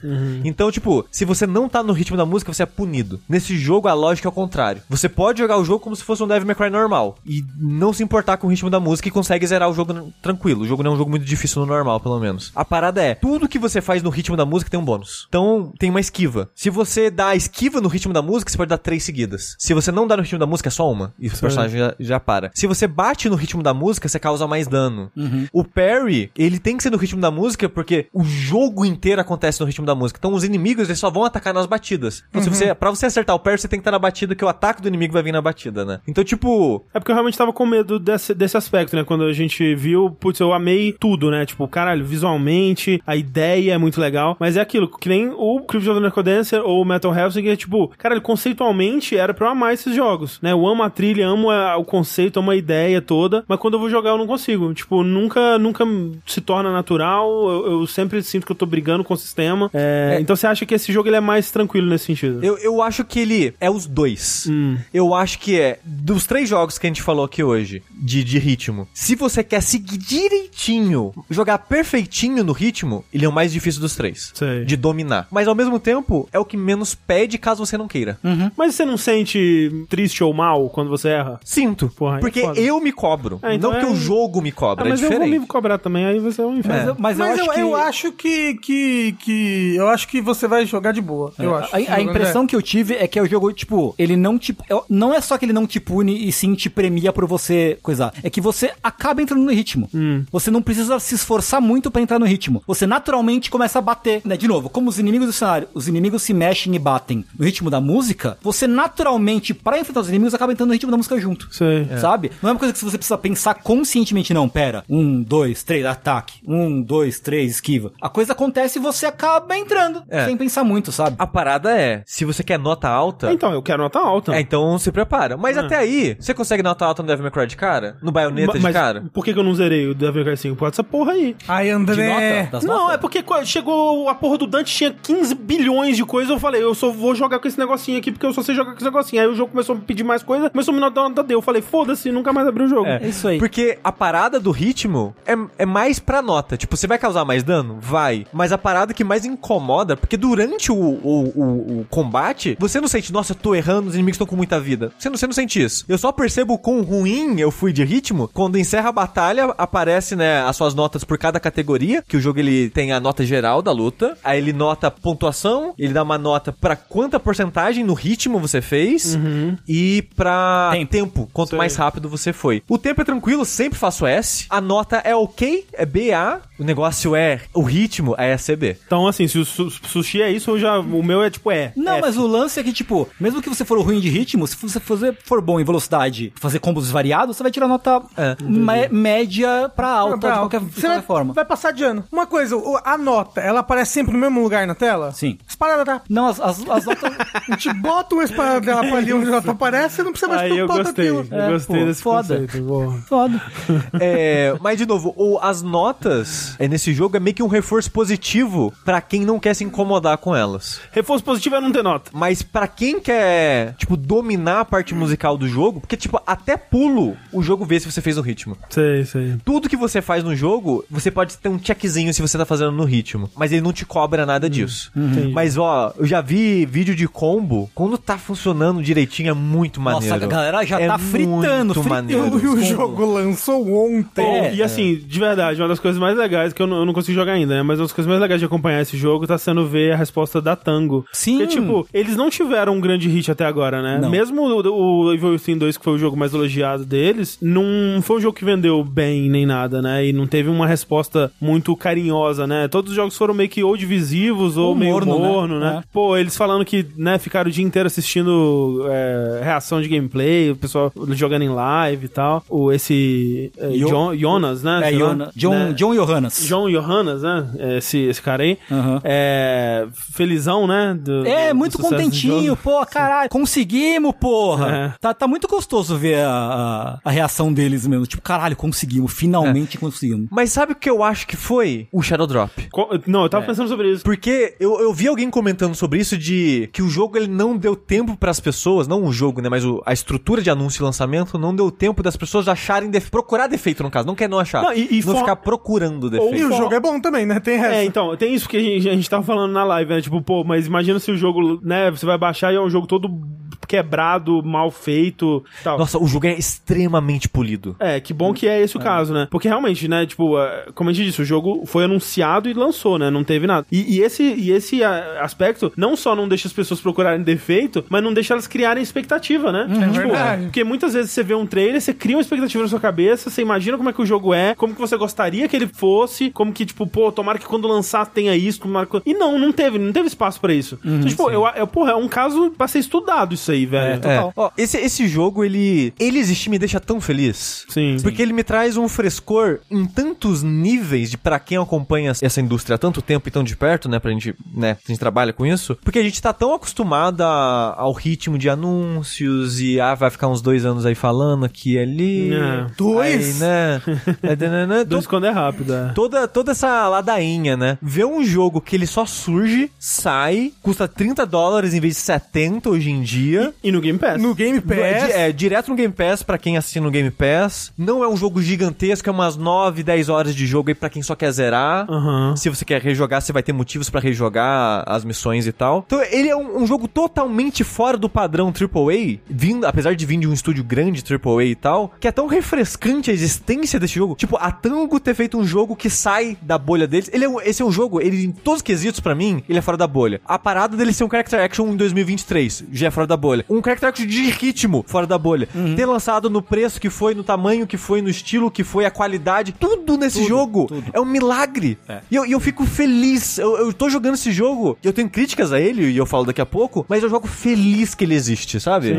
[SPEAKER 2] Então, tipo, se você não tá no ritmo da música, você é punido. Nesse jogo, a lógica é ao contrário. Você pode jogar o jogo como se fosse um Devil May Cry normal e não se importar com o ritmo da música e consegue zerar o jogo n- tranquilo. O jogo não é um jogo muito difícil no normal, pelo menos. A parada é, tudo que você faz no ritmo da música tem um bônus. Então, tem uma esquiva. Se você dá a esquiva no ritmo da música, você pode dar três seguidas. Se você não dá no ritmo da música, é só uma. E o personagem já, já para. Se você bate no ritmo da música, você causa mais dano. O parry, ele tem que ser no ritmo da música porque o jogo inteiro acontece no ritmo da música. Então os inimigos, eles só vão atacar nas batidas. Então se você, pra você acertar o parry, você tem que estar na batida que o ataque do inimigo vai vir na batida, né? Então, tipo,
[SPEAKER 1] É porque eu realmente tava com medo desse, desse aspecto, né? Quando a gente viu, putz, eu amei tudo, né? Tipo, caralho, visualmente, a ideia é muito legal. Mas é aquilo, que nem o Crypt of the Necrodancer ou o Metal Hellsinger, tipo, caralho, conceitualmente era pra eu amar esses jogos, né? Eu amo a trilha, amo a- o conceito, amo a ideia toda, mas quando eu vou jogar eu não consigo. Tipo, nunca, nunca se torna natural, eu, eu sempre sinto que eu tô brigando com o sistema. É, Então você acha que esse jogo ele é mais tranquilo nesse sentido?
[SPEAKER 2] Eu, eu acho que ele é os dois.
[SPEAKER 1] Hum.
[SPEAKER 2] Eu acho que é dos três jogos que a gente falou aqui hoje, de, de ritmo. Se você quer seguir direitinho, jogar perfeitinho no ritmo, ele é o mais difícil dos três.
[SPEAKER 1] Sei.
[SPEAKER 2] De dominar. Mas ao mesmo tempo, é o que menos pede caso você não queira.
[SPEAKER 1] Mas você não sente triste ou mal quando você erra?
[SPEAKER 2] Sinto.
[SPEAKER 1] Porra, aí
[SPEAKER 2] porque
[SPEAKER 1] é foda.
[SPEAKER 2] eu me cobro.
[SPEAKER 1] É, então
[SPEAKER 2] não porque
[SPEAKER 1] é-
[SPEAKER 2] o jogo me
[SPEAKER 1] Ah,
[SPEAKER 2] cobra.
[SPEAKER 1] mas
[SPEAKER 2] é
[SPEAKER 1] eu vou
[SPEAKER 2] diferente.
[SPEAKER 1] me cobrar também, aí você é um
[SPEAKER 4] Mas,
[SPEAKER 1] inferno.
[SPEAKER 4] eu, mas eu
[SPEAKER 3] Mas
[SPEAKER 4] acho que...
[SPEAKER 3] que, que, que- Eu acho que você vai jogar de boa. Eu acho.
[SPEAKER 4] É. A, a impressão que eu tive é que é o jogo, tipo, ele não te. é- Não é só que ele não te pune e sim te premia por você coisar. É que você acaba entrando no ritmo.
[SPEAKER 3] Hum.
[SPEAKER 4] Você não precisa se esforçar muito pra entrar no ritmo. Você naturalmente começa a bater, né? De novo, como os inimigos do cenário, os inimigos se mexem e batem no ritmo da música, você naturalmente, pra enfrentar os inimigos, acaba entrando no ritmo da música junto.
[SPEAKER 1] Sei.
[SPEAKER 4] Sabe? Não é uma coisa que você precisa pensar conscientemente, não. Pera, um, dois, três, ataque. Um, dois, três, esquiva. A coisa acontece e você acaba entrando.
[SPEAKER 2] É.
[SPEAKER 4] Sem pensar muito, sabe?
[SPEAKER 2] A parada é, se você quer nota alta...
[SPEAKER 1] Então, eu quero nota alta.
[SPEAKER 2] É, então se prepara. Mas até aí, você consegue nota alta no Devil May Cry de cara? No Bayonetta
[SPEAKER 1] Ma-
[SPEAKER 2] de cara?
[SPEAKER 1] por que, que eu não zerei o Devil May Cry 5? Por causa dessa porra aí.
[SPEAKER 3] Ai, André.
[SPEAKER 4] nota? Das
[SPEAKER 1] não,
[SPEAKER 4] notas?
[SPEAKER 1] é porque co- chegou a porra do Dante, tinha 15 bilhões de coisas, eu falei, eu só vou jogar com esse negocinho aqui, porque eu só sei jogar com esse negocinho. Aí o jogo começou a me pedir mais coisa, começou a me dar nota D. Eu falei, foda-se, nunca mais abri o jogo.
[SPEAKER 4] É isso aí.
[SPEAKER 2] Porque a parada do ritmo é, é mais pra nota. Tipo, você vai causar mais dano? Vai. Mas a parada que mais incomoda, porque durante o, o- o- o combate, você não sente, nossa, eu tô errando, os inimigos estão com muita vida. Você não, você não sente isso. Eu só percebo o quão ruim eu fui de ritmo quando encerra a batalha, aparece, né, as suas notas por cada categoria, que o jogo ele tem a nota geral da luta, aí ele nota a pontuação, ele dá uma nota pra quanta porcentagem no ritmo você fez
[SPEAKER 4] Uhum.
[SPEAKER 2] e pra
[SPEAKER 4] Tempo.
[SPEAKER 2] tempo, quanto mais rápido você foi. O tempo é tranquilo, sempre faço S. A nota é ok, é BA, O negócio é, o ritmo é SCB.
[SPEAKER 1] Então, assim, se o su- sushi é isso, eu já, o meu é tipo é.
[SPEAKER 4] Não,
[SPEAKER 1] é.
[SPEAKER 4] mas o lance é que, tipo, mesmo que você for ruim de ritmo, se você fazer- for bom em velocidade, fazer combos variados, você vai tirar nota me- média pra alta
[SPEAKER 3] Pra-
[SPEAKER 4] de qualquer, de
[SPEAKER 3] Você
[SPEAKER 4] qualquer
[SPEAKER 3] vai,
[SPEAKER 4] forma.
[SPEAKER 3] Vai passar de ano. Uma coisa, o- a nota, ela aparece sempre no mesmo lugar na tela?
[SPEAKER 4] Sim.
[SPEAKER 3] As paradas da...
[SPEAKER 4] Não, as, as, as notas.
[SPEAKER 3] A gente bota uma esparadrapa ali onde ela aparece, você não precisa mais
[SPEAKER 1] Aí eu
[SPEAKER 3] preocupar com
[SPEAKER 1] gostei.
[SPEAKER 3] aquilo.
[SPEAKER 1] Eu
[SPEAKER 4] É,
[SPEAKER 1] gostei
[SPEAKER 4] pô,
[SPEAKER 1] desse
[SPEAKER 4] foda.
[SPEAKER 1] conceito. Boa.
[SPEAKER 4] Foda.
[SPEAKER 2] É, mas de novo, o- as notas é, nesse jogo é meio que um reforço positivo pra quem não quer se incomodar com elas.
[SPEAKER 1] Reforço positivo é não ter nota.
[SPEAKER 2] Mas pra quem quer, tipo, dominar a parte musical do jogo, porque tipo, até pulo, o jogo vê se você fez o ritmo.
[SPEAKER 1] Sei, sei.
[SPEAKER 2] Tudo que você faz no jogo, você pode ter um checkzinho se você tá fazendo no ritmo. Mas ele não te cobra nada disso.
[SPEAKER 1] Uhum. Entendi.
[SPEAKER 2] Mas ó, eu já vi vídeo de combo. Quando tá funcionando direitinho, é muito
[SPEAKER 4] Nossa,
[SPEAKER 2] maneiro.
[SPEAKER 4] a galera já
[SPEAKER 2] é
[SPEAKER 4] tá fritando,
[SPEAKER 2] muito
[SPEAKER 4] fritando.
[SPEAKER 2] maneiro.
[SPEAKER 3] E o jogo lançou ontem.
[SPEAKER 4] É.
[SPEAKER 1] Bom, e assim, de verdade, uma das coisas mais legais, que eu não, eu não consigo jogar ainda, né? Mas uma das coisas mais legais de acompanhar esse jogo tá sendo ver a resposta da Tango.
[SPEAKER 4] Sim.
[SPEAKER 1] Porque, tipo, eles não tiveram um grande hit até agora, né?
[SPEAKER 4] Não.
[SPEAKER 1] Mesmo o, o Evil Within 2, que foi o jogo mais elogiado deles, não foi um jogo que vendeu bem nem nada, né? E não teve uma resposta muito carinhosa, né? Todos os jogos foram meio que ou divisivos ou,
[SPEAKER 4] Ou
[SPEAKER 1] meio morno,
[SPEAKER 4] morno, né?
[SPEAKER 1] né?
[SPEAKER 4] É.
[SPEAKER 1] Pô, eles falando que, né, ficaram o dia inteiro assistindo é, reação de gameplay, o pessoal jogando em live e tal. O, esse é,
[SPEAKER 4] Yo-
[SPEAKER 1] Jon- Jonas, né?
[SPEAKER 4] É,
[SPEAKER 1] Sei lá,
[SPEAKER 4] Iona- John,
[SPEAKER 1] né?
[SPEAKER 4] John Johannes.
[SPEAKER 1] John Johannes, né? Esse, esse cara aí.
[SPEAKER 4] Aham.
[SPEAKER 1] É, felizão, né? do-
[SPEAKER 4] É,
[SPEAKER 1] do-
[SPEAKER 4] muito
[SPEAKER 1] do sucesso do
[SPEAKER 4] contentinho,
[SPEAKER 1] jogo.
[SPEAKER 4] pô, caralho, conseguimos,
[SPEAKER 1] É.
[SPEAKER 4] porra. Tá, tá muito gostoso ver a, a, a reação deles mesmo. Tipo, caralho, conseguimos, finalmente
[SPEAKER 1] É.
[SPEAKER 4] conseguimos.
[SPEAKER 2] Mas sabe o que eu acho que foi? O Shadow Drop.
[SPEAKER 1] Co- Não, eu
[SPEAKER 4] É.
[SPEAKER 1] tava pensando sobre isso.
[SPEAKER 2] Porque eu, eu vi alguém comentando sobre isso de que o jogo ele não deu tempo pras pessoas, não o jogo, né, mas o- a estrutura de anúncio e lançamento não deu tempo das pessoas acharem def- procurar defeito no caso, não quer não achar,
[SPEAKER 1] Não, e- e
[SPEAKER 2] não
[SPEAKER 1] for-
[SPEAKER 2] ficar procurando defeito.
[SPEAKER 3] E o jogo é bom também, né? Tem essa.
[SPEAKER 1] É, então, tem isso que a gente, a gente tava falando na live, né? Tipo, pô, mas imagina se o jogo, né? Você vai baixar e é um jogo todo quebrado, mal feito tal.
[SPEAKER 2] Nossa, o jogo é extremamente polido.
[SPEAKER 1] É, que bom que é esse o caso, né? Porque realmente, né, tipo, é, como a gente disse, o jogo foi anunciado e lançou, né? Não teve nada. E, e esse, e esse a, aspecto não só não deixa as pessoas procurarem defeito, mas não deixa elas criarem expectativa, né?
[SPEAKER 3] é verdade.
[SPEAKER 1] Porque muitas vezes você vê um trailer, você cria uma expectativa na sua cabeça, você imagina como é que o jogo é, como que você gostaria que ele fosse, como que, tipo, pô, tomara que quando lançar tenha isso, tomara que... E não, não teve, não teve espaço pra isso. então, tipo, eu, eu, porra, é um caso pra ser estudado isso aí, velho.
[SPEAKER 2] É. Ó, esse, esse jogo, ele, ele existir me deixa tão feliz.
[SPEAKER 1] Sim.
[SPEAKER 2] Porque ele me traz um frescor em tantos níveis de pra quem acompanha essa indústria há tanto tempo e tão de perto, né? Pra gente, né? A gente trabalha com isso. Porque a gente tá tão acostumado a- ao ritmo de anúncios e ah, vai ficar uns dois anos aí falando aqui e ali.
[SPEAKER 1] É.
[SPEAKER 3] Dois?
[SPEAKER 2] Aí, né? É, dananã. Então,
[SPEAKER 1] Dois quando é rápido, é.
[SPEAKER 2] Toda, toda essa ladainha, né? Ver um jogo que ele só surge, sai, custa 30 dólares em vez de 70 hoje em dia.
[SPEAKER 1] E no Game Pass.
[SPEAKER 3] No Game
[SPEAKER 2] No- É,
[SPEAKER 3] Pass.
[SPEAKER 2] di- é, direto no Game Pass pra quem assina no Game Pass. Não é um jogo gigantesco, é umas 9, 10 horas de jogo aí pra quem só quer zerar.
[SPEAKER 1] Aham.
[SPEAKER 2] Se você quer rejogar, você vai ter motivos pra rejogar as missões e tal. Então, ele é um, um jogo totalmente fora do padrão AAA, vindo, apesar de vir de um estúdio grande AAA e tal, que é tão refrescante a existência desse jogo. Tipo, a Tango ter feito um jogo que sai da bolha deles. Ele é um- esse é um jogo, ele em todos os quesitos pra mim, ele é fora da bolha. A parada dele ser um character action em 2023, já é fora da bolha. Um character action de ritmo, fora da bolha. Ter lançado no preço que foi, no tamanho que foi, no estilo que foi, a qualidade, tudo nesse jogo é um milagre. E eu, e eu fico feliz. Eu, eu tô jogando esse jogo, e eu tenho críticas a ele, e eu falo daqui a pouco, mas eu jogo feliz que ele existe, sabe?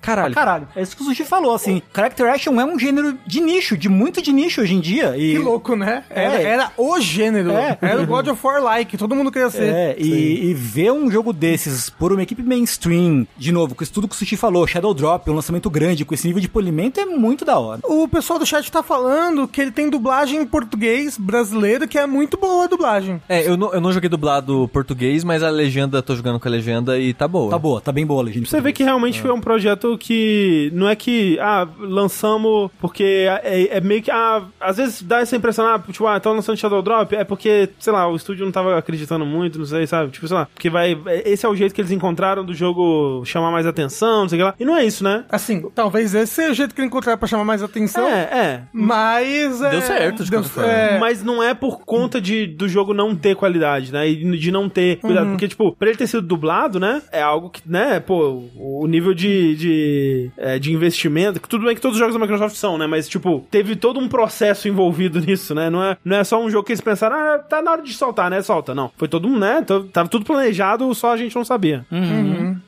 [SPEAKER 2] Caralho.
[SPEAKER 4] Caralho, é isso que o Sushi falou, assim. Character Action é um gênero de nicho, de muito de nicho hoje em dia. E...
[SPEAKER 3] Que louco, né? Era,
[SPEAKER 4] É.
[SPEAKER 3] era o gênero.
[SPEAKER 4] É.
[SPEAKER 3] Era o God of War like, todo mundo queria ser.
[SPEAKER 4] É, e, e ver um jogo desses por uma equipe mainstream, de novo, com isso tudo que o Sushi falou, Shadow Drop, um lançamento grande, com esse nível de polimento, é muito da hora.
[SPEAKER 3] O pessoal do chat tá falando que ele tem dublagem em português brasileiro, que é muito boa a dublagem.
[SPEAKER 2] É, eu não, eu não joguei dublado português, mas a legenda, tô jogando com a legenda e tá boa.
[SPEAKER 4] Tá boa, tá bem boa, gente.
[SPEAKER 1] Você vê que realmente foi um projeto que não é que, ah, lançamos porque é, é meio que, ah, às vezes dá essa impressão, ah, tipo, ah, estão lançando Shadow Drop, é porque, sei lá, o é estúdio não tava acreditando muito, não sei, sabe? Tipo, sei lá, porque vai, esse é o jeito que eles encontraram do jogo chamar mais atenção, não sei o que lá. E não é isso, né?
[SPEAKER 3] Assim, talvez esse seja o jeito que ele encontraram pra chamar mais atenção.
[SPEAKER 1] É, é.
[SPEAKER 3] Mas. é,
[SPEAKER 2] Deu certo, de
[SPEAKER 3] deu-
[SPEAKER 2] qualquer forma.
[SPEAKER 3] é,
[SPEAKER 1] Mas não é por conta de, do jogo não ter qualidade, né? E de não ter cuidado. Porque, tipo, pra ele ter sido dublado, né? É algo que, né? Pô, o nível de, de, é, de investimento. que Tudo bem que todos os jogos da Microsoft são, né? Mas, tipo, teve todo um processo envolvido nisso, né? Não é, não é só um jogo que eles pensaram, ah, tá na hora de soltar, né? Solta. Não. Foi todo um, né? T- Tava tudo planejado, só a gente não sabia.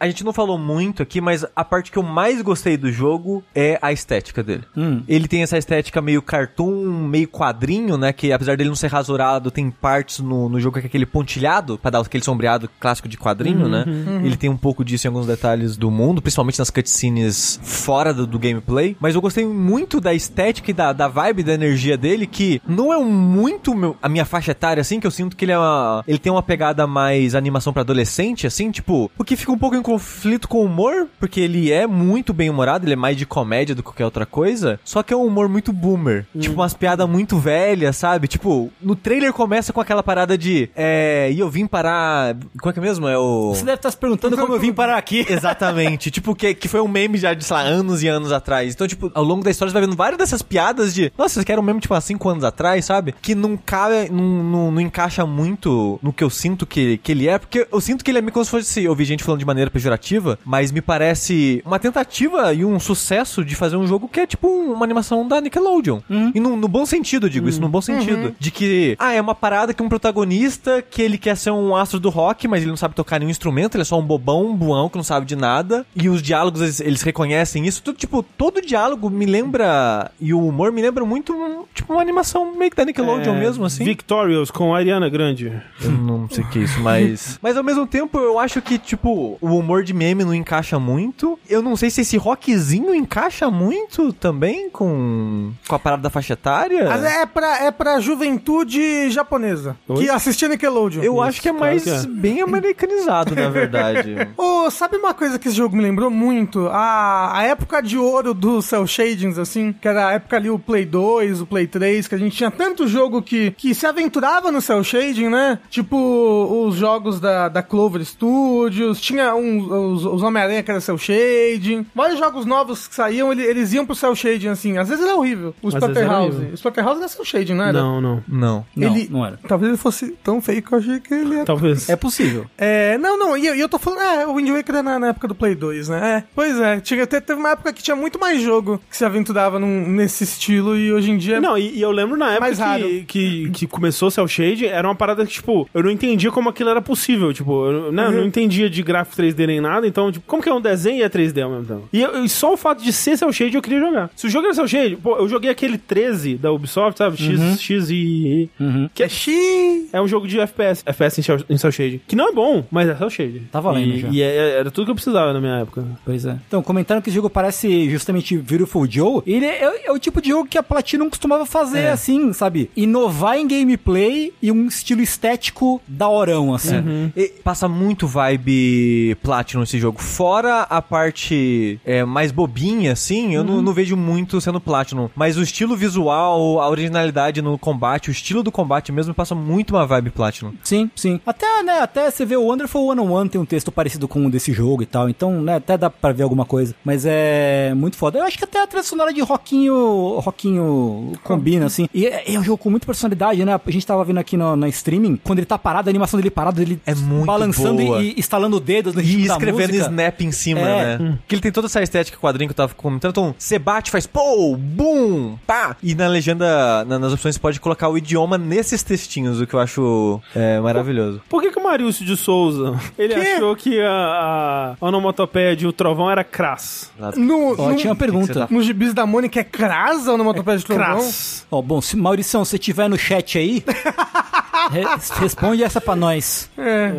[SPEAKER 2] A gente não falou muito aqui, mas a parte que eu mais gostei do jogo é a estética dele. Ele tem essa estética meio cartoon, meio quadrinho, né? Que apesar dele não ser rasurado, tem partes no, no jogo que é aquele pontilhado, pra dar aquele sombreado clássico de quadrinho, né? Ele tem um pouco disso em alguns detalhes do mundo, principalmente nas cutscenes fora do, do gameplay. Mas eu gostei muito da estética e da, da vibe, da energia dele, que não é um muito meu- a minha faixa etária, assim, que eu sinto que ele é uma, ele tem uma pegada mais animação pra adolescente, assim, tipo, o que fica um pouco em conflito com o humor, porque ele é muito bem humorado, ele é mais de comédia do que qualquer outra coisa, só que é um humor muito boomer, tipo umas piadas muito velhas, sabe? Tipo, no trailer começa com aquela parada de, é, e eu vim parar, qual é que é mesmo? É o
[SPEAKER 4] Você deve estar se perguntando como eu vim parar aqui.
[SPEAKER 2] Exatamente. tipo, que, que foi um meme já de, sei lá, anos e anos atrás. Então, tipo, ao longo da história você vai vendo várias dessas piadas de, nossa, isso aqui era um meme, tipo, há cinco anos atrás, sabe? Que não cabe, não, não, não encaixa muito no que eu sinto que, que ele é, porque eu sinto que ele é meio como se fosse, eu vi gente falando de maneira pejorativa, mas me parece uma tentativa e um sucesso de fazer um jogo que é, tipo, uma animação da Nickelodeon. E no, no bom sentido, eu digo isso, no bom sentido. De que, ah, é uma parada que um protagonista que ele quer ser um astro do rock, mas ele não sabe tocar nenhum instrumento, ele é só um bobão, um buão que não sabe de nada. E os diálogos, eles, eles reconhecem isso. Tudo, tipo, todo diálogo me lembra, e o humor me lembra muito, um- tipo, uma animação meio que da Nickelodeon
[SPEAKER 1] É,
[SPEAKER 2] mesmo, assim.
[SPEAKER 1] Victorious com a Ariana Grande.
[SPEAKER 2] Eu não sei o que é isso, mas. mas ao mesmo tempo, eu acho que, tipo, o humor de meme não encaixa muito. Eu não sei se esse rockzinho encaixa muito também com, com a parada da faixa etária.
[SPEAKER 1] Ah,
[SPEAKER 3] Mas é pra, é pra juventude japonesa
[SPEAKER 1] Oi?
[SPEAKER 3] que assistia Nickelodeon.
[SPEAKER 2] Eu acho que é
[SPEAKER 1] claro
[SPEAKER 2] mais
[SPEAKER 1] que é.
[SPEAKER 2] bem americanizado, na verdade.
[SPEAKER 3] Ô, sabe uma coisa que esse jogo me lembrou muito? A, a época de ouro do Cell Shadings, assim, que era a época ali o Play 2, o Play 3, que a gente tinha tanto jogo que, que se aventurava no Cell Shading, né? Tipo os jogos da, da Clover Studios, tinha um, os, os Homem-Aranha que era Cell Shading. Vários jogos novos que saíam, ele- eles iam pro Cell Shading, assim. Às vezes era horrível. O
[SPEAKER 1] Às vezes era
[SPEAKER 3] Splatterhouse.
[SPEAKER 1] horrível.
[SPEAKER 3] O Splatterhouse era Cell Shading, não era?
[SPEAKER 1] Não, não.
[SPEAKER 2] não.
[SPEAKER 4] Não,
[SPEAKER 3] Ele-
[SPEAKER 4] não era.
[SPEAKER 3] Talvez ele fosse tão feio que eu achei que ele ia
[SPEAKER 1] Talvez.
[SPEAKER 4] É possível.
[SPEAKER 3] é, não, não, e eu, e eu tô falando, é, o Wind Waker era na, na época do Play 2, né? É, pois é, tinha, te- teve uma época que tinha muito mais jogo que se aventurava num- nesse estilo e hoje em
[SPEAKER 4] é
[SPEAKER 3] dia.
[SPEAKER 1] Não, e, e eu lembro na época
[SPEAKER 3] Mais raro.
[SPEAKER 1] que, que, que começou o Cell Shade, era uma parada que, tipo, eu não entendia como aquilo era possível. Tipo, eu, né, eu
[SPEAKER 4] Uhum.
[SPEAKER 1] não entendia de gráfico 3D nem nada, então, tipo, como que é um desenho e é 3D ao mesmo tempo? E, eu- e só o fato de ser Cell Shade eu queria jogar. Se o jogo era Cell Shade, pô, eu joguei aquele 13 da Ubisoft, sabe? X,
[SPEAKER 4] Uhum.
[SPEAKER 1] X e. Que é
[SPEAKER 3] Xiii.
[SPEAKER 1] é um jogo de FPS, FPS em Cell, em Cell Shade. Que não é bom, mas é Cell Shade.
[SPEAKER 4] Tá valendo
[SPEAKER 1] E,
[SPEAKER 4] já.
[SPEAKER 1] e é- era tudo que eu precisava na minha época.
[SPEAKER 4] Pois é. Então, comentaram que o jogo parece justamente Beautiful Joe. Ele é, é o tipo de jogo que a Platinum costumava fazer, assim, sabe? Inovar em gameplay e um estilo estético daorão, assim.
[SPEAKER 2] E passa muito vibe Platinum esse jogo. Fora a parte é, mais bobinha, assim, eu
[SPEAKER 1] Uhum.
[SPEAKER 2] não, não vejo muito sendo Platinum. Mas o estilo visual, a originalidade no combate, o estilo do combate mesmo, passa muito uma vibe Platinum.
[SPEAKER 4] Sim, sim. Até, né, até você vê o Wonderful 101 tem um texto parecido com o desse jogo e tal, então, né, até dá pra ver alguma coisa. Mas é muito foda. Eu acho que até a trilha sonora de Rockinho, Rockinho combina, assim. E é, é um jogo com muita personalidade, né? A gente tava vendo aqui no, na streaming, quando ele tá parado, a animação dele parado, ele
[SPEAKER 2] É muito
[SPEAKER 4] balançando
[SPEAKER 2] boa.
[SPEAKER 4] e, e estalando dedos no ritmo
[SPEAKER 2] E
[SPEAKER 4] da
[SPEAKER 2] escrevendo
[SPEAKER 4] música.
[SPEAKER 2] snap em cima,
[SPEAKER 4] É.
[SPEAKER 2] né? Que ele tem toda essa estética quadrinho que eu tava comentando. Então, você bate, faz pô, bum, pá. E na legenda, na- nas opções, você pode colocar o idioma nesses textinhos, o que eu acho é, maravilhoso.
[SPEAKER 1] Por que, que o Marilcio de Souza ele
[SPEAKER 3] Quê?
[SPEAKER 1] achou que a, a onomatopeia de O Trovão era crass?
[SPEAKER 3] No,
[SPEAKER 4] Ó,
[SPEAKER 3] no,
[SPEAKER 4] tinha uma
[SPEAKER 2] Hum, que que
[SPEAKER 4] pergunta.
[SPEAKER 2] você tá
[SPEAKER 3] no gibis da Mônica é crasa no motopeia de trovão?
[SPEAKER 1] Crass.
[SPEAKER 4] Ó, bom, se, Maurição, se tiver no chat aí, re- responde essa pra nós.
[SPEAKER 3] É.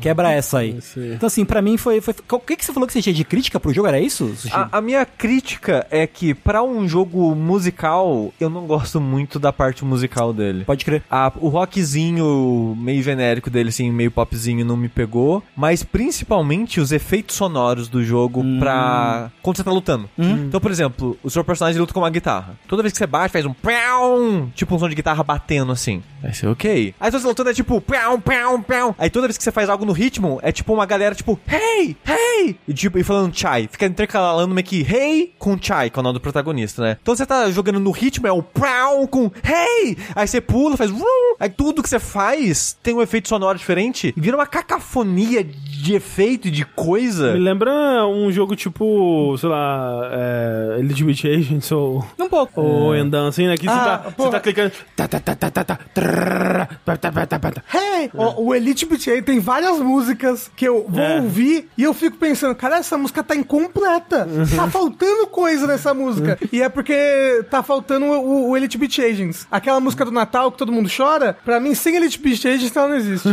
[SPEAKER 4] Quebra essa aí. Então, assim, pra mim foi. foi o que, que você falou que você tinha de crítica pro jogo? Era isso? Sushi?
[SPEAKER 3] Ah.
[SPEAKER 2] A, a minha crítica é que, pra um jogo musical, eu não gosto muito da parte musical dele.
[SPEAKER 4] Pode crer.
[SPEAKER 2] A- o rockzinho meio genérico dele, assim, meio popzinho, não me pegou. Mas principalmente os efeitos sonoros do jogo pra. quando você tá lutando. Então, por exemplo, o seu personagem luta com uma guitarra. Toda vez que você bate, faz um. prau, Tipo um som de guitarra batendo assim. Vai ser ok. Aí toda lutando é tipo. Pão, pão, pão. Aí toda vez que você faz algo no ritmo, é tipo uma galera tipo. Hey, hey! E, tipo, e falando chai. Fica intercalando meio que hey com chai, que é o nome do protagonista, né? Então você tá jogando no ritmo, é o pão com hey! Aí você pula, faz. Vroom. Aí tudo que você faz tem um efeito sonoro diferente e vira uma cacafonia de efeito e de coisa.
[SPEAKER 1] Me lembra um jogo tipo, sei lá, é, Elite Agents ou,
[SPEAKER 4] Um pouco.
[SPEAKER 1] ou Endan, assim, né? Que você,
[SPEAKER 3] Ah,
[SPEAKER 1] tá, você
[SPEAKER 3] porra.
[SPEAKER 1] tá clicando. Tá, tá, tá, tá, tá, tá, trrr, tá, tá, tá, tá, tá, tá.
[SPEAKER 3] Hey! O, o Elite Beat aí tem várias músicas que eu vou
[SPEAKER 1] É.
[SPEAKER 3] ouvir e eu fico pensando, cara, essa música tá incompleta. Tá faltando coisa nessa música. E é porque tá faltando o, o Elite Beat Agents. Aquela música do Natal que todo mundo chora, pra mim, sem Elite Beat Agents ela não existe.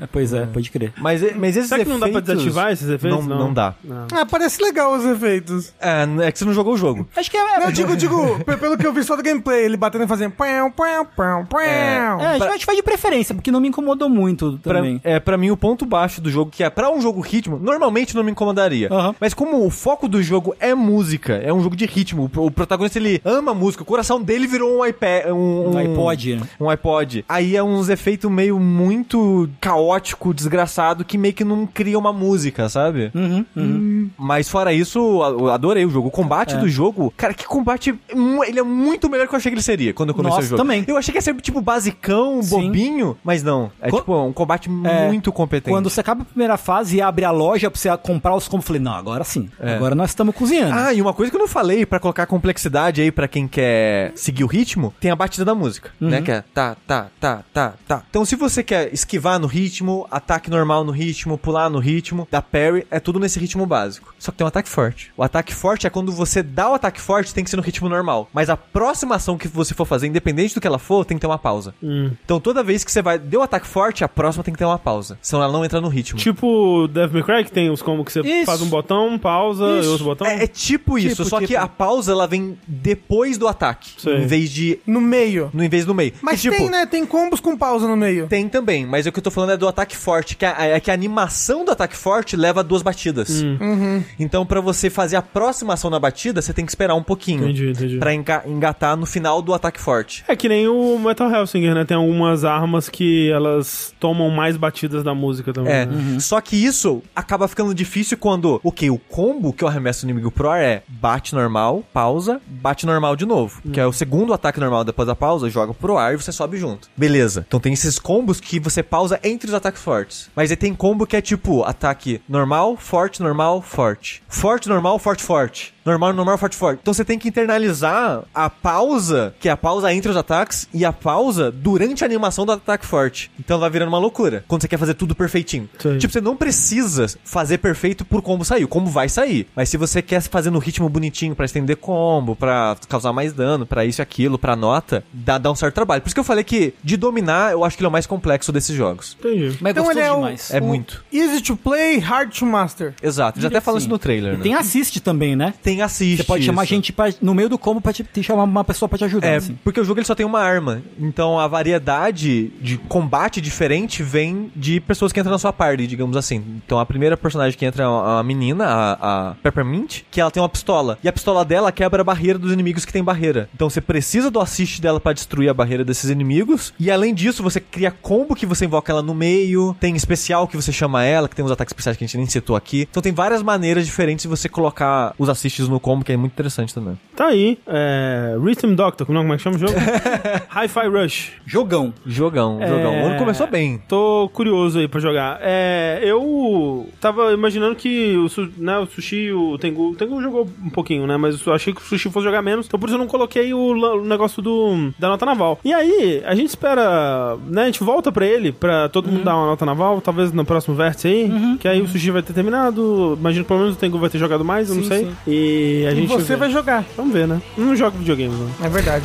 [SPEAKER 4] É, Pois é, pode crer.
[SPEAKER 2] Mas, e- mas esses
[SPEAKER 1] Será que não dá pra
[SPEAKER 2] efeitos-
[SPEAKER 1] desativar esses efeitos?
[SPEAKER 2] Não, não dá.
[SPEAKER 3] ah, parece legal os efeitos.
[SPEAKER 2] É, é que você não jogou o jogo.
[SPEAKER 4] Acho que é.
[SPEAKER 3] Não, eu digo, digo, pe- pelo que eu vi só do gameplay, ele batendo e fazendo. Pão, pão, pão, pão.
[SPEAKER 4] É, acho que- acho que vai de preferência, porque não me incomodou muito
[SPEAKER 2] Pra,
[SPEAKER 4] também.
[SPEAKER 2] é, pra mim, o ponto baixo do jogo, que é pra um jogo ritmo, normalmente não me incomodaria.
[SPEAKER 4] Aham.
[SPEAKER 2] Mas como o foco do jogo é música, é um jogo de ritmo, o, pro- o protagonista ele ama música, o coração dele virou um iPad. Um,
[SPEAKER 4] Um iPod, né?
[SPEAKER 2] Um iPod. Aí é uns efeitos meio muito caótico, desgraçado, que meio que não cria uma música, sabe?
[SPEAKER 4] Uhum, uhum.
[SPEAKER 2] Mas fora isso, eu adorei o jogo. O
[SPEAKER 4] É.
[SPEAKER 2] combate do jogo, cara, que combate. mu- Ele é muito melhor que eu achei que ele seria quando eu comecei
[SPEAKER 4] Nossa,
[SPEAKER 2] o jogo.
[SPEAKER 4] também.
[SPEAKER 2] Eu achei que ia ser tipo basicão,
[SPEAKER 4] Sim.
[SPEAKER 2] bobinho, mas não. É
[SPEAKER 4] Co-
[SPEAKER 2] tipo um combate
[SPEAKER 4] É.
[SPEAKER 2] muito competente.
[SPEAKER 4] Quando você acaba a primeira fase e abre a loja pra você comprar os combos, eu falei, não, agora sim. Agora nós estamos cozinhando.
[SPEAKER 2] Ah, e uma coisa que eu não falei, pra colocar complexidade aí pra quem quer seguir o ritmo, tem a batida da música, né? Que é tá, tá, tá, tá, tá. Então se você quer esquivar no ritmo, ataque normal no ritmo, pular no ritmo, dar parry, é tudo nesse ritmo básico. Só que tem um ataque forte. O ataque forte é quando você dá o ataque forte, tem que ser no ritmo normal. Mas a próxima ação que você for fazer, independente do que ela for, tem que ter uma pausa.
[SPEAKER 1] Hum.
[SPEAKER 2] Então toda vez que você vai, deu ataque forte, a próxima tem que ter uma pausa. Senão ela não entra no ritmo.
[SPEAKER 1] Tipo Devil May Cry, que tem os combos que você
[SPEAKER 4] Isso.
[SPEAKER 1] faz um botão, pausa e
[SPEAKER 4] Isso.
[SPEAKER 1] outro botão.
[SPEAKER 2] É, é tipo isso,
[SPEAKER 4] Então, Tipo,
[SPEAKER 2] só que
[SPEAKER 4] tipo.
[SPEAKER 2] a pausa ela vem depois do ataque,
[SPEAKER 1] Sei.
[SPEAKER 2] em vez de
[SPEAKER 3] No meio.
[SPEAKER 2] no em vez do meio.
[SPEAKER 3] Mas
[SPEAKER 2] E, tipo,
[SPEAKER 3] tem, né? Tem combos com pausa no meio.
[SPEAKER 2] Tem também, mas o que eu tô falando é do ataque forte, que a, é que a animação do ataque forte leva duas batidas.
[SPEAKER 4] Hum.
[SPEAKER 3] Uhum.
[SPEAKER 2] Então pra você fazer a próxima ação na batida, você tem que esperar um pouquinho
[SPEAKER 1] Entendi, entendi.
[SPEAKER 2] Pra enga- engatar no final do ataque forte.
[SPEAKER 1] É que nem o Metal Hellsinger, né? Tem algumas armas que elas tomam mais batidas da música também.
[SPEAKER 2] É,
[SPEAKER 4] Hum.
[SPEAKER 1] né?
[SPEAKER 2] só que isso acaba ficando difícil quando, ok, o combo que eu arremesso no inimigo pro ar é bate normal, pausa, bate normal de novo, que é o segundo ataque normal depois da pausa, joga pro ar e você sobe junto. Beleza. Então tem esses combos que você pausa entre os ataques fortes. Mas aí tem combo que é tipo ataque normal, forte, normal, forte. Forte, normal, forte, forte. Normal, normal, forte, forte. Então você tem que internalizar a pausa, que é a pausa entre os ataques, e a pausa durante a animação do ataque forte. Então ela vai virando uma loucura. Quando você quer fazer tudo perfeitinho.
[SPEAKER 1] Sim.
[SPEAKER 2] Tipo, você não precisa fazer perfeito por combo sair. O combo vai sair. Mas se você quer fazer no ritmo bonitinho pra estender combo, pra causar mais dano, pra isso e aquilo, pra nota, dá, dá um certo trabalho. Por isso que eu falei que de dominar, eu acho que ele é o mais complexo desses jogos.
[SPEAKER 1] Entendi.
[SPEAKER 4] Mas é
[SPEAKER 3] Então
[SPEAKER 4] gostoso
[SPEAKER 3] ele é o-
[SPEAKER 4] demais.
[SPEAKER 2] É
[SPEAKER 3] O-
[SPEAKER 2] muito.
[SPEAKER 3] Easy to play, hard to master.
[SPEAKER 2] Exato. Eles até falam isso no trailer,
[SPEAKER 4] E
[SPEAKER 2] né?
[SPEAKER 4] tem assist também, né?
[SPEAKER 2] Tem assiste.
[SPEAKER 4] Você pode chamar
[SPEAKER 2] isso.
[SPEAKER 4] gente pra, no meio do combo pra te, te chamar uma pessoa pra te ajudar,
[SPEAKER 2] É,
[SPEAKER 4] assim.
[SPEAKER 2] porque o jogo ele só tem uma arma. Então a variedade de combate diferente vem de pessoas que entram na sua party, digamos assim. Então a primeira personagem que entra é uma menina, a, a Peppermint, que ela tem uma pistola. E a pistola dela quebra a barreira dos inimigos que tem barreira. Então você precisa do assist dela pra destruir a barreira desses inimigos. E além disso, você cria combo que você invoca ela no meio. Tem especial que você chama ela, que tem uns ataques especiais que a gente nem citou aqui. Então tem várias maneiras diferentes de você colocar os assists no combo, que é muito interessante também.
[SPEAKER 1] Tá aí. É... Rhythm Doctor, como é como é que chama o jogo? Hi-Fi Rush.
[SPEAKER 4] Jogão.
[SPEAKER 2] Jogão, jogão. O ano começou bem.
[SPEAKER 1] Tô curioso aí pra jogar. É, eu tava imaginando que o, su- né, o Sushi e o Tengu... O Tengu jogou um pouquinho, né? Mas eu achei que o Sushi fosse jogar menos. Então por isso eu não coloquei o, la- o negócio do, da nota naval. E aí, a gente espera... Né, a gente volta pra ele, pra todo
[SPEAKER 3] Uhum.
[SPEAKER 1] mundo dar uma nota naval. Talvez no próximo vértice aí. que aí o Sushi vai ter terminado. Imagino que pelo menos o Tengu vai ter jogado mais, eu não
[SPEAKER 4] Sim,
[SPEAKER 1] sei.
[SPEAKER 4] sim.
[SPEAKER 1] E a
[SPEAKER 3] E
[SPEAKER 1] gente...
[SPEAKER 3] você
[SPEAKER 1] vê.
[SPEAKER 3] vai jogar.
[SPEAKER 1] Vamos ver, né? Eu não jogo videogame, não.
[SPEAKER 3] É verdade.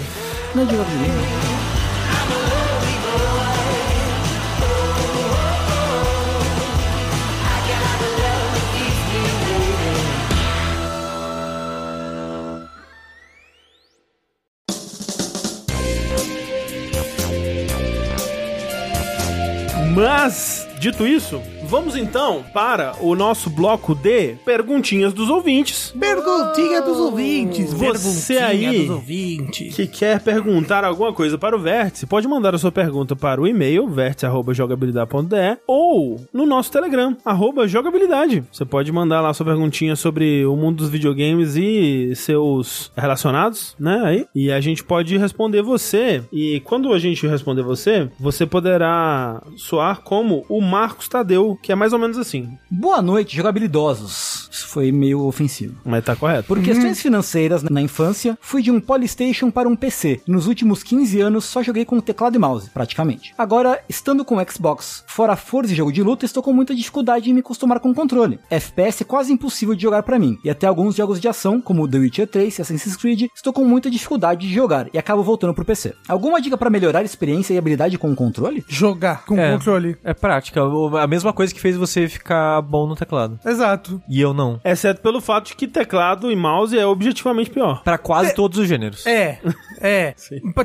[SPEAKER 4] Não é de jogo de ninguém.
[SPEAKER 1] Mas, dito isso, Vamos então para o nosso bloco de perguntinhas dos ouvintes.
[SPEAKER 5] Perguntinha dos ouvintes.
[SPEAKER 1] Você
[SPEAKER 5] perguntinha
[SPEAKER 1] aí.
[SPEAKER 5] dos ouvintes.
[SPEAKER 1] que quer perguntar alguma coisa para o Vértice, pode mandar a sua pergunta para o e-mail vértice@jogabilidade.de é, ou no nosso Telegram arroba @jogabilidade. Você pode mandar lá sua perguntinha sobre o mundo dos videogames e seus relacionados, né? Aí e a gente pode responder você. E quando a gente responder você, você poderá soar como o Marcos Tadeu, que é mais ou menos assim,
[SPEAKER 4] Boa noite, jogabilidosos. Isso foi meio ofensivo.
[SPEAKER 1] mas tá correto.
[SPEAKER 4] Por questões financeiras na infância, fui de um Polystation para um PC. Nos últimos 15 anos só joguei com teclado e mouse, praticamente. Agora, estando com o Xbox fora Forza e jogo de luta, estou com muita dificuldade em me acostumar com o controle. FPS é quase impossível de jogar pra mim, e até alguns jogos de ação, como The Witcher 3 e Assassin's Creed, estou com muita dificuldade de jogar e acabo voltando pro PC. Alguma dica pra melhorar a experiência e habilidade com o controle?
[SPEAKER 3] Jogar com
[SPEAKER 2] É.
[SPEAKER 3] um controle.
[SPEAKER 2] É prática, o- a mesma coisa que fez você ficar bom no teclado.
[SPEAKER 3] Exato.
[SPEAKER 2] E eu não.
[SPEAKER 1] Exceto pelo fato de que teclado e mouse é objetivamente pior.
[SPEAKER 2] Pra quase todos os gêneros.
[SPEAKER 3] É, é.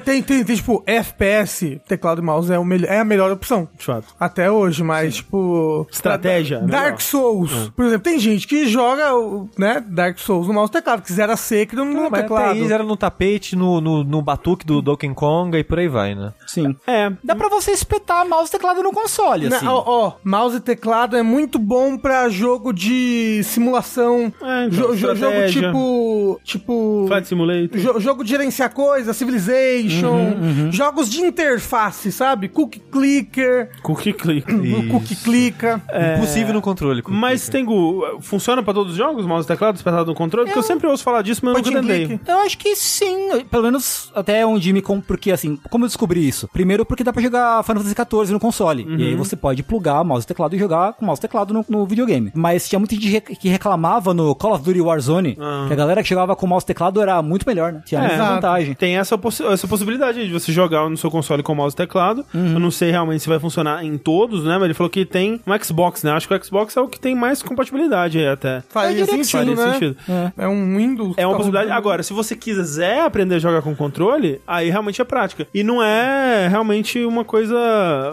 [SPEAKER 3] Tem, tem, tem, tipo, FPS, teclado e mouse é, o melhor, é a melhor opção.
[SPEAKER 1] De fato.
[SPEAKER 3] Até hoje, mas, tipo.
[SPEAKER 1] Estratégia, né? É.
[SPEAKER 3] pra-
[SPEAKER 1] melhor.
[SPEAKER 3] Dark Souls. Por exemplo, tem gente que joga, o- né, Dark Souls no mouse e teclado, que zera secro
[SPEAKER 1] Ah,
[SPEAKER 3] no
[SPEAKER 2] Ah, Mas
[SPEAKER 3] é teclado.
[SPEAKER 2] até aí era no tapete, no, no, no batuque do Donkey Kong e por aí vai, né?
[SPEAKER 4] Sim.
[SPEAKER 1] É,
[SPEAKER 4] Dá pra você espetar mouse e teclado no console,
[SPEAKER 3] Na-
[SPEAKER 4] assim.
[SPEAKER 3] Né, ó, ó, mouse e teclado é muito bom pra jogo de simulação.
[SPEAKER 1] É, então,
[SPEAKER 3] Jo- jo- jogo
[SPEAKER 1] estratégia.
[SPEAKER 3] tipo. Tipo.
[SPEAKER 1] Flight Simulator.
[SPEAKER 3] jo- jogo de gerenciar coisa, Civilization.
[SPEAKER 1] Uhum,
[SPEAKER 3] Jogos de interface, sabe? Cookie Clicker.
[SPEAKER 1] Cookie click.
[SPEAKER 2] Isso.
[SPEAKER 3] Cookie Clica.
[SPEAKER 1] É.
[SPEAKER 2] Impossível no controle. com-
[SPEAKER 1] Mas tem Gu, funciona pra todos os jogos, mouse, teclado, despertado no controle? Porque eu sempre ouço falar disso, mas eu nunca
[SPEAKER 3] É um Point and
[SPEAKER 1] tentei.
[SPEAKER 3] click.
[SPEAKER 4] Eu acho que sim, pelo menos até onde me com porque assim, como eu descobri isso? Primeiro porque dá pra jogar Final Fantasy XIV no console, e
[SPEAKER 1] Uhum.
[SPEAKER 4] aí você pode plugar mouse e teclado e jogar com mouse e teclado no, no videogame. Mas tinha muito gente re- que reclamava no Call of Duty Warzone, que a galera que jogava com mouse e teclado era muito melhor, né? Tinha
[SPEAKER 1] Ah. É,
[SPEAKER 4] muita
[SPEAKER 1] exato.
[SPEAKER 4] vantagem.
[SPEAKER 1] Tem essa, possi- essa possibilidade aí de você jogar no seu console com mouse e teclado. Eu não sei realmente se vai funcionar em todos, né? Mas ele falou que tem um Xbox, né? Acho que o Xbox é o que tem mais compatibilidade aí até.
[SPEAKER 3] Faria
[SPEAKER 4] Eu diria que
[SPEAKER 3] sentido,
[SPEAKER 1] Faria
[SPEAKER 3] É né?
[SPEAKER 1] sentido.
[SPEAKER 3] É um Windows.
[SPEAKER 1] É uma possibilidade. Agora, se você quiser aprender a jogar com controle, aí realmente é prática. E não é realmente uma coisa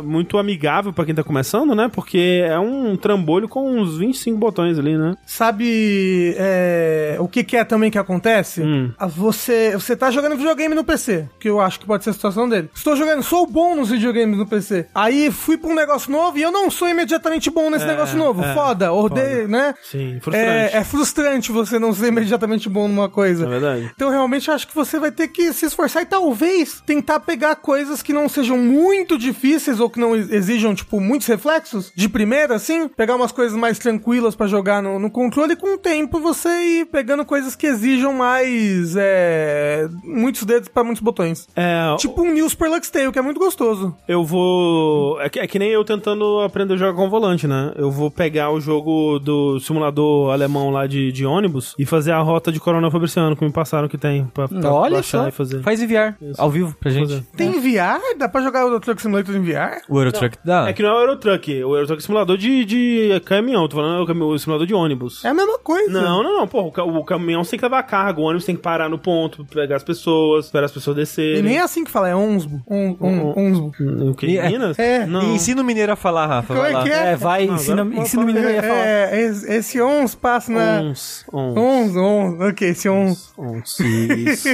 [SPEAKER 1] muito amigável pra quem tá começando, né? Porque é um trambolho com uns 25 botões ali, né?
[SPEAKER 3] Sabe é, o que, que é também que acontece?
[SPEAKER 1] Hum.
[SPEAKER 3] Ah, Você, você tá jogando videogame no PC, que eu acho que pode ser a situação dele. Estou jogando, sou bom nos videogames no PC. Aí fui pra um negócio novo e eu não sou imediatamente bom nesse negócio novo.
[SPEAKER 1] é,
[SPEAKER 3] foda, ordei, né?
[SPEAKER 1] Sim, frustrante.
[SPEAKER 3] É, é frustrante você não ser imediatamente bom numa coisa.
[SPEAKER 1] É verdade.
[SPEAKER 3] Então, realmente, eu acho que você vai ter que se esforçar e talvez tentar pegar coisas que não sejam muito difíceis ou que não exijam, tipo, muitos reflexos de primeira, assim. Pegar umas coisas mais tranquilas pra jogar no, no controle e com o tempo você ir pegando coisas que exijam mais. É, muitos dedos pra muitos botões.
[SPEAKER 1] É,
[SPEAKER 3] Tipo um New Super Lux Tale, que é muito gostoso.
[SPEAKER 1] eu vou. É que, é que nem eu tentando aprender a jogar com volante, né? Eu vou pegar o jogo do simulador alemão lá de, de ônibus e fazer a rota de Coronel Fabriciano que me passaram que tem pra, pra
[SPEAKER 4] Olha
[SPEAKER 1] baixar
[SPEAKER 4] só.
[SPEAKER 1] e fazer.
[SPEAKER 2] Faz enviar ao vivo pra gente.
[SPEAKER 3] Tem VR? Dá pra jogar o Truck Simulator em VR?
[SPEAKER 2] O Euro Truck dá.
[SPEAKER 1] É que não é o Eurotruck, o Eurotruck é simulador de, de caminhão, tô falando é o cami- o simulador de ônibus.
[SPEAKER 3] É a mesma coisa.
[SPEAKER 1] Não, não, não, pô, o, ca- o caminhão você tem que levar carga, o ônibus tem que parar no ponto, pegar as pessoas, esperar as pessoas descerem. Hum,
[SPEAKER 3] E nem é assim que fala, é Onsbo. On, on, Onsbo.
[SPEAKER 1] O que,
[SPEAKER 2] E- é-
[SPEAKER 1] Minas?
[SPEAKER 3] é,
[SPEAKER 1] não.
[SPEAKER 2] Ensina o mineiro a falar, Rafa.
[SPEAKER 3] Como
[SPEAKER 2] vai lá.
[SPEAKER 3] é que é?
[SPEAKER 4] É, vai,
[SPEAKER 1] Não,
[SPEAKER 4] ensina,
[SPEAKER 1] agora-
[SPEAKER 4] ensina o menino aí a falar.
[SPEAKER 3] É, es- esse ons passa na.
[SPEAKER 1] Ons, ons,
[SPEAKER 3] Ons, ons, ok, esse ons.
[SPEAKER 1] ons.
[SPEAKER 4] Isso.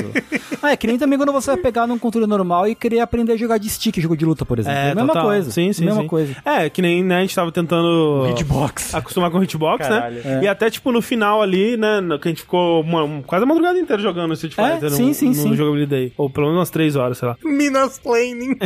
[SPEAKER 4] ah, é que nem também quando você vai pegar num controle normal e querer aprender a jogar de stick, jogo de luta, por exemplo. É, a mesma
[SPEAKER 1] total.
[SPEAKER 4] coisa.
[SPEAKER 1] Sim, sim,
[SPEAKER 4] Mesma
[SPEAKER 1] sim.
[SPEAKER 4] coisa.
[SPEAKER 1] É, que nem né, a gente tava tentando
[SPEAKER 2] Hitbox.
[SPEAKER 1] acostumar com o hitbox, né?
[SPEAKER 4] É.
[SPEAKER 1] E até, tipo, no final ali, né, no- que a gente ficou uma- um, quase a madrugada inteira jogando Street
[SPEAKER 4] É,
[SPEAKER 1] Fighter
[SPEAKER 4] sim,
[SPEAKER 1] no,
[SPEAKER 4] sim,
[SPEAKER 1] no
[SPEAKER 4] sim.
[SPEAKER 1] Jogabilidade. Ou pelo menos umas três horas, sei lá.
[SPEAKER 3] Minas Planning.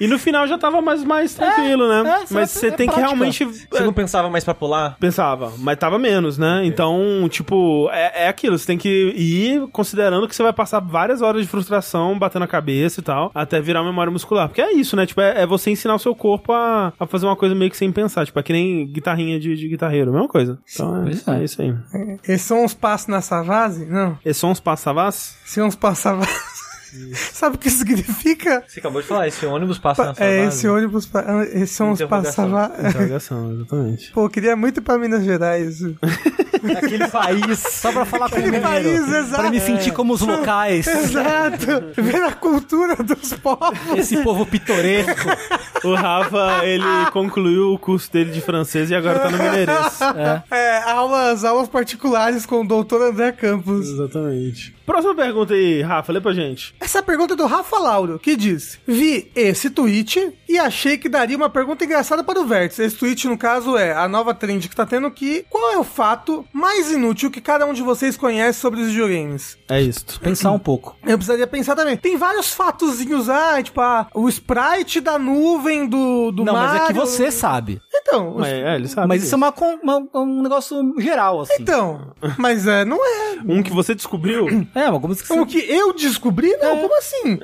[SPEAKER 1] E no final já tava mais, mais tranquilo, né?
[SPEAKER 4] é,
[SPEAKER 1] mas
[SPEAKER 4] é-
[SPEAKER 1] você
[SPEAKER 4] é
[SPEAKER 1] tem que
[SPEAKER 4] prática.
[SPEAKER 1] realmente.
[SPEAKER 2] Você não pensava mais pra pular?
[SPEAKER 1] Pensava, mas tava menos, né? Então, tipo, é, é aquilo. Você tem que ir considerando que você vai passar várias horas de frustração, batendo a cabeça e tal, até virar memória muscular. Porque é isso, né? Tipo, é, é você ensinar o seu corpo a, a fazer uma coisa meio que sem pensar. Tipo, é que nem guitarrinha de, de guitarreiro, mesma coisa. Então, é,
[SPEAKER 4] Pois é.
[SPEAKER 1] é isso aí.
[SPEAKER 3] Esse ons passa na Savase? Não.
[SPEAKER 1] E sons passavas?
[SPEAKER 3] Esse ons passa na Savase. Sabe o que significa?
[SPEAKER 2] Você acabou de falar, esse ônibus passa na sua
[SPEAKER 3] é,
[SPEAKER 2] base.
[SPEAKER 3] esse ônibus. pa- ah, Esse ons passa
[SPEAKER 2] Interrogação.
[SPEAKER 3] na Savase.
[SPEAKER 1] Interrogação, exatamente.
[SPEAKER 3] Pô, eu queria muito ir pra Minas Gerais.
[SPEAKER 4] Aquele país. Só pra falar com o
[SPEAKER 3] Aquele
[SPEAKER 4] mineiro.
[SPEAKER 3] país,
[SPEAKER 4] Pra
[SPEAKER 3] exato. É.
[SPEAKER 4] me sentir como os locais.
[SPEAKER 3] Exato. Ver a cultura dos povos.
[SPEAKER 4] Esse povo pitoresco.
[SPEAKER 1] O Rafa, ele concluiu o curso dele de francês e agora tá no Mineirense.
[SPEAKER 3] É, aulas, aulas particulares com o doutor André Campos.
[SPEAKER 1] Exatamente. Próxima pergunta aí, Rafa, lê pra gente.
[SPEAKER 3] Essa pergunta é do Rafa Lauro, que diz: Vi esse tweet e achei que daria uma pergunta engraçada para o Vértice. Esse tweet, no caso, é a nova trend que tá tendo que qual é o fato mais inútil que cada um de vocês conhece sobre os videogames?
[SPEAKER 1] É isto.
[SPEAKER 4] Pensar um pouco.
[SPEAKER 3] Eu precisaria pensar também. Tem vários fatozinhos, ah, tipo, ah, o sprite da nuvem do, do
[SPEAKER 4] não,
[SPEAKER 3] Mario.
[SPEAKER 4] mas é que você sabe.
[SPEAKER 3] Então, os-
[SPEAKER 1] Mas, é, ele sabe.
[SPEAKER 4] mas isso é uma con- uma- um negócio geral, assim.
[SPEAKER 3] então, mas é, não é.
[SPEAKER 1] Um que você descobriu.
[SPEAKER 4] É, mas como que
[SPEAKER 3] Então, o
[SPEAKER 4] você...
[SPEAKER 3] que eu descobri? Não, como assim?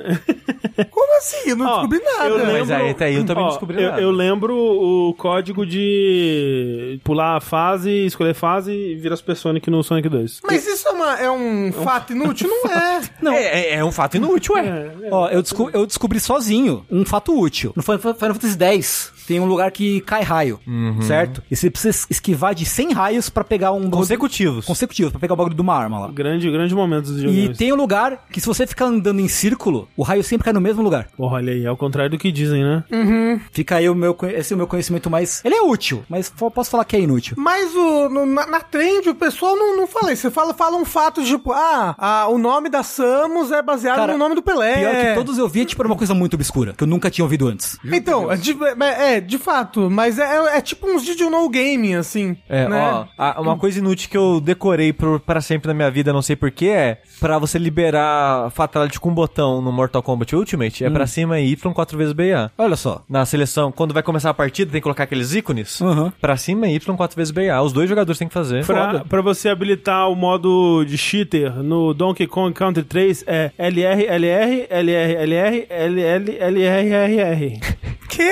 [SPEAKER 3] Como assim? Eu não
[SPEAKER 1] Ó,
[SPEAKER 3] descobri nada.
[SPEAKER 1] eu
[SPEAKER 2] Mas aí, até aí eu também
[SPEAKER 1] Ó,
[SPEAKER 2] descobri
[SPEAKER 1] eu,
[SPEAKER 2] nada.
[SPEAKER 1] eu lembro o código de pular a fase, escolher fase e virar as Sonic no Sonic 2.
[SPEAKER 3] Mas isso é, uma- é um fato inútil? Não é.
[SPEAKER 4] Não.
[SPEAKER 2] É, é- é um fato inútil, é.
[SPEAKER 4] Ó, eu, desco- eu descobri sozinho um fato útil. No Final Final Fantasy X tem um lugar que cai raio, certo? E você precisa esquivar de 100 raios pra pegar um...
[SPEAKER 2] Consecutivos.
[SPEAKER 4] Consecutivos, pra pegar o bagulho de uma arma lá.
[SPEAKER 1] Grande, grande momento dos
[SPEAKER 4] E
[SPEAKER 1] videogames.
[SPEAKER 4] tem um lugar que se você ficar andando em círculo, o raio sempre cai no mesmo lugar.
[SPEAKER 1] Porra, olha aí, é o contrário do que dizem, né?
[SPEAKER 2] Hum.
[SPEAKER 4] Fica aí o meu, conhe- esse é o meu conhecimento mais... Ele é útil, mas fo- posso falar que é inútil.
[SPEAKER 3] Mas o, no- na, na trend o pessoal não, não fala isso. Você fala, fala um fato tipo, ah, ah, o nome da Samus é baseado
[SPEAKER 4] Cara,
[SPEAKER 3] no nome do Pelé.
[SPEAKER 4] Pior que todos eu via, tipo, era uma coisa muito obscura, que eu nunca tinha ouvido antes.
[SPEAKER 3] Então, é, de, é, é, de fato, mas é, é- é tipo uns de no game, assim.
[SPEAKER 2] É,
[SPEAKER 3] né?
[SPEAKER 2] ó, a-
[SPEAKER 1] Hum.
[SPEAKER 2] uma coisa inútil que eu decorei pro, pra sempre na minha vida, não sei porquê, é pra você liberar Fatality com um botão no Mortal Kombat Ultimate, é
[SPEAKER 1] Hum.
[SPEAKER 2] pra cima e Y quatro vezes BA.
[SPEAKER 4] Olha só.
[SPEAKER 2] Na seleção, quando vai começar a partida, tem que colocar aqueles ícones.
[SPEAKER 4] Uhum.
[SPEAKER 2] Pra cima é Y quatro vezes BA. Os dois jogadores têm que fazer.
[SPEAKER 1] Pra, pra você habilitar o modo de cheater no Donkey Kong Country 3 é LR, LR, LR, LR, LL, LRRR.
[SPEAKER 3] Que?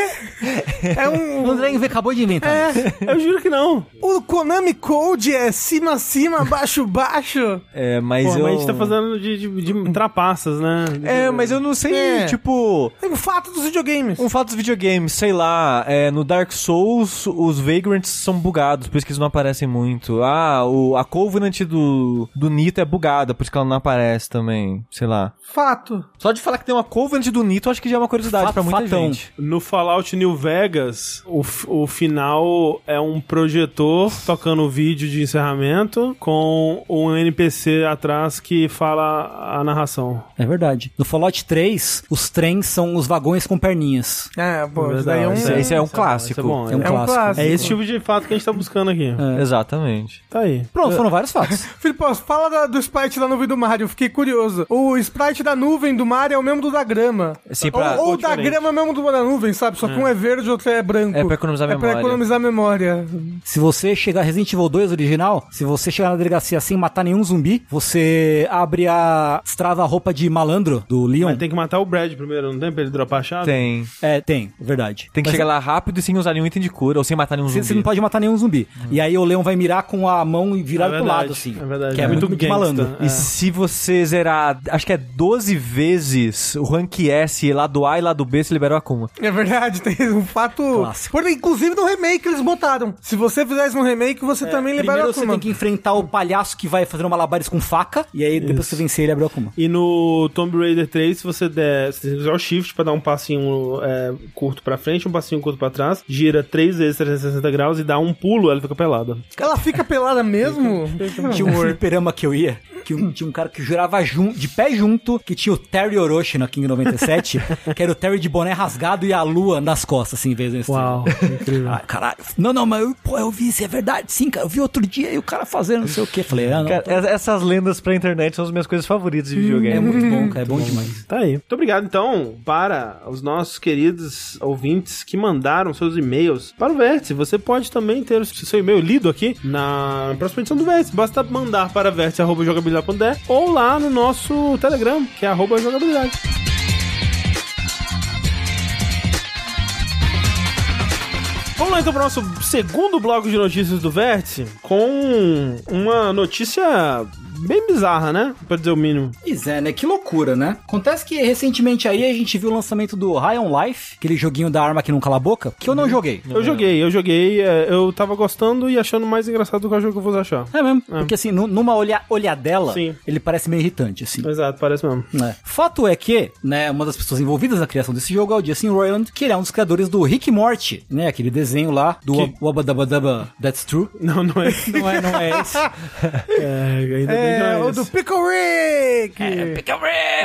[SPEAKER 3] É
[SPEAKER 4] O
[SPEAKER 3] um.
[SPEAKER 4] André acabou de inventar.
[SPEAKER 1] Eu juro que não.
[SPEAKER 3] O Konami Code é cima, cima, baixo, baixo.
[SPEAKER 2] É, mas
[SPEAKER 1] Pô,
[SPEAKER 2] eu...
[SPEAKER 1] mas a gente tá fazendo de, de- de trapaças, né?
[SPEAKER 2] É, mas eu não sei,
[SPEAKER 3] É.
[SPEAKER 2] tipo...
[SPEAKER 3] É um fato dos videogames.
[SPEAKER 2] Um fato dos videogames, sei lá, é, no Dark Souls os Vagrants são bugados, por isso que eles não aparecem muito. Ah, o, a Covenant do, do Nito é bugada, por isso que ela não aparece também, sei lá.
[SPEAKER 3] Fato.
[SPEAKER 2] Só de falar que tem uma Covenant do Nito, acho que já é uma curiosidade
[SPEAKER 4] Fato-
[SPEAKER 2] pra muita
[SPEAKER 4] fatão.
[SPEAKER 2] gente.
[SPEAKER 1] No Fallout New Vegas, o, f- o final é um projetor tocando o vídeo de encerramento com um NPC atrás que fala a narração.
[SPEAKER 4] É verdade. No Fallout 3, os trens são os vagões com perninhas.
[SPEAKER 3] É, pô, isso daí é um.
[SPEAKER 2] Isso aí-
[SPEAKER 3] É
[SPEAKER 2] esse é um
[SPEAKER 1] isso bom,
[SPEAKER 2] clássico.
[SPEAKER 1] isso É, bom,
[SPEAKER 4] É um
[SPEAKER 1] é.
[SPEAKER 3] um
[SPEAKER 4] clássico.
[SPEAKER 1] É
[SPEAKER 3] clássico.
[SPEAKER 1] esse tipo de fato que a gente tá buscando aqui.
[SPEAKER 2] É. Exatamente.
[SPEAKER 1] Tá aí.
[SPEAKER 4] Pronto, foram vários fatos.
[SPEAKER 3] Filipão, fala da- do sprite da nuvem do Mario, eu fiquei curioso. O sprite da nuvem do Mario é o mesmo do da grama.
[SPEAKER 2] Assim, pra-
[SPEAKER 3] ou ou
[SPEAKER 1] ou
[SPEAKER 3] da
[SPEAKER 1] diferente.
[SPEAKER 3] grama é o mesmo do da nuvem, sabe? Só que um é verde e outro é branco.
[SPEAKER 2] É pra economizar
[SPEAKER 3] É pra
[SPEAKER 2] memória.
[SPEAKER 3] economizar memória.
[SPEAKER 4] se você chegar Resident Evil 2 original, se você chegar na delegacia sem matar nenhum zumbi, você abre a estrava roupa de malandro do Leon.
[SPEAKER 1] Mas tem que matar o Brad primeiro, não tem? Pra ele dropar a chave?
[SPEAKER 2] Tem.
[SPEAKER 4] É, tem, verdade.
[SPEAKER 2] Tem que
[SPEAKER 4] Mas é-
[SPEAKER 2] chegar lá rápido e sem usar nenhum item de cura, ou sem matar nenhum
[SPEAKER 4] Você,
[SPEAKER 2] zumbi.
[SPEAKER 4] você não pode matar nenhum zumbi. E aí o Leon vai mirar com a mão virada
[SPEAKER 1] É
[SPEAKER 4] pro
[SPEAKER 1] verdade,
[SPEAKER 4] lado, assim.
[SPEAKER 1] é verdade.
[SPEAKER 4] Que é
[SPEAKER 1] Muito
[SPEAKER 4] muito, de
[SPEAKER 1] gangsta.
[SPEAKER 4] malandro.
[SPEAKER 2] E se você zerar, acho que é 12 vezes o rank S lá do A e lá do B, você liberou a Kuma.
[SPEAKER 3] É verdade, tem um fato.
[SPEAKER 4] Clássico.
[SPEAKER 3] Por- inclusive no remake eles botaram. Se você fizesse no remake, você também libera
[SPEAKER 4] Primeiro
[SPEAKER 3] a
[SPEAKER 4] você
[SPEAKER 3] turma.
[SPEAKER 4] tem que enfrentar o palhaço que vai fazendo malabares com faca, e aí depois que você vencer ele abre o Akuma.
[SPEAKER 1] E no Tomb Raider 3, se você der. Se você usar o shift pra dar um passinho é, curto pra frente, um passinho curto pra trás, gira 3 vezes 360 graus e dá um pulo, ela fica pelada.
[SPEAKER 3] Ela fica pelada mesmo?
[SPEAKER 4] Tinha um fliperama que eu ia, que um- tinha um cara que jurava jun- de pé junto, que tinha o Terry Orochi na King 97, que era o Terry de boné rasgado e a lua nas costas, assim, em vez do estrela.
[SPEAKER 1] incrível.
[SPEAKER 4] Ah, caralho. Não, não, mas eu, pô, eu vi isso, é verdade, sim, cara. Eu vi outro dia e o cara fazendo não sei o quê. Falei, ah, não.
[SPEAKER 2] Cara, es- essas lendas pra internet são as minhas coisas favoritas de videogame.
[SPEAKER 4] é muito bom, cara, é bom demais.
[SPEAKER 1] Tá aí. Muito obrigado, então, para os nossos queridos ouvintes que mandaram seus e-mails para o Vértice. Você pode também ter o seu e-mail lido aqui na próxima edição do Vértice. Basta mandar para vértice.jogabilidade.de ou lá no nosso Telegram, que é arroba jogabilidade. Vamos lá então para o nosso segundo bloco de notícias do Vértice com uma notícia bem bizarra, né? Pra dizer o mínimo.
[SPEAKER 4] Pois é, né? Que loucura, né? Acontece que recentemente aí a gente viu o lançamento do High on Life, aquele joguinho da arma que não cala a boca, que eu Uhum. não joguei.
[SPEAKER 3] É.
[SPEAKER 1] Eu joguei, eu joguei, é, eu tava gostando e achando mais engraçado do que eu achei que eu fosse achar.
[SPEAKER 4] É mesmo. Porque assim, nu- numa olha, olhadela,
[SPEAKER 1] Sim.
[SPEAKER 4] ele parece meio irritante, assim.
[SPEAKER 1] Exato, parece mesmo.
[SPEAKER 4] né? Fato é que, né, uma das pessoas envolvidas na criação desse jogo é o Jason Roiland, que ele é um dos criadores do Rick e Morty, né? Aquele desenho lá do
[SPEAKER 1] Que-
[SPEAKER 4] Wabadabadaba That's True.
[SPEAKER 1] Não, não é.
[SPEAKER 4] Não é, não é esse.
[SPEAKER 1] É, ainda bem que
[SPEAKER 3] É,
[SPEAKER 1] não é
[SPEAKER 3] o
[SPEAKER 1] esse.
[SPEAKER 3] do Pickle Rick!
[SPEAKER 1] É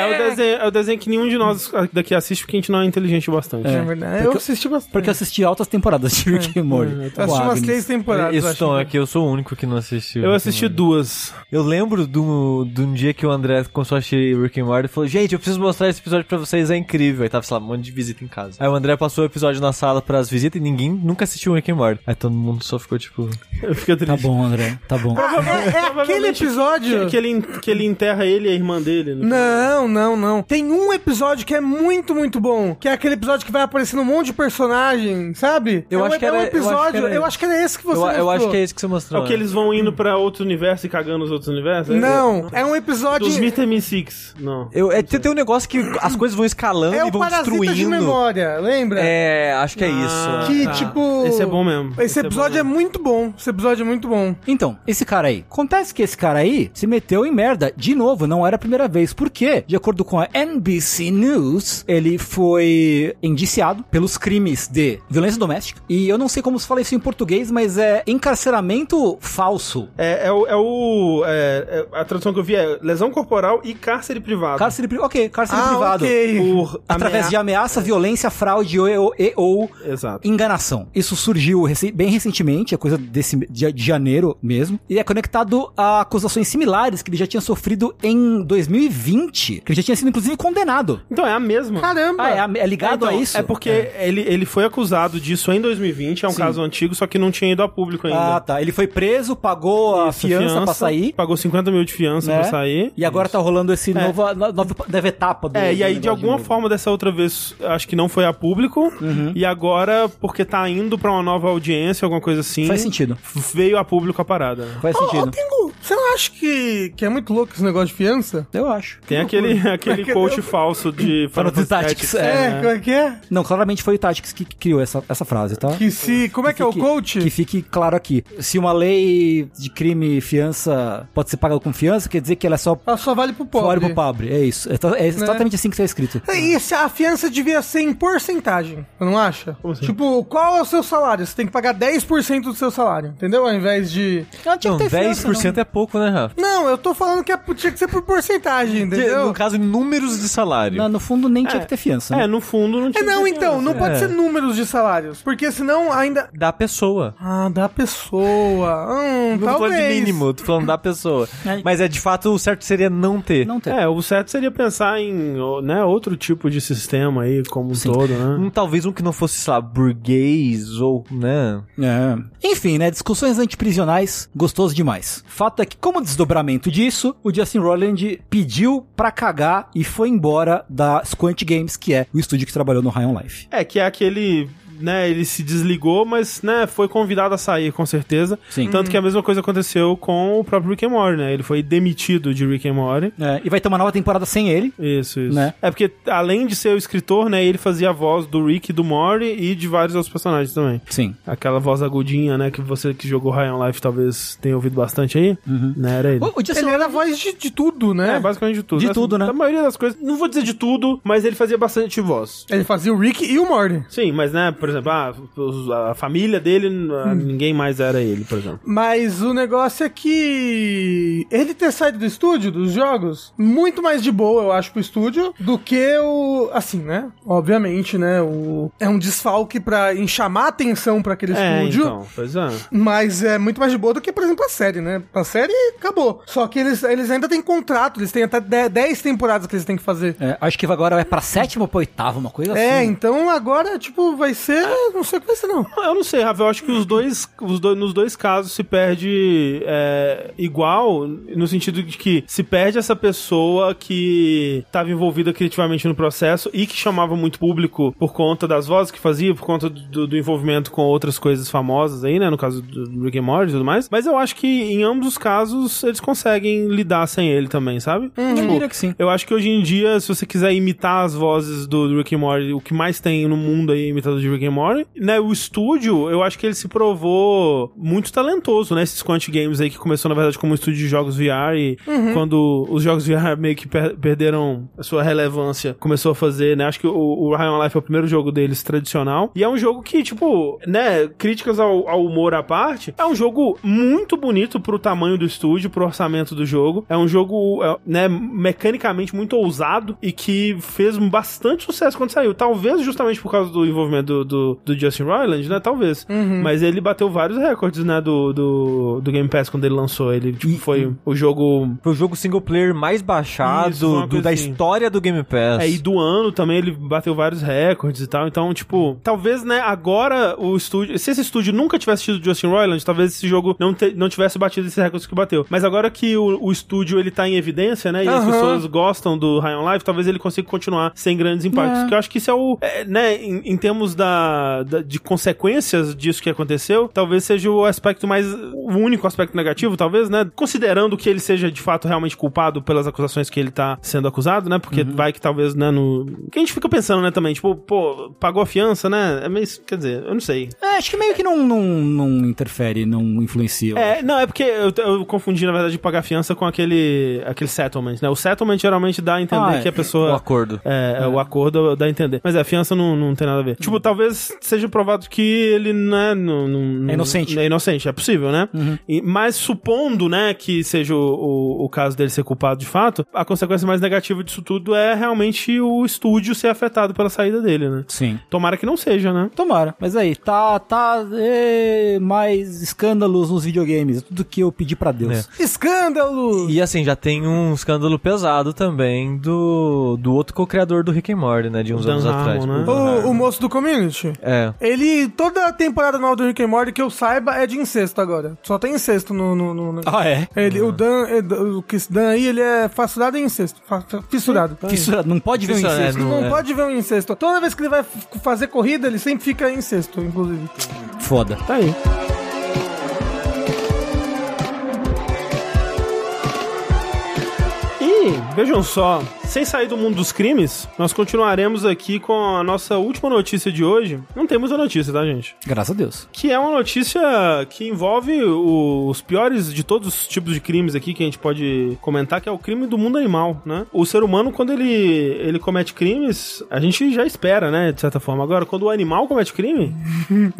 [SPEAKER 1] o, desenho, é o desenho que nenhum de nós daqui assiste porque a gente não é inteligente bastante.
[SPEAKER 3] É verdade. Eu assisti bastante.
[SPEAKER 4] Porque eu assisti altas temporadas de Rick e Morty.
[SPEAKER 3] É. Eu assisti umas três temporadas.
[SPEAKER 2] Isso,
[SPEAKER 3] acho.
[SPEAKER 2] então, é que eu sou o único que não assistiu.
[SPEAKER 1] Eu assisti
[SPEAKER 3] Hum.
[SPEAKER 1] duas.
[SPEAKER 2] Eu lembro do, de um dia que o André começou a assistir Rick and Morty e falou, gente, eu preciso mostrar esse episódio pra vocês, é incrível. Aí tava, sei lá, um monte de visita em casa. Aí o André passou o episódio na sala pras visitas e ninguém nunca assistiu Rick and Morty. Aí todo mundo só ficou, tipo...
[SPEAKER 1] Eu fiquei triste.
[SPEAKER 4] Tá bom, André, tá bom.
[SPEAKER 3] É, é aquele
[SPEAKER 1] Provavelmente-
[SPEAKER 3] episódio.
[SPEAKER 1] Que, que ele, que ele enterra ele e a irmã dele. né?
[SPEAKER 3] Não, não, não. Tem um episódio que é muito, muito bom. Que é aquele episódio que vai aparecendo um monte de personagem, sabe?
[SPEAKER 2] Eu
[SPEAKER 3] é um-
[SPEAKER 2] acho que
[SPEAKER 3] é um
[SPEAKER 2] era- eu acho que
[SPEAKER 3] episódio.
[SPEAKER 2] era-
[SPEAKER 3] Eu acho que era esse que você
[SPEAKER 2] Eu, eu acho
[SPEAKER 3] mostrou.
[SPEAKER 2] que é isso que você
[SPEAKER 1] É
[SPEAKER 2] mostrou.
[SPEAKER 1] o que
[SPEAKER 2] né?
[SPEAKER 1] eles vão indo pra outro universo e cagando os outros universos?
[SPEAKER 3] Não, é um
[SPEAKER 1] É,
[SPEAKER 3] episódio.
[SPEAKER 1] dos Mr. M6. Não.
[SPEAKER 2] Eu, é, tem, tem um negócio que as coisas vão escalando
[SPEAKER 3] É
[SPEAKER 2] e
[SPEAKER 3] o
[SPEAKER 2] vão
[SPEAKER 3] Parasita de
[SPEAKER 2] destruindo.
[SPEAKER 3] Memória, lembra?
[SPEAKER 2] É, acho que
[SPEAKER 1] Ah.
[SPEAKER 2] é
[SPEAKER 4] Ah,
[SPEAKER 2] isso.
[SPEAKER 4] tá.
[SPEAKER 3] Que, tipo-
[SPEAKER 1] Esse é bom mesmo.
[SPEAKER 3] Esse episódio é,
[SPEAKER 1] bom mesmo.
[SPEAKER 3] muito bom. Esse episódio é muito bom.
[SPEAKER 4] Então, esse cara aí. Acontece que esse cara aí se meteu em merda de novo, não era a primeira vez. Por quê? De acordo com a NBC News, ele foi indiciado pelos crimes de violência doméstica. E eu não sei como se fala isso em português, mas é encarceramento falso.
[SPEAKER 1] É, é o. é o- é- é- a tradução que eu vi é lesão corporal e cárcere privado.
[SPEAKER 4] Cárcere privado. Ok, cárcere
[SPEAKER 1] Ah,
[SPEAKER 4] privado.
[SPEAKER 3] ok.
[SPEAKER 1] Por
[SPEAKER 4] Através de
[SPEAKER 1] amea-
[SPEAKER 4] ameaça, violência, fraude ou- ou- e ou
[SPEAKER 1] Exato.
[SPEAKER 4] enganação. Isso surgiu reci- bem recentemente, é coisa desse de, de janeiro mesmo, e é conectado a acusações similares que ele já tinha sofrido em 2020, que ele já tinha sido inclusive condenado.
[SPEAKER 1] Então é a mesma.
[SPEAKER 3] Caramba!
[SPEAKER 4] Ah, é, a- é ligado
[SPEAKER 1] Então,
[SPEAKER 4] a isso?
[SPEAKER 1] É porque Ele, ele foi acusado disso em 2020, é um caso antigo, só que não tinha ido a público ainda.
[SPEAKER 4] Ah, tá. Ele foi preso, pagou a
[SPEAKER 1] Isso,
[SPEAKER 4] fiança, pra sair.
[SPEAKER 1] Pagou 50 mil de fiança
[SPEAKER 4] né?
[SPEAKER 1] pra sair.
[SPEAKER 4] E agora tá rolando esse nova, no- nova, nova etapa do
[SPEAKER 1] É, e
[SPEAKER 4] do
[SPEAKER 1] aí de
[SPEAKER 4] negócio
[SPEAKER 1] alguma
[SPEAKER 4] novo.
[SPEAKER 1] forma dessa outra vez, acho que não foi a público.
[SPEAKER 4] Uhum.
[SPEAKER 1] E agora, porque tá indo pra uma nova audiência, alguma coisa assim.
[SPEAKER 4] Faz sentido.
[SPEAKER 1] Veio a público a parada. né?
[SPEAKER 4] Faz
[SPEAKER 3] Ô, ô,
[SPEAKER 4] sentido.
[SPEAKER 3] Pingu, um- você não acha que, que é muito louco esse negócio de fiança?
[SPEAKER 4] Eu acho.
[SPEAKER 1] Tem aquele, aquele coach falso de
[SPEAKER 4] Final Fantasy Tactics,
[SPEAKER 3] É,
[SPEAKER 2] né?
[SPEAKER 4] é.
[SPEAKER 1] né?
[SPEAKER 3] como é que é?
[SPEAKER 4] Não, claramente foi o Tactics que que criou essa, essa frase, tá?
[SPEAKER 3] Que se. Como é que, é o
[SPEAKER 4] fique-
[SPEAKER 3] coach?
[SPEAKER 4] Que fique claro aqui. Se uma lei de crime e fiança pode ser paga com fiança, quer dizer que ela é só
[SPEAKER 3] Ela só vale pro
[SPEAKER 4] fora
[SPEAKER 3] pobre.
[SPEAKER 4] pro pobre. É isso. É, ta- é exatamente assim que tá escrito.
[SPEAKER 3] E se É a fiança devia ser em porcentagem, você não acha?
[SPEAKER 2] assim?
[SPEAKER 3] Tipo, qual é o seu salário? Você tem que pagar 10% do seu salário, entendeu? Ao invés de.
[SPEAKER 2] Não, 10% é pouco, né, Rafa?
[SPEAKER 3] Não, eu tô falando que é- tinha que ser por porcentagem, entendeu?
[SPEAKER 2] No caso, números de salário.
[SPEAKER 4] Não, no fundo, nem tinha que ter fiança.
[SPEAKER 1] É,
[SPEAKER 4] né?
[SPEAKER 1] no fundo não
[SPEAKER 3] É,
[SPEAKER 1] tinha.
[SPEAKER 3] não, então, não pode
[SPEAKER 2] É.
[SPEAKER 3] ser números de salários, porque senão ainda.
[SPEAKER 2] Da pessoa.
[SPEAKER 3] Ah, da pessoa. Hum,
[SPEAKER 2] Não tô falando de
[SPEAKER 3] talvez.
[SPEAKER 2] mínimo, tô falando da pessoa.
[SPEAKER 4] É.
[SPEAKER 2] Mas é de fato o certo seria não ter.
[SPEAKER 4] Não tem.
[SPEAKER 1] É, o certo seria pensar em né, outro tipo de sistema aí, como um todo, né?
[SPEAKER 2] Um, talvez um que não fosse, sei lá, burguês ou, né?
[SPEAKER 4] É. Enfim, né? Discussões antiprisionais, gostoso demais. Fato é que, como desdobramento disso, o Justin Roiland pediu pra cagar e foi embora da Squant Games, que é o estúdio que trabalhou no High on Life.
[SPEAKER 1] É, que é aquele. Né, ele se desligou, mas né, foi convidado a sair, com certeza.
[SPEAKER 4] Sim.
[SPEAKER 1] Tanto
[SPEAKER 3] Uhum.
[SPEAKER 1] que a mesma coisa aconteceu com o próprio Rick and Morty, né? Ele foi demitido de Rick and Morty.
[SPEAKER 4] É, e vai ter uma nova temporada sem ele.
[SPEAKER 1] Isso, isso.
[SPEAKER 4] Né?
[SPEAKER 1] É porque, além de ser o escritor, né, ele fazia a voz do Rick, do Morty e de vários outros personagens também.
[SPEAKER 4] Sim.
[SPEAKER 1] Aquela voz agudinha, né, que você que jogou High on Life talvez tenha ouvido bastante aí,
[SPEAKER 4] Uhum.
[SPEAKER 1] né, era ele.
[SPEAKER 4] O, o Justin
[SPEAKER 3] Ele era a voz de, de tudo, né?
[SPEAKER 1] É, basicamente de tudo.
[SPEAKER 4] De
[SPEAKER 1] Assim,
[SPEAKER 4] tudo, né?
[SPEAKER 1] A maioria das coisas, não vou dizer de tudo, mas ele fazia bastante voz.
[SPEAKER 3] Ele fazia o Rick e o Morty.
[SPEAKER 1] Sim, mas, né, por exemplo, ah, os- a, família dele, ah,
[SPEAKER 4] Hum.
[SPEAKER 1] ninguém mais era ele, por exemplo.
[SPEAKER 3] Mas o negócio é que ele ter saído do estúdio, dos jogos, muito mais de boa, eu acho, pro estúdio, do que o. Assim, né? Obviamente, né? O, é um desfalque pra em chamar atenção pra aquele
[SPEAKER 1] É,
[SPEAKER 3] estúdio.
[SPEAKER 1] então, pois é.
[SPEAKER 3] Mas é muito mais de boa do que, por exemplo, a série, né? A série acabou. Só que eles, eles ainda têm contrato, eles têm até de- 10 temporadas que eles têm que fazer.
[SPEAKER 4] É, acho que agora vai pra sétima ou pra oitava, uma coisa
[SPEAKER 3] É,
[SPEAKER 4] assim.
[SPEAKER 3] então agora, tipo, vai ser é, não sei com isso não.
[SPEAKER 1] Eu não sei, Rafa. Eu acho que os dois, os dois nos dois casos se perde é, igual, no sentido de que se perde essa pessoa que estava envolvida criativamente no processo e que chamava muito público por conta das vozes que fazia, por conta do, do envolvimento com outras coisas famosas aí, né? No caso do Rick and Morty e tudo mais. Mas eu acho que em ambos os casos eles conseguem lidar sem ele também, sabe?
[SPEAKER 4] Eu diria que sim.
[SPEAKER 1] Eu acho que hoje em dia, se você quiser imitar as vozes do, do Rick and Morty, o que mais tem no mundo aí é imitador de Rick and Morty, né? O estúdio, eu acho que ele se provou muito talentoso, né? Esses Quantic Games aí que começou, na verdade, como um estúdio de jogos VR e quando os jogos VR meio que per- perderam a sua relevância, começou a fazer, né? Acho que o, o Ryan Life é o primeiro jogo deles tradicional e é um jogo que, tipo, né? Críticas ao, ao humor à parte, é um jogo muito bonito pro tamanho do estúdio, pro orçamento do jogo. É um jogo, é, né, mecanicamente muito ousado e que fez bastante sucesso quando saiu. Talvez justamente por causa do envolvimento do, do, do Justin Roiland, né? Talvez.
[SPEAKER 4] Uhum.
[SPEAKER 1] Mas ele bateu vários recordes, né, do, do, do Game Pass quando ele lançou. Ele, tipo,
[SPEAKER 4] E-
[SPEAKER 1] foi o jogo.
[SPEAKER 2] Foi o jogo single player mais baixado
[SPEAKER 1] Isso, uma
[SPEAKER 2] do-
[SPEAKER 1] coisa
[SPEAKER 2] da
[SPEAKER 1] assim.
[SPEAKER 2] história do Game Pass.
[SPEAKER 1] Aí É, do ano também ele bateu vários recordes e tal. Então, tipo, talvez, né, agora o estúdio. Se esse estúdio nunca tivesse tido o Justin Roiland, talvez esse jogo não, te- não tivesse batido esses recordes que bateu. Mas agora que o, o estúdio ele tá em evidência, né? E as
[SPEAKER 3] Aham.
[SPEAKER 1] pessoas gostam do High on Life, talvez ele consiga continuar sem grandes impactos. Que eu acho que isso é o. é, né, em, em termos da, da- de consequências disso que aconteceu, talvez seja o aspecto mais. o único aspecto negativo, talvez, né? Considerando que ele seja de fato realmente culpado pelas acusações que ele tá sendo acusado, né? Porque vai que talvez, né, no. Que a gente fica pensando, né, também, tipo, pô, pagou a fiança, né? É meio. Quer dizer, eu não sei.
[SPEAKER 4] É, acho que meio que não, não, não interfere, não influencia.
[SPEAKER 1] É, não, é porque eu, eu confundi, na verdade, pagar fiança com aquele, aquele settlement, né? O settlement geralmente dá a entender
[SPEAKER 4] Ah,
[SPEAKER 1] que a
[SPEAKER 4] é.
[SPEAKER 1] pessoa.
[SPEAKER 2] o acordo.
[SPEAKER 1] É, é, o acordo dá a entender. Mas é, a fiança não, não tem nada a
[SPEAKER 4] Uhum.
[SPEAKER 1] ver. Tipo, talvez seja provado que ele não é... Não, não-
[SPEAKER 4] É inocente. Uhum.
[SPEAKER 1] É inocente, é possível, né? E- mas supondo, né, que seja o, o, o caso dele ser culpado de fato, a consequência mais negativa disso tudo é realmente o estúdio ser afetado pela saída dele, né?
[SPEAKER 4] Sim.
[SPEAKER 1] Tomara que não seja, né?
[SPEAKER 4] Tomara. Mas aí, tá, tá, é, mais escândalos nos videogames. Tudo que eu pedi pra Deus.
[SPEAKER 2] É.
[SPEAKER 3] Escândalo!
[SPEAKER 2] E assim, já tem um escândalo pesado também do, do outro co-criador do Rick and Morty, né? De uns
[SPEAKER 1] Dan
[SPEAKER 2] anos
[SPEAKER 1] Harmon,
[SPEAKER 2] atrás.
[SPEAKER 1] né?
[SPEAKER 2] Dan
[SPEAKER 3] O,
[SPEAKER 2] Harmon.
[SPEAKER 3] o moço do community.
[SPEAKER 2] É.
[SPEAKER 3] Ele, toda a temporada nova do Rick and Morty, que eu saiba, é de incesto agora. Só tem incesto no... no, no- no-
[SPEAKER 4] Ah, é?
[SPEAKER 3] Ele, o Dan, é, o Chris Dan aí, ele é fassurado em incesto. Fa- fa- Fissurado.
[SPEAKER 4] Fissura, não pode ver um
[SPEAKER 2] Fissura, é,
[SPEAKER 4] incesto.
[SPEAKER 3] Não,
[SPEAKER 2] é.
[SPEAKER 3] pode ver um incesto. Toda vez que ele vai f- fazer corrida, ele sempre fica em sexto, inclusive.
[SPEAKER 4] Foda.
[SPEAKER 1] Tá aí. E vejam só, sem sair do mundo dos crimes, nós continuaremos aqui com a nossa última notícia de hoje. Não tem muita notícia, tá, gente?
[SPEAKER 4] Graças a Deus.
[SPEAKER 1] Que é uma notícia que envolve o- os piores de todos os tipos de crimes aqui que a gente pode comentar, que é o crime do mundo animal, né? O ser humano, quando ele, ele comete crimes, a gente já espera, né? De certa forma. Agora, quando o animal comete crime,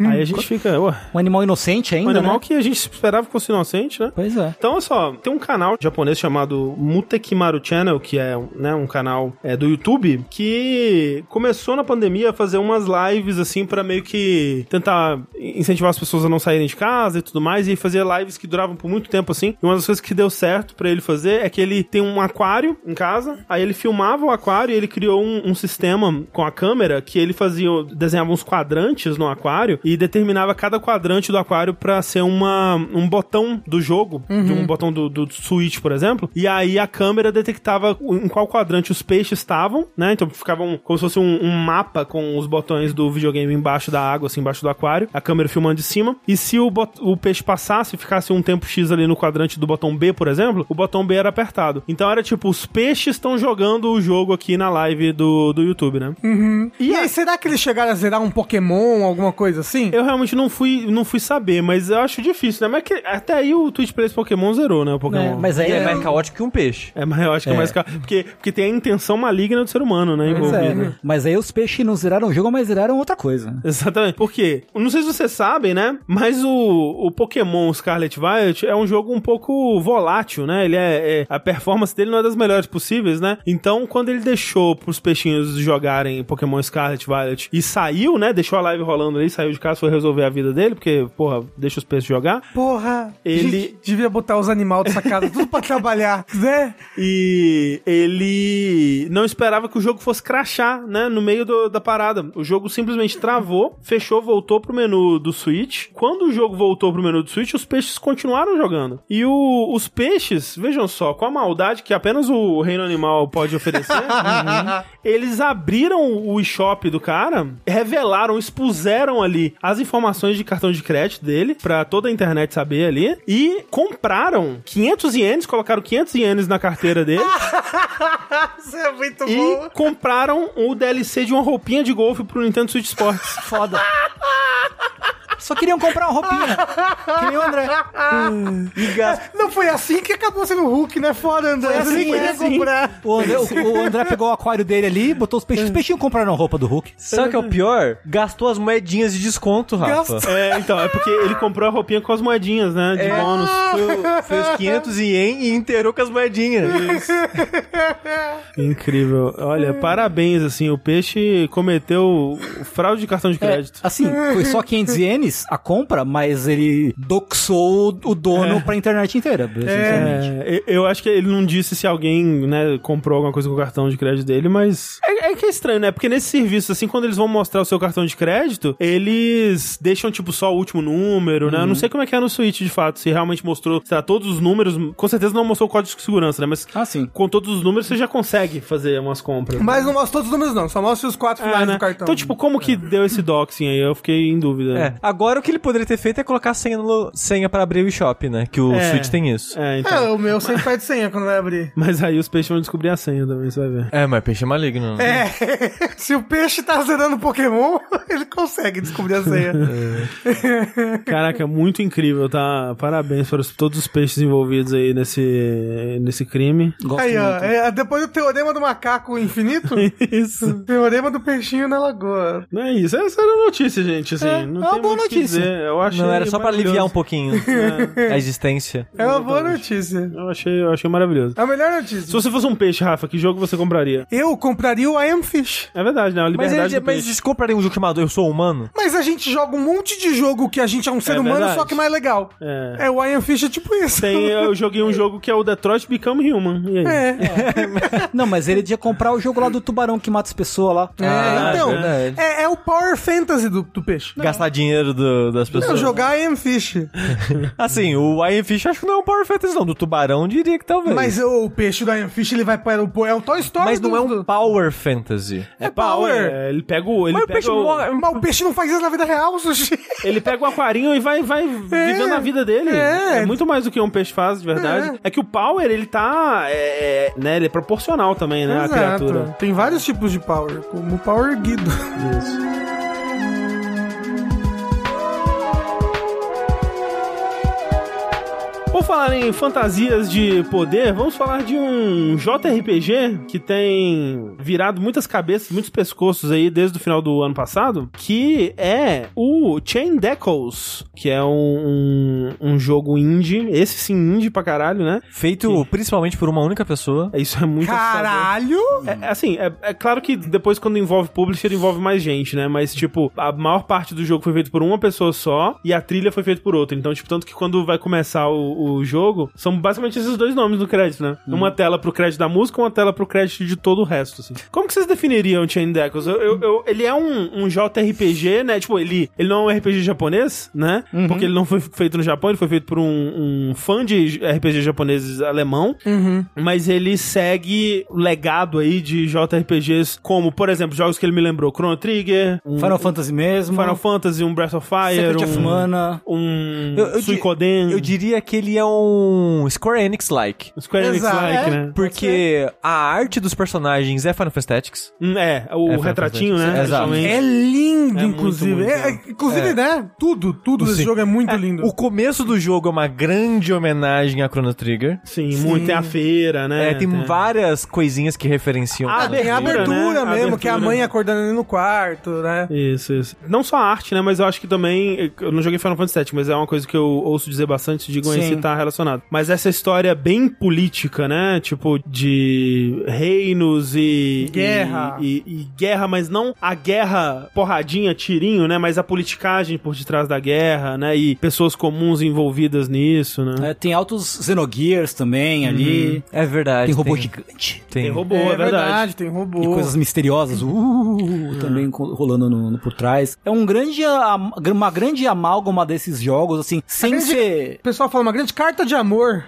[SPEAKER 1] aí a gente fica. "Ué,
[SPEAKER 4] Um animal inocente ainda,
[SPEAKER 1] um animal
[SPEAKER 4] né?
[SPEAKER 1] que a gente esperava que fosse inocente, né?
[SPEAKER 4] Pois é.
[SPEAKER 1] Então, olha só, tem um canal japonês chamado Mutekimaru Channel, que é né, um canal é, do YouTube, que começou na pandemia a fazer umas lives, assim, pra meio que tentar incentivar as pessoas a não saírem de casa e tudo mais, e fazer lives que duravam por muito tempo, assim. E uma das coisas que deu certo pra ele fazer é que ele tem um aquário em casa, aí ele filmava o aquário e ele criou um, um sistema com a câmera que ele fazia, desenhava uns quadrantes no aquário e determinava cada quadrante do aquário pra ser uma, um botão do jogo, de um botão do, do Switch, por exemplo. E aí a câmera detectava em qual quadrante os peixes estavam, né? Então ficava um- como se fosse um, um mapa com os botões do videogame embaixo da água, assim, embaixo do aquário, a câmera filmando de cima. E se o, bot- o peixe passasse, ficasse um tempo X ali no quadrante do botão B, por exemplo, o botão B era apertado. Então era tipo, os peixes estão jogando o jogo aqui na live do, do YouTube, né?
[SPEAKER 3] E, aí, será que eles chegaram a zerar um Pokémon, alguma coisa assim?
[SPEAKER 1] Eu realmente não fui, não fui saber, mas eu acho difícil, né? Mas que, até aí o Twitch Plays Pokémon zerou, né? O Pokémon.
[SPEAKER 4] É, mas aí
[SPEAKER 2] Ele é
[SPEAKER 4] é,
[SPEAKER 2] mais caótico que um peixe.
[SPEAKER 1] É, mas eu acho que é mais ca- porque Porque tem a intenção maligna do ser humano, né?
[SPEAKER 4] Pois
[SPEAKER 1] envolvida.
[SPEAKER 4] é. Mas aí os peixes não zeraram o jogo, mas zeraram outra coisa.
[SPEAKER 1] Exatamente. Por quê? Não sei se vocês sabem, né? Mas o, o Pokémon Scarlet Violet é um jogo um pouco volátil, né? Ele é, é- A performance dele não é das melhores possíveis, né? Então, quando ele deixou pros peixinhos jogarem Pokémon Scarlet Violet e saiu, né? Deixou a live rolando ali, saiu de casa, foi resolver a vida dele, porque, porra, deixa os peixes jogar.
[SPEAKER 3] Porra!
[SPEAKER 1] Ele-
[SPEAKER 3] Gente, devia botar os animais dessa casa tudo pra trabalhar, né?
[SPEAKER 1] E que ele não esperava que o jogo fosse crashar, né? No meio do- da parada. O jogo simplesmente travou, fechou, voltou pro menu do Switch. Quando o jogo voltou pro menu do Switch, os peixes continuaram jogando. E o- os peixes, vejam só, com a maldade que apenas o reino animal pode oferecer, uhum, eles abriram o eShop do cara, revelaram, expuseram ali as informações de cartão de crédito dele, pra toda a internet saber ali, e compraram 500 ienes, colocaram 500 ienes na carteira dele,
[SPEAKER 3] Isso é muito
[SPEAKER 1] e compraram o DLC de uma roupinha de golfe pro Nintendo Switch Sports.
[SPEAKER 4] Foda. Só queriam comprar uma roupinha. Que nem o André.
[SPEAKER 3] Não foi assim que acabou sendo o Hulk, né? Fora, André.
[SPEAKER 4] Foi
[SPEAKER 3] Você nem
[SPEAKER 4] assim,
[SPEAKER 3] queria
[SPEAKER 4] é assim.
[SPEAKER 3] comprar.
[SPEAKER 4] O André, o- o André pegou o aquário dele ali, botou os peixinhos. Os peixinhos compraram a roupa do Hulk.
[SPEAKER 2] Sabe o que é o pior? Gastou as moedinhas de desconto, Rafa.
[SPEAKER 3] Gastou.
[SPEAKER 1] É, então, é porque ele comprou a roupinha com as moedinhas, né? De bônus.
[SPEAKER 2] Foi, o- foi os 500 ien e inteirou com as moedinhas.
[SPEAKER 1] Incrível. Olha, parabéns, assim, o peixe cometeu fraude de cartão de
[SPEAKER 4] É,
[SPEAKER 1] crédito.
[SPEAKER 4] assim, foi só 500 ienes a compra, mas ele doxou o dono pra internet inteira, sinceramente.
[SPEAKER 1] É, eu eu acho que ele não disse se alguém, né, comprou alguma coisa com o cartão de crédito dele, mas. É, é que é estranho, né? Porque nesse serviço, assim, quando eles vão mostrar o seu cartão de crédito, eles deixam, tipo, só o último número,
[SPEAKER 3] Uhum.
[SPEAKER 1] né? Eu não sei como é que é no Switch, de fato, se realmente mostrou, sei lá, todos os números. Com certeza não mostrou o código de segurança, né? Mas
[SPEAKER 4] Ah, sim.
[SPEAKER 1] com todos os números você já consegue fazer umas compras.
[SPEAKER 3] Mas não mostra todos os números, não. Só mostra os quatro
[SPEAKER 1] É,
[SPEAKER 3] finais
[SPEAKER 1] né?
[SPEAKER 3] do cartão. É.
[SPEAKER 1] Então, tipo, como que deu esse doxing aí? Eu fiquei em dúvida. né?
[SPEAKER 2] É. Agora o que ele poderia ter feito é colocar a senha, no- senha pra abrir o shop, né? Que o
[SPEAKER 1] É.
[SPEAKER 2] Switch tem isso.
[SPEAKER 1] É, então.
[SPEAKER 3] É, o meu sempre perde senha quando vai abrir.
[SPEAKER 1] Mas aí os peixes vão descobrir a senha também, você vai ver.
[SPEAKER 2] É, mas peixe é maligno. né?
[SPEAKER 3] É, se o peixe tá zerando Pokémon, ele consegue descobrir a senha.
[SPEAKER 1] Caraca, é muito incrível, tá? Parabéns para os- todos os peixes envolvidos aí nesse, nesse crime.
[SPEAKER 4] Gosto
[SPEAKER 3] Aí, ó,
[SPEAKER 4] muito.
[SPEAKER 3] é, depois do teorema do macaco infinito,
[SPEAKER 1] Isso.
[SPEAKER 3] teorema do peixinho na lagoa.
[SPEAKER 1] Não é isso, essa era a notícia, gente. Assim,
[SPEAKER 4] É,
[SPEAKER 1] não
[SPEAKER 4] é uma
[SPEAKER 1] tem
[SPEAKER 4] boa
[SPEAKER 1] muito o que
[SPEAKER 4] notícia.
[SPEAKER 1] dizer. Eu achei
[SPEAKER 2] Não, era só pra aliviar um
[SPEAKER 1] maravilhoso.
[SPEAKER 2] pouquinho a existência.
[SPEAKER 3] É uma boa notícia.
[SPEAKER 1] Eu achei, eu achei maravilhoso.
[SPEAKER 3] É a melhor
[SPEAKER 1] Se
[SPEAKER 3] notícia.
[SPEAKER 1] você fosse um peixe, Rafa, que jogo você compraria?
[SPEAKER 3] Eu compraria o I Am Fish.
[SPEAKER 1] É verdade, né? A
[SPEAKER 2] Mas,
[SPEAKER 1] liberdade
[SPEAKER 2] ele,
[SPEAKER 1] do
[SPEAKER 2] mas
[SPEAKER 1] peixe.
[SPEAKER 2] eles comprariam um jogo chamado Eu Sou Humano?
[SPEAKER 3] Mas a gente joga um monte de jogo que a gente é um ser
[SPEAKER 1] É
[SPEAKER 3] humano,
[SPEAKER 1] verdade.
[SPEAKER 3] só que mais legal.
[SPEAKER 1] É.
[SPEAKER 3] É, o I Am Fish é tipo isso.
[SPEAKER 1] Tem, eu joguei um jogo que é o Detroit Become Human. E aí?
[SPEAKER 3] É.
[SPEAKER 4] Não, mas ele tinha que comprar o jogo lá do tubarão que mata as pessoas lá.
[SPEAKER 3] É,
[SPEAKER 2] Ah,
[SPEAKER 3] então,
[SPEAKER 2] verdade.
[SPEAKER 3] é, é o Power Fantasy do, do peixe.
[SPEAKER 2] Gastar dinheiro do- das pessoas?
[SPEAKER 3] Não, jogar I Am Fish.
[SPEAKER 2] Assim, o Iron Fish acho que não é um Power Fantasy, não. Do Tubarão diria que
[SPEAKER 1] É
[SPEAKER 2] talvez.
[SPEAKER 3] Mas o peixe do I Am Fish, ele vai para o... É o Toy Story
[SPEAKER 2] Mas não
[SPEAKER 3] do-
[SPEAKER 2] é
[SPEAKER 3] do-
[SPEAKER 2] um Power Fantasy.
[SPEAKER 1] É power. é, ele pega o. Ele
[SPEAKER 2] Mas o
[SPEAKER 1] pega
[SPEAKER 2] peixe
[SPEAKER 1] o-
[SPEAKER 2] morre-
[SPEAKER 3] Mas o peixe não faz isso na vida real, Sushi.
[SPEAKER 1] Ele pega o aquarinho e vai, vai vivendo a vida dele. É.
[SPEAKER 3] É.
[SPEAKER 1] muito mais do que um peixe faz, de verdade. É, que o power, ele tá. é, é, né, ele é proporcional também, né? A criatura.
[SPEAKER 3] Tem vários tipos de power, como o power erguido.
[SPEAKER 1] Por falar em fantasias de poder, vamos falar de um JRPG que tem virado muitas cabeças, muitos pescoços aí desde o final do ano passado, que é o Chain Deckles, que é um, um, um jogo indie, esse sim indie pra caralho, né?
[SPEAKER 2] Feito principalmente por uma única pessoa.
[SPEAKER 1] Isso é muito assustador.
[SPEAKER 3] Caralho!
[SPEAKER 1] É, é assim, é, é claro que depois quando envolve publisher envolve mais gente, né? Mas, tipo, a maior parte do jogo foi feito por uma pessoa só e a trilha foi feita por outra. Então, tipo, tanto que quando vai começar o, o jogo, são basicamente esses dois nomes no crédito, né? Uma tela pro crédito da música, uma tela pro crédito de todo o resto, assim. Como que vocês definiriam Chain Deckles? Eu- eu- eu- ele é um, um JRPG, né? Tipo, ele, ele não é um RPG japonês, né?
[SPEAKER 2] Uhum.
[SPEAKER 1] Porque ele não foi feito no Japão, ele foi feito por um, um fã de RPG japoneses alemão.
[SPEAKER 2] Uhum.
[SPEAKER 1] Mas ele segue o legado aí de JRPGs, como, por exemplo, jogos que ele me lembrou: Chrono Trigger, um
[SPEAKER 4] Final Fantasy mesmo.
[SPEAKER 1] Final Fantasy, um Breath of Fire,
[SPEAKER 4] Secret of
[SPEAKER 1] um,
[SPEAKER 4] Mana.
[SPEAKER 1] um
[SPEAKER 2] Eu- eu di-
[SPEAKER 1] Suikoden,
[SPEAKER 2] Eu diria que ele é um Square Enix-like.
[SPEAKER 1] Square Enix-like,
[SPEAKER 3] Exato.
[SPEAKER 2] É.
[SPEAKER 1] né?
[SPEAKER 2] Porque a arte dos personagens é Final Fantasy Tactics.
[SPEAKER 1] Hum, É, o
[SPEAKER 2] É,
[SPEAKER 1] retratinho, né?
[SPEAKER 2] Exato.
[SPEAKER 1] principalmente.
[SPEAKER 3] É lindo,
[SPEAKER 1] É muito,
[SPEAKER 3] inclusive.
[SPEAKER 1] muito
[SPEAKER 3] É,
[SPEAKER 1] lindo.
[SPEAKER 3] inclusive, né? Tudo, tudo desse jogo é muito lindo.
[SPEAKER 2] O começo do jogo é uma grande homenagem a Chrono Trigger.
[SPEAKER 1] Sim, muito. Tem a feira, né?
[SPEAKER 2] É, tem várias coisinhas que referenciam.
[SPEAKER 1] Ah,
[SPEAKER 2] Chrono
[SPEAKER 1] bem,
[SPEAKER 3] Tem a
[SPEAKER 1] abertura,
[SPEAKER 3] abertura
[SPEAKER 1] né? A
[SPEAKER 3] mesmo, que é a
[SPEAKER 1] abertura.
[SPEAKER 3] mãe acordando ali no quarto, né?
[SPEAKER 1] Isso, isso. Não só a arte, né? Mas eu acho que também. Eu não joguei Final Fantasy VII, mas é uma coisa que eu ouço dizer bastante de conhecidos que tá relacionado. Mas essa história bem política, né? Tipo, de reinos e.
[SPEAKER 3] Guerra.
[SPEAKER 1] E, e- e guerra, mas não a guerra porradinha, tirinho, né? Mas a politicagem por detrás da guerra, né? E pessoas comuns envolvidas nisso, né?
[SPEAKER 4] É, tem altos Xenogears também ali.
[SPEAKER 2] É verdade.
[SPEAKER 4] Tem robô gigante.
[SPEAKER 2] Tem.
[SPEAKER 1] Tem robô,
[SPEAKER 3] É,
[SPEAKER 1] é, verdade.
[SPEAKER 3] verdade, tem robô.
[SPEAKER 4] E coisas misteriosas, uh, também co- rolando no, no por trás. É um grande, am- uma grande amálgama desses jogos, assim, sem
[SPEAKER 3] grande-
[SPEAKER 4] ser.
[SPEAKER 3] O pessoal fala uma grande carta de amor.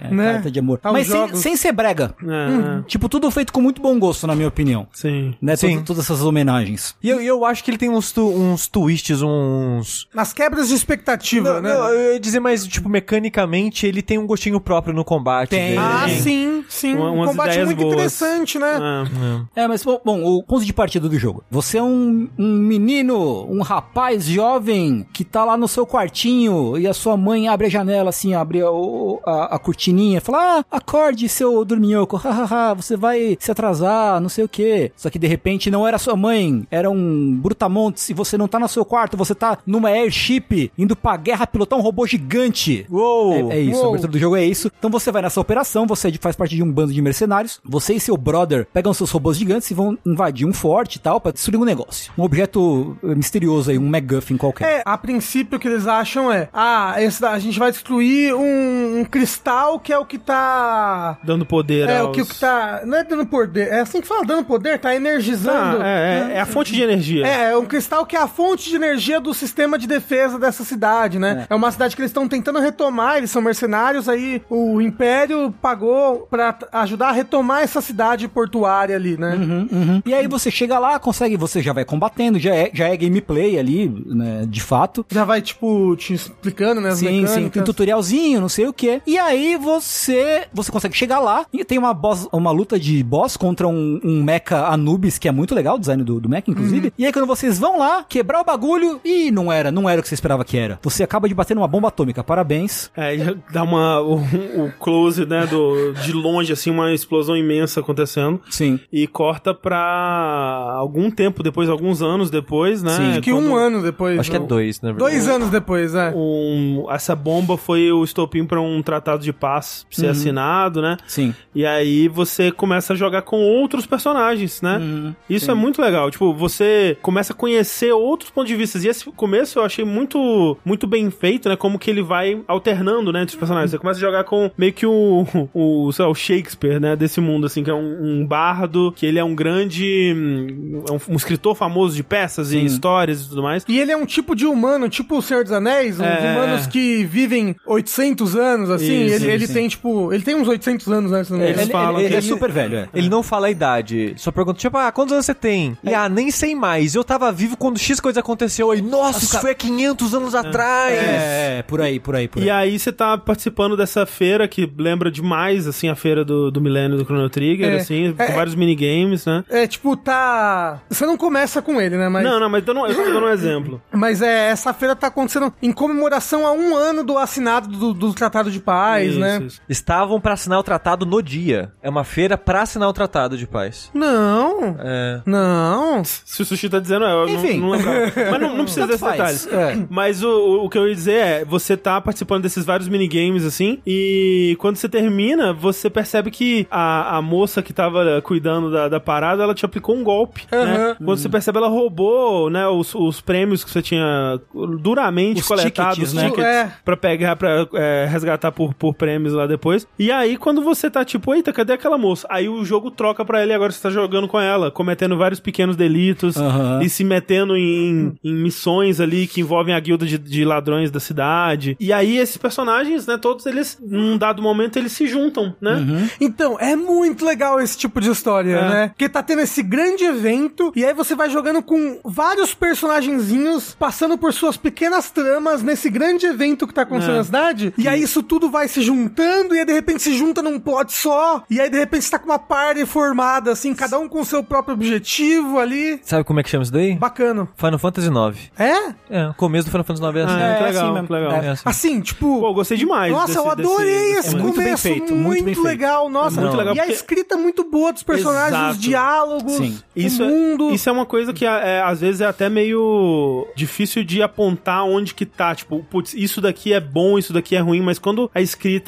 [SPEAKER 4] É,
[SPEAKER 3] Né?
[SPEAKER 4] carta de amor.
[SPEAKER 3] Tá, os
[SPEAKER 4] Mas sem,
[SPEAKER 3] jogos-
[SPEAKER 4] sem ser brega.
[SPEAKER 1] É,
[SPEAKER 3] Hum.
[SPEAKER 1] é.
[SPEAKER 4] Tipo, tudo feito com muito bom gosto, na minha opinião.
[SPEAKER 1] Sim.
[SPEAKER 4] Né?
[SPEAKER 2] Sim.
[SPEAKER 4] Todas, todas essas homenagens.
[SPEAKER 2] E eu, e eu acho que ele tem uns, tu- uns twists, uns.
[SPEAKER 3] Nas quebras de expectativa,
[SPEAKER 2] Não,
[SPEAKER 3] né?
[SPEAKER 2] não, eu ia dizer, mas, tipo, mecanicamente ele tem um gostinho próprio no combate.
[SPEAKER 4] Tem.
[SPEAKER 2] dele.
[SPEAKER 3] Ah, sim, sim.
[SPEAKER 1] Uma-
[SPEAKER 3] Um
[SPEAKER 1] umas
[SPEAKER 3] combate
[SPEAKER 1] ideias
[SPEAKER 3] muito
[SPEAKER 1] boas.
[SPEAKER 3] interessante, né?
[SPEAKER 1] É.
[SPEAKER 4] É, mas bom, bom, o ponto de partida do jogo. Você é um, um menino, um rapaz jovem que tá lá no seu quartinho e a sua mãe abre a janela, assim, abre a, o- a, a cortininha e fala: Ah, acorde, seu dorminhoco, hahaha, você vai se atrasar, não sei o quê. Só que de repente não era sua mãe, era um Brutamontes e você não tá no seu quarto, você tá numa airship indo pra guerra pilotar um robô gigante.
[SPEAKER 2] Uou!
[SPEAKER 4] É, é isso,
[SPEAKER 3] Uou.
[SPEAKER 4] a abertura do jogo é isso. Então você vai nessa operação, você faz parte de um bando de mercenários, você e seu brother pegam seus robôs gigantes e vão invadir um forte e tal pra destruir um negócio. Um objeto eh, misterioso aí, um MacGuffin qualquer.
[SPEAKER 3] É, a princípio o que eles acham é: ah, esse, da- a gente vai destruir um, um cristal que é o que tá.
[SPEAKER 1] Dando poder
[SPEAKER 3] É,
[SPEAKER 1] aos...
[SPEAKER 3] o que, o que tá. Não é dando poder, é assim que fala, dando poder, tá energizando.
[SPEAKER 1] Ah, é, é, é a fonte de energia.
[SPEAKER 3] É, é um cristal que é a fonte de energia do sistema de defesa dessa cidade, né? É, uma cidade que eles estão tentando retomar, eles são mercenários, aí o Império pagou pra t- ajudar a retomar essa cidade portuária ali, né?
[SPEAKER 4] Uhum. E aí você chega lá, consegue, você já vai combatendo, já é, já é gameplay ali, né, de fato.
[SPEAKER 3] Já vai, tipo, te explicando, né? As
[SPEAKER 4] Sim, sim, tem
[SPEAKER 3] mecânicas.
[SPEAKER 4] tutorialzinho, não sei o que. E aí você você consegue chegar lá e tem uma boss, uma luta de boss contra um, um mecha Anubis, que é muito legal, o design do, do mecha,
[SPEAKER 3] Uhum.
[SPEAKER 4] inclusive. E aí quando vocês vão lá, quebrar o bagulho, e não era, não era o que você esperava que era. Você acaba de bater numa bomba atômica, parabéns.
[SPEAKER 1] É, já dá uma, o, o close, né, do, de longe, assim, uma explosão imensa acontecendo.
[SPEAKER 4] Sim.
[SPEAKER 1] E corta pra algum tempo depois, alguns anos depois, né?
[SPEAKER 4] Sim,
[SPEAKER 3] Que um
[SPEAKER 1] quando
[SPEAKER 3] ano depois.
[SPEAKER 2] Acho que é
[SPEAKER 3] né?
[SPEAKER 2] dois, na verdade.
[SPEAKER 3] Dois anos depois, é.
[SPEAKER 1] um- essa bomba foi o estopim pra um tratado de paz
[SPEAKER 3] Uhum.
[SPEAKER 1] ser assinado, né?
[SPEAKER 4] Sim.
[SPEAKER 1] E aí você começa a jogar com outros personagens, né?
[SPEAKER 3] Uhum,
[SPEAKER 1] Isso é muito legal. Tipo, você começa a conhecer outros pontos de vista. E esse começo eu achei muito, muito bem feito, né? Como que ele vai alternando, né? Entre os personagens. Você começa a jogar com meio que o, o, sei lá, o Shakespeare, né? Desse mundo, assim, que é um, um bardo, que ele é um grande. hum, é Um, um escritor famoso de peças e histórias e tudo mais.
[SPEAKER 3] E ele é um tipo de humano, tipo o Senhor dos Anéis, uns
[SPEAKER 1] É.
[SPEAKER 3] humanos que vivem 800 anos, assim.
[SPEAKER 1] Isso,
[SPEAKER 3] ele ele
[SPEAKER 4] sim.
[SPEAKER 3] tem, tipo. Ele tem uns 800 anos, né? se não me
[SPEAKER 1] Eles
[SPEAKER 3] engano.
[SPEAKER 4] ele,
[SPEAKER 1] falam
[SPEAKER 4] ele-
[SPEAKER 1] que
[SPEAKER 4] ele é
[SPEAKER 1] ele-
[SPEAKER 4] super velho, é.
[SPEAKER 2] Ele não fala a idade, ele só pergunta, tipo, ah, quantos anos você tem? E ah, nem sei mais, eu tava vivo quando X coisa aconteceu aí. Nossa, isso foi há 500 anos atrás!
[SPEAKER 4] É, é, por aí, por aí, por aí.
[SPEAKER 1] E aí você tá participando dessa feira que lembra demais, assim, a feira do, do milênio do Chrono Trigger,
[SPEAKER 3] É.
[SPEAKER 1] assim, com
[SPEAKER 3] É.
[SPEAKER 1] vários minigames, né?
[SPEAKER 3] É, tipo, tá. Você não começa com ele, né? Mas,
[SPEAKER 1] Não, não, mas eu tô dando- eu tô dando um exemplo.
[SPEAKER 3] mas é, essa feira tá acontecendo em comemoração a um ano do assinado do, do Tratado de Paz,
[SPEAKER 1] Isso,
[SPEAKER 3] né?
[SPEAKER 1] isso.
[SPEAKER 2] Estavam pra assinar o tratado no dia. É uma feira pra assinar o tratado de paz.
[SPEAKER 3] Não.
[SPEAKER 2] É.
[SPEAKER 3] Não.
[SPEAKER 1] Se o Sushi tá dizendo, é, eu
[SPEAKER 4] Enfim.
[SPEAKER 1] não, não lembrava. Mas não, não precisa
[SPEAKER 4] Tanto
[SPEAKER 1] desses
[SPEAKER 4] faz.
[SPEAKER 1] detalhes.
[SPEAKER 4] É.
[SPEAKER 1] Mas o, o que eu ia dizer é, você tá participando desses vários minigames, assim, e quando você termina, você percebe que a, a moça que tava cuidando da, da parada, ela te aplicou um golpe, né?
[SPEAKER 3] Aham.
[SPEAKER 1] Quando você percebe, ela roubou, né, os, os prêmios que você tinha duramente
[SPEAKER 4] Os
[SPEAKER 1] coletados,
[SPEAKER 4] tickets,
[SPEAKER 1] né?
[SPEAKER 4] né?
[SPEAKER 1] tickets
[SPEAKER 3] É.
[SPEAKER 1] pra pegar, pra é, resgatar por, por prêmios lá depois. E aí, quando você tá tipo, eita, cadê aquela moça? Aí o jogo troca pra ele e agora você tá jogando com ela, cometendo vários pequenos delitos
[SPEAKER 4] Aham.
[SPEAKER 1] e se metendo em, em missões ali que envolvem a guilda de, de ladrões da cidade. E aí, esses personagens, né, todos eles, num dado momento, eles se juntam, né?
[SPEAKER 3] Então, é muito legal esse tipo de história,
[SPEAKER 1] É.
[SPEAKER 3] né? Porque tá tendo esse grande evento e aí você vai jogando com vários personagenzinhos, passando por suas pequenas tramas nesse grande evento que tá acontecendo
[SPEAKER 1] É.
[SPEAKER 3] na cidade. E aí isso tudo vai vai se juntando e aí de repente se junta num plot só. E aí de repente você tá com uma party formada, assim, cada um com o seu próprio objetivo ali.
[SPEAKER 2] Sabe como é que chama isso daí?
[SPEAKER 3] Bacana.
[SPEAKER 2] Final Fantasy IX.
[SPEAKER 3] É?
[SPEAKER 2] É, o começo do Final Fantasy IX é assim.
[SPEAKER 1] Ah,
[SPEAKER 2] né?
[SPEAKER 1] que
[SPEAKER 4] é
[SPEAKER 1] legal,
[SPEAKER 4] assim mesmo.
[SPEAKER 1] que legal.
[SPEAKER 2] É assim.
[SPEAKER 3] Assim, tipo.
[SPEAKER 1] Pô, eu gostei demais.
[SPEAKER 3] Nossa,
[SPEAKER 1] desse-
[SPEAKER 3] eu adorei
[SPEAKER 1] desse-
[SPEAKER 3] esse
[SPEAKER 1] é muito
[SPEAKER 3] começo.
[SPEAKER 1] bem
[SPEAKER 3] Muito,
[SPEAKER 4] feito, muito bem feito.
[SPEAKER 3] legal, nossa.
[SPEAKER 1] muito legal,
[SPEAKER 3] e a
[SPEAKER 1] porque-
[SPEAKER 3] escrita é muito boa dos personagens,
[SPEAKER 1] Exato.
[SPEAKER 3] os diálogos,
[SPEAKER 4] Sim.
[SPEAKER 1] Isso
[SPEAKER 3] o
[SPEAKER 1] é,
[SPEAKER 3] mundo.
[SPEAKER 1] isso é uma coisa que é, às vezes é até meio difícil de apontar onde que tá. Tipo, putz, isso daqui é bom, isso daqui é ruim, mas quando a escrita.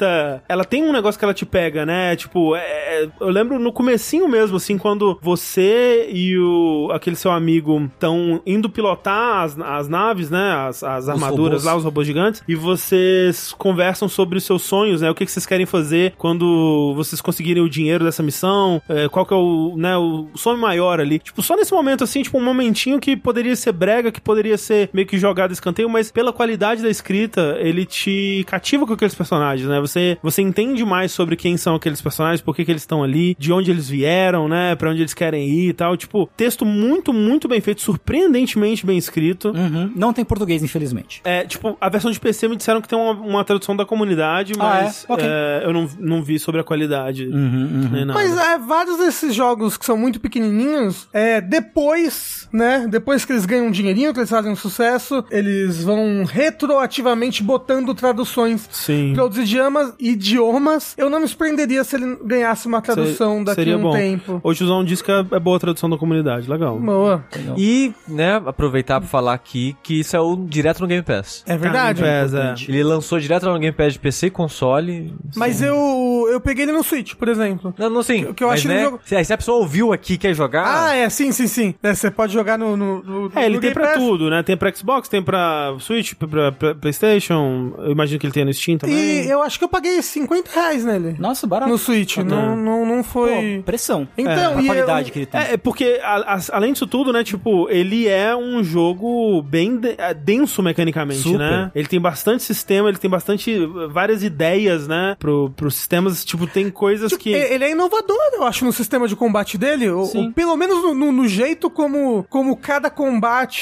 [SPEAKER 1] Ela tem um negócio que ela te pega, né? Tipo, é- é- eu lembro no comecinho mesmo, assim, quando você e o, aquele seu amigo estão indo pilotar as, as naves, né? As, as armaduras
[SPEAKER 2] robôs.
[SPEAKER 1] lá, os robôs gigantes, e vocês conversam sobre os seus sonhos, né? O que, que vocês querem fazer quando vocês conseguirem o dinheiro dessa missão, é, qual que é o, né, o sonho maior ali. Tipo, só nesse momento, assim, tipo, um momentinho que poderia ser brega, que poderia ser meio que jogado escanteio, mas pela qualidade da escrita, ele te cativa com aqueles personagens, né? Você, você entende mais sobre quem são aqueles personagens, por que, que eles estão ali, de onde eles vieram, né? Pra onde eles querem ir e tal. Tipo, texto muito, muito bem feito, surpreendentemente bem escrito.
[SPEAKER 4] Uhum. Não tem português, infelizmente.
[SPEAKER 1] É, tipo, a versão de PC me disseram que tem uma, uma tradução da comunidade,
[SPEAKER 4] Ah,
[SPEAKER 1] mas
[SPEAKER 4] é? Ok.
[SPEAKER 1] é, eu não, não vi sobre a qualidade.
[SPEAKER 3] Uhum,
[SPEAKER 1] Nem nada.
[SPEAKER 3] Mas é, vários desses jogos que são muito pequenininhos, é, depois, né, depois que eles ganham um dinheirinho, que eles fazem um sucesso, eles vão retroativamente botando traduções
[SPEAKER 1] Sim.
[SPEAKER 3] para outros idiomas, idiomas. Eu não me surpreenderia se ele ganhasse uma tradução
[SPEAKER 1] Se-
[SPEAKER 3] daqui a um tempo.
[SPEAKER 1] Hoje usar um disco é, é boa tradução da comunidade, legal.
[SPEAKER 3] Boa.
[SPEAKER 2] E, né, aproveitar pra falar aqui que isso é o direto no Game Pass.
[SPEAKER 3] É verdade.
[SPEAKER 1] Pés, é.
[SPEAKER 2] Ele lançou direto no Game Pass de PC e console.
[SPEAKER 3] Mas eu, eu peguei ele no Switch, por exemplo.
[SPEAKER 2] Não, não sim.
[SPEAKER 3] O que eu
[SPEAKER 2] mas,
[SPEAKER 3] achei
[SPEAKER 2] né,
[SPEAKER 3] no jogo-
[SPEAKER 2] se, aí se a pessoa ouviu aqui e quer jogar.
[SPEAKER 3] Ah, é, sim, sim, sim. É, Você pode jogar no. no, no
[SPEAKER 1] É, ele
[SPEAKER 3] no
[SPEAKER 1] tem
[SPEAKER 3] Game
[SPEAKER 1] pra
[SPEAKER 3] Pass.
[SPEAKER 1] tudo, né? Tem pra Xbox, tem pra Switch, pra, pra Playstation. Eu imagino que ele tem no Steam também. tá
[SPEAKER 3] E eu acho que eu paguei 50 reais nele.
[SPEAKER 4] Nossa, barato.
[SPEAKER 3] No Switch. Não, não, não
[SPEAKER 4] Pô,
[SPEAKER 3] foi.
[SPEAKER 4] pressão. É,
[SPEAKER 3] Então,
[SPEAKER 4] a
[SPEAKER 3] e
[SPEAKER 4] qualidade
[SPEAKER 3] eu-
[SPEAKER 4] que ele tem.
[SPEAKER 1] É, é porque, a- a- além disso tudo, né, tipo, ele é um jogo bem de- eh, denso mecanicamente,
[SPEAKER 2] Super.
[SPEAKER 1] né? Ele tem bastante sistema, ele tem bastante, eh, várias ideias, né, pro, pros sistemas, tipo, tem coisas
[SPEAKER 3] Tipo,
[SPEAKER 1] que...
[SPEAKER 3] e- Ele é inovador, eu acho, no sistema de combate dele. Ou,
[SPEAKER 4] Sim.
[SPEAKER 3] ou pelo menos no, no- no jeito como, como cada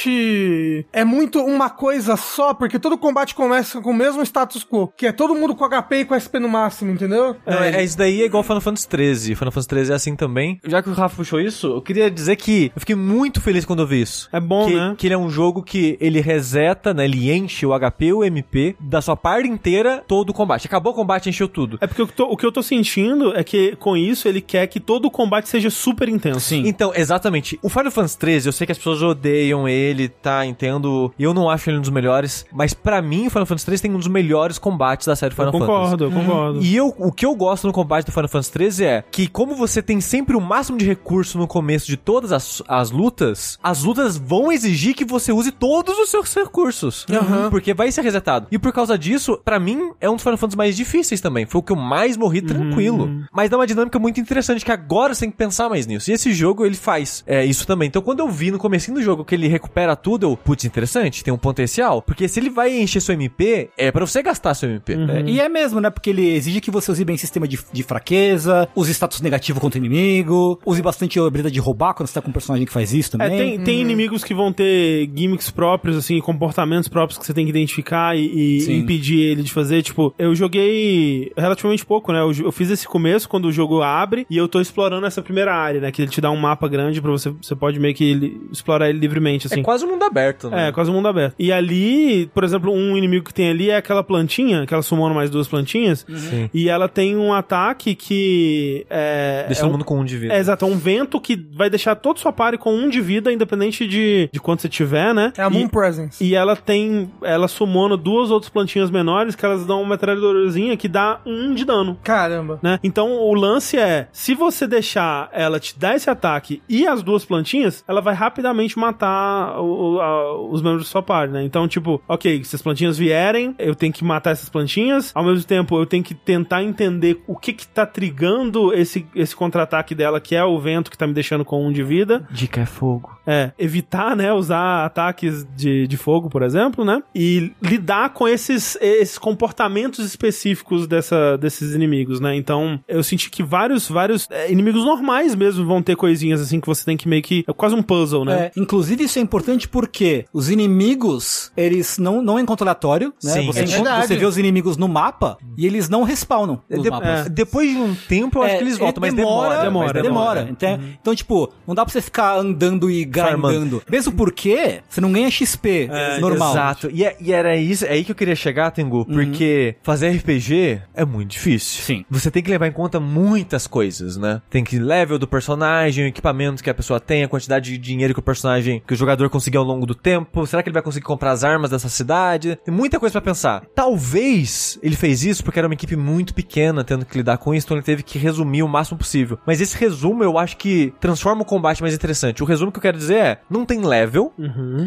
[SPEAKER 3] combate é muito uma coisa só, porque todo combate começa com o mesmo status quo, que é todo mundo com HP e com SP no máximo, entendeu?
[SPEAKER 2] Não, é, é isso daí é igual Final Fantasy XIII. Final Fantasy XIII é assim também. Já que o Rafa puxou isso, eu queria dizer que eu fiquei muito feliz quando eu vi isso.
[SPEAKER 1] É bom,
[SPEAKER 2] que,
[SPEAKER 1] né?
[SPEAKER 2] que ele é um jogo que ele reseta, né? Ele enche o HP, o MP, da sua parte inteira, todo o combate. Acabou o combate, encheu tudo.
[SPEAKER 1] É porque o que, tô- o que eu tô sentindo é que, com isso, ele quer que todo o combate seja super intenso.
[SPEAKER 4] Sim.
[SPEAKER 2] Então, exatamente. O Final Fantasy 13, eu sei que as pessoas odeiam ele, tá? Entendo. Eu não acho ele um dos melhores, mas pra mim o Final Fantasy 13 tem um dos melhores combates da série
[SPEAKER 1] Eu
[SPEAKER 2] Final Fantasy.
[SPEAKER 1] concordo, eu concordo.
[SPEAKER 2] E eu, o que eu gosto no combate do Final Fantasy 13 é que, como você tem sempre o máximo de recurso no começo de todas as, as lutas, as lutas vão exigir que você use todos os seus recursos. Uhum. Porque vai ser resetado. E por causa disso, pra mim, é um dos Final Fantasy mais difíceis também. Foi o que eu mais morri tranquilo. Mas dá uma dinâmica muito interessante que agora você tem que pensar mais nisso. E esse jogo, ele faz é, isso também. Então, quando eu vi no comecinho do jogo que ele recupera tudo, eu, putz, interessante, tem um potencial. Porque se ele vai encher seu MP, é pra você gastar seu MP. É,
[SPEAKER 4] E é mesmo, né? Porque ele exige que você use bem sistema de, de fraqueza, use status negativo contra o inimigo, use bastante a habilidade de roubar quando você tá com um personagem que faz isso
[SPEAKER 1] É,
[SPEAKER 4] também.
[SPEAKER 1] tem,
[SPEAKER 2] Uhum.
[SPEAKER 1] tem inimigos que vão ter gimmicks próprios, assim, comportamentos próprios que você tem que identificar e, e
[SPEAKER 4] Sim.
[SPEAKER 1] impedir ele de fazer. Tipo, eu joguei relativamente pouco, né? Eu, jo- eu fiz esse começo quando o jogo abre e eu tô explorando essa primeira área, né? Que ele te dá um mapa grande pra você. Você pode meio que li- explorar ele livremente, assim.
[SPEAKER 2] É quase um mundo aberto, né?
[SPEAKER 1] É, quase o mundo aberto. E ali, por exemplo, um inimigo que tem ali é aquela plantinha, que ela sumou mais duas plantinhas.
[SPEAKER 2] Sim.
[SPEAKER 1] E ela tem um ataque que. É,
[SPEAKER 2] Deixa
[SPEAKER 1] é
[SPEAKER 2] todo
[SPEAKER 1] um-
[SPEAKER 2] mundo com um de vida.
[SPEAKER 1] é, exato, é um vento que vai deixar todo sua party com um de vida, independente de, de quanto você tiver, né?
[SPEAKER 3] É a Moon
[SPEAKER 1] e,
[SPEAKER 3] Presence.
[SPEAKER 1] e ela tem. Ela sumona duas outras plantinhas menores que elas dão uma metralhadorazinha que dá um de dano.
[SPEAKER 3] Caramba.
[SPEAKER 1] Né? Então o lance é: se você deixar ela te dar esse ataque e as duas plantinhas, ela vai rapidamente matar o- o- a- os membros da sua party, né? Então, tipo, ok, se as plantinhas vierem, eu tenho que matar essas plantinhas, ao mesmo tempo eu tenho que tentar entender o que que tá trigando esse, esse contra-ataque dela, que é o vento que tá me deixando com um de vida.
[SPEAKER 2] Dica é fogo.
[SPEAKER 1] É, evitar, né, usar ataques de, de fogo, por exemplo, né? E lidar com esses, esses comportamentos específicos dessa, desses inimigos, inimigos, né? Então, eu senti que vários, vários é, inimigos normais mesmo vão ter coisinhas assim que você tem que meio que. É quase um puzzle, né?
[SPEAKER 4] É, inclusive, isso é importante porque os inimigos, eles não, não é encontro aleatório, né?
[SPEAKER 2] Sim,
[SPEAKER 4] você,
[SPEAKER 2] é
[SPEAKER 4] encontra-
[SPEAKER 5] verdade.
[SPEAKER 4] você vê os inimigos no mapa e eles não respawnam nos
[SPEAKER 2] De-
[SPEAKER 4] mapas.
[SPEAKER 2] é, Depois de um tempo, eu acho
[SPEAKER 4] É,
[SPEAKER 2] que eles voltam, mas
[SPEAKER 4] demora,
[SPEAKER 2] demora.
[SPEAKER 4] demora,
[SPEAKER 2] mas
[SPEAKER 4] demora. Então, então, tipo, não dá pra você ficar andando e grindando.
[SPEAKER 2] Farmando.
[SPEAKER 4] Mesmo porque você não ganha XP É,
[SPEAKER 2] É,
[SPEAKER 4] normal. Uhum.
[SPEAKER 2] Exato. E, é- e era isso, é aí que eu queria chegar, Tengu, porque fazer RPG é muito difícil.
[SPEAKER 4] Sim.
[SPEAKER 2] Você tem que levar em conta muitas coisas, né? Tem que level do personagem, o equipamento que a pessoa tem, a quantidade de dinheiro que o personagem, que o jogador conseguiu ao longo do tempo. Será que ele vai conseguir comprar as armas dessa cidade? Tem muita coisa pra pensar. Talvez ele fez isso porque era uma equipe muito pequena tendo que lidar com isso, então ele teve que resumir o máximo possível. Mas esse resumo eu acho que transforma o combate mais interessante. O resumo que eu quero dizer é: não tem level,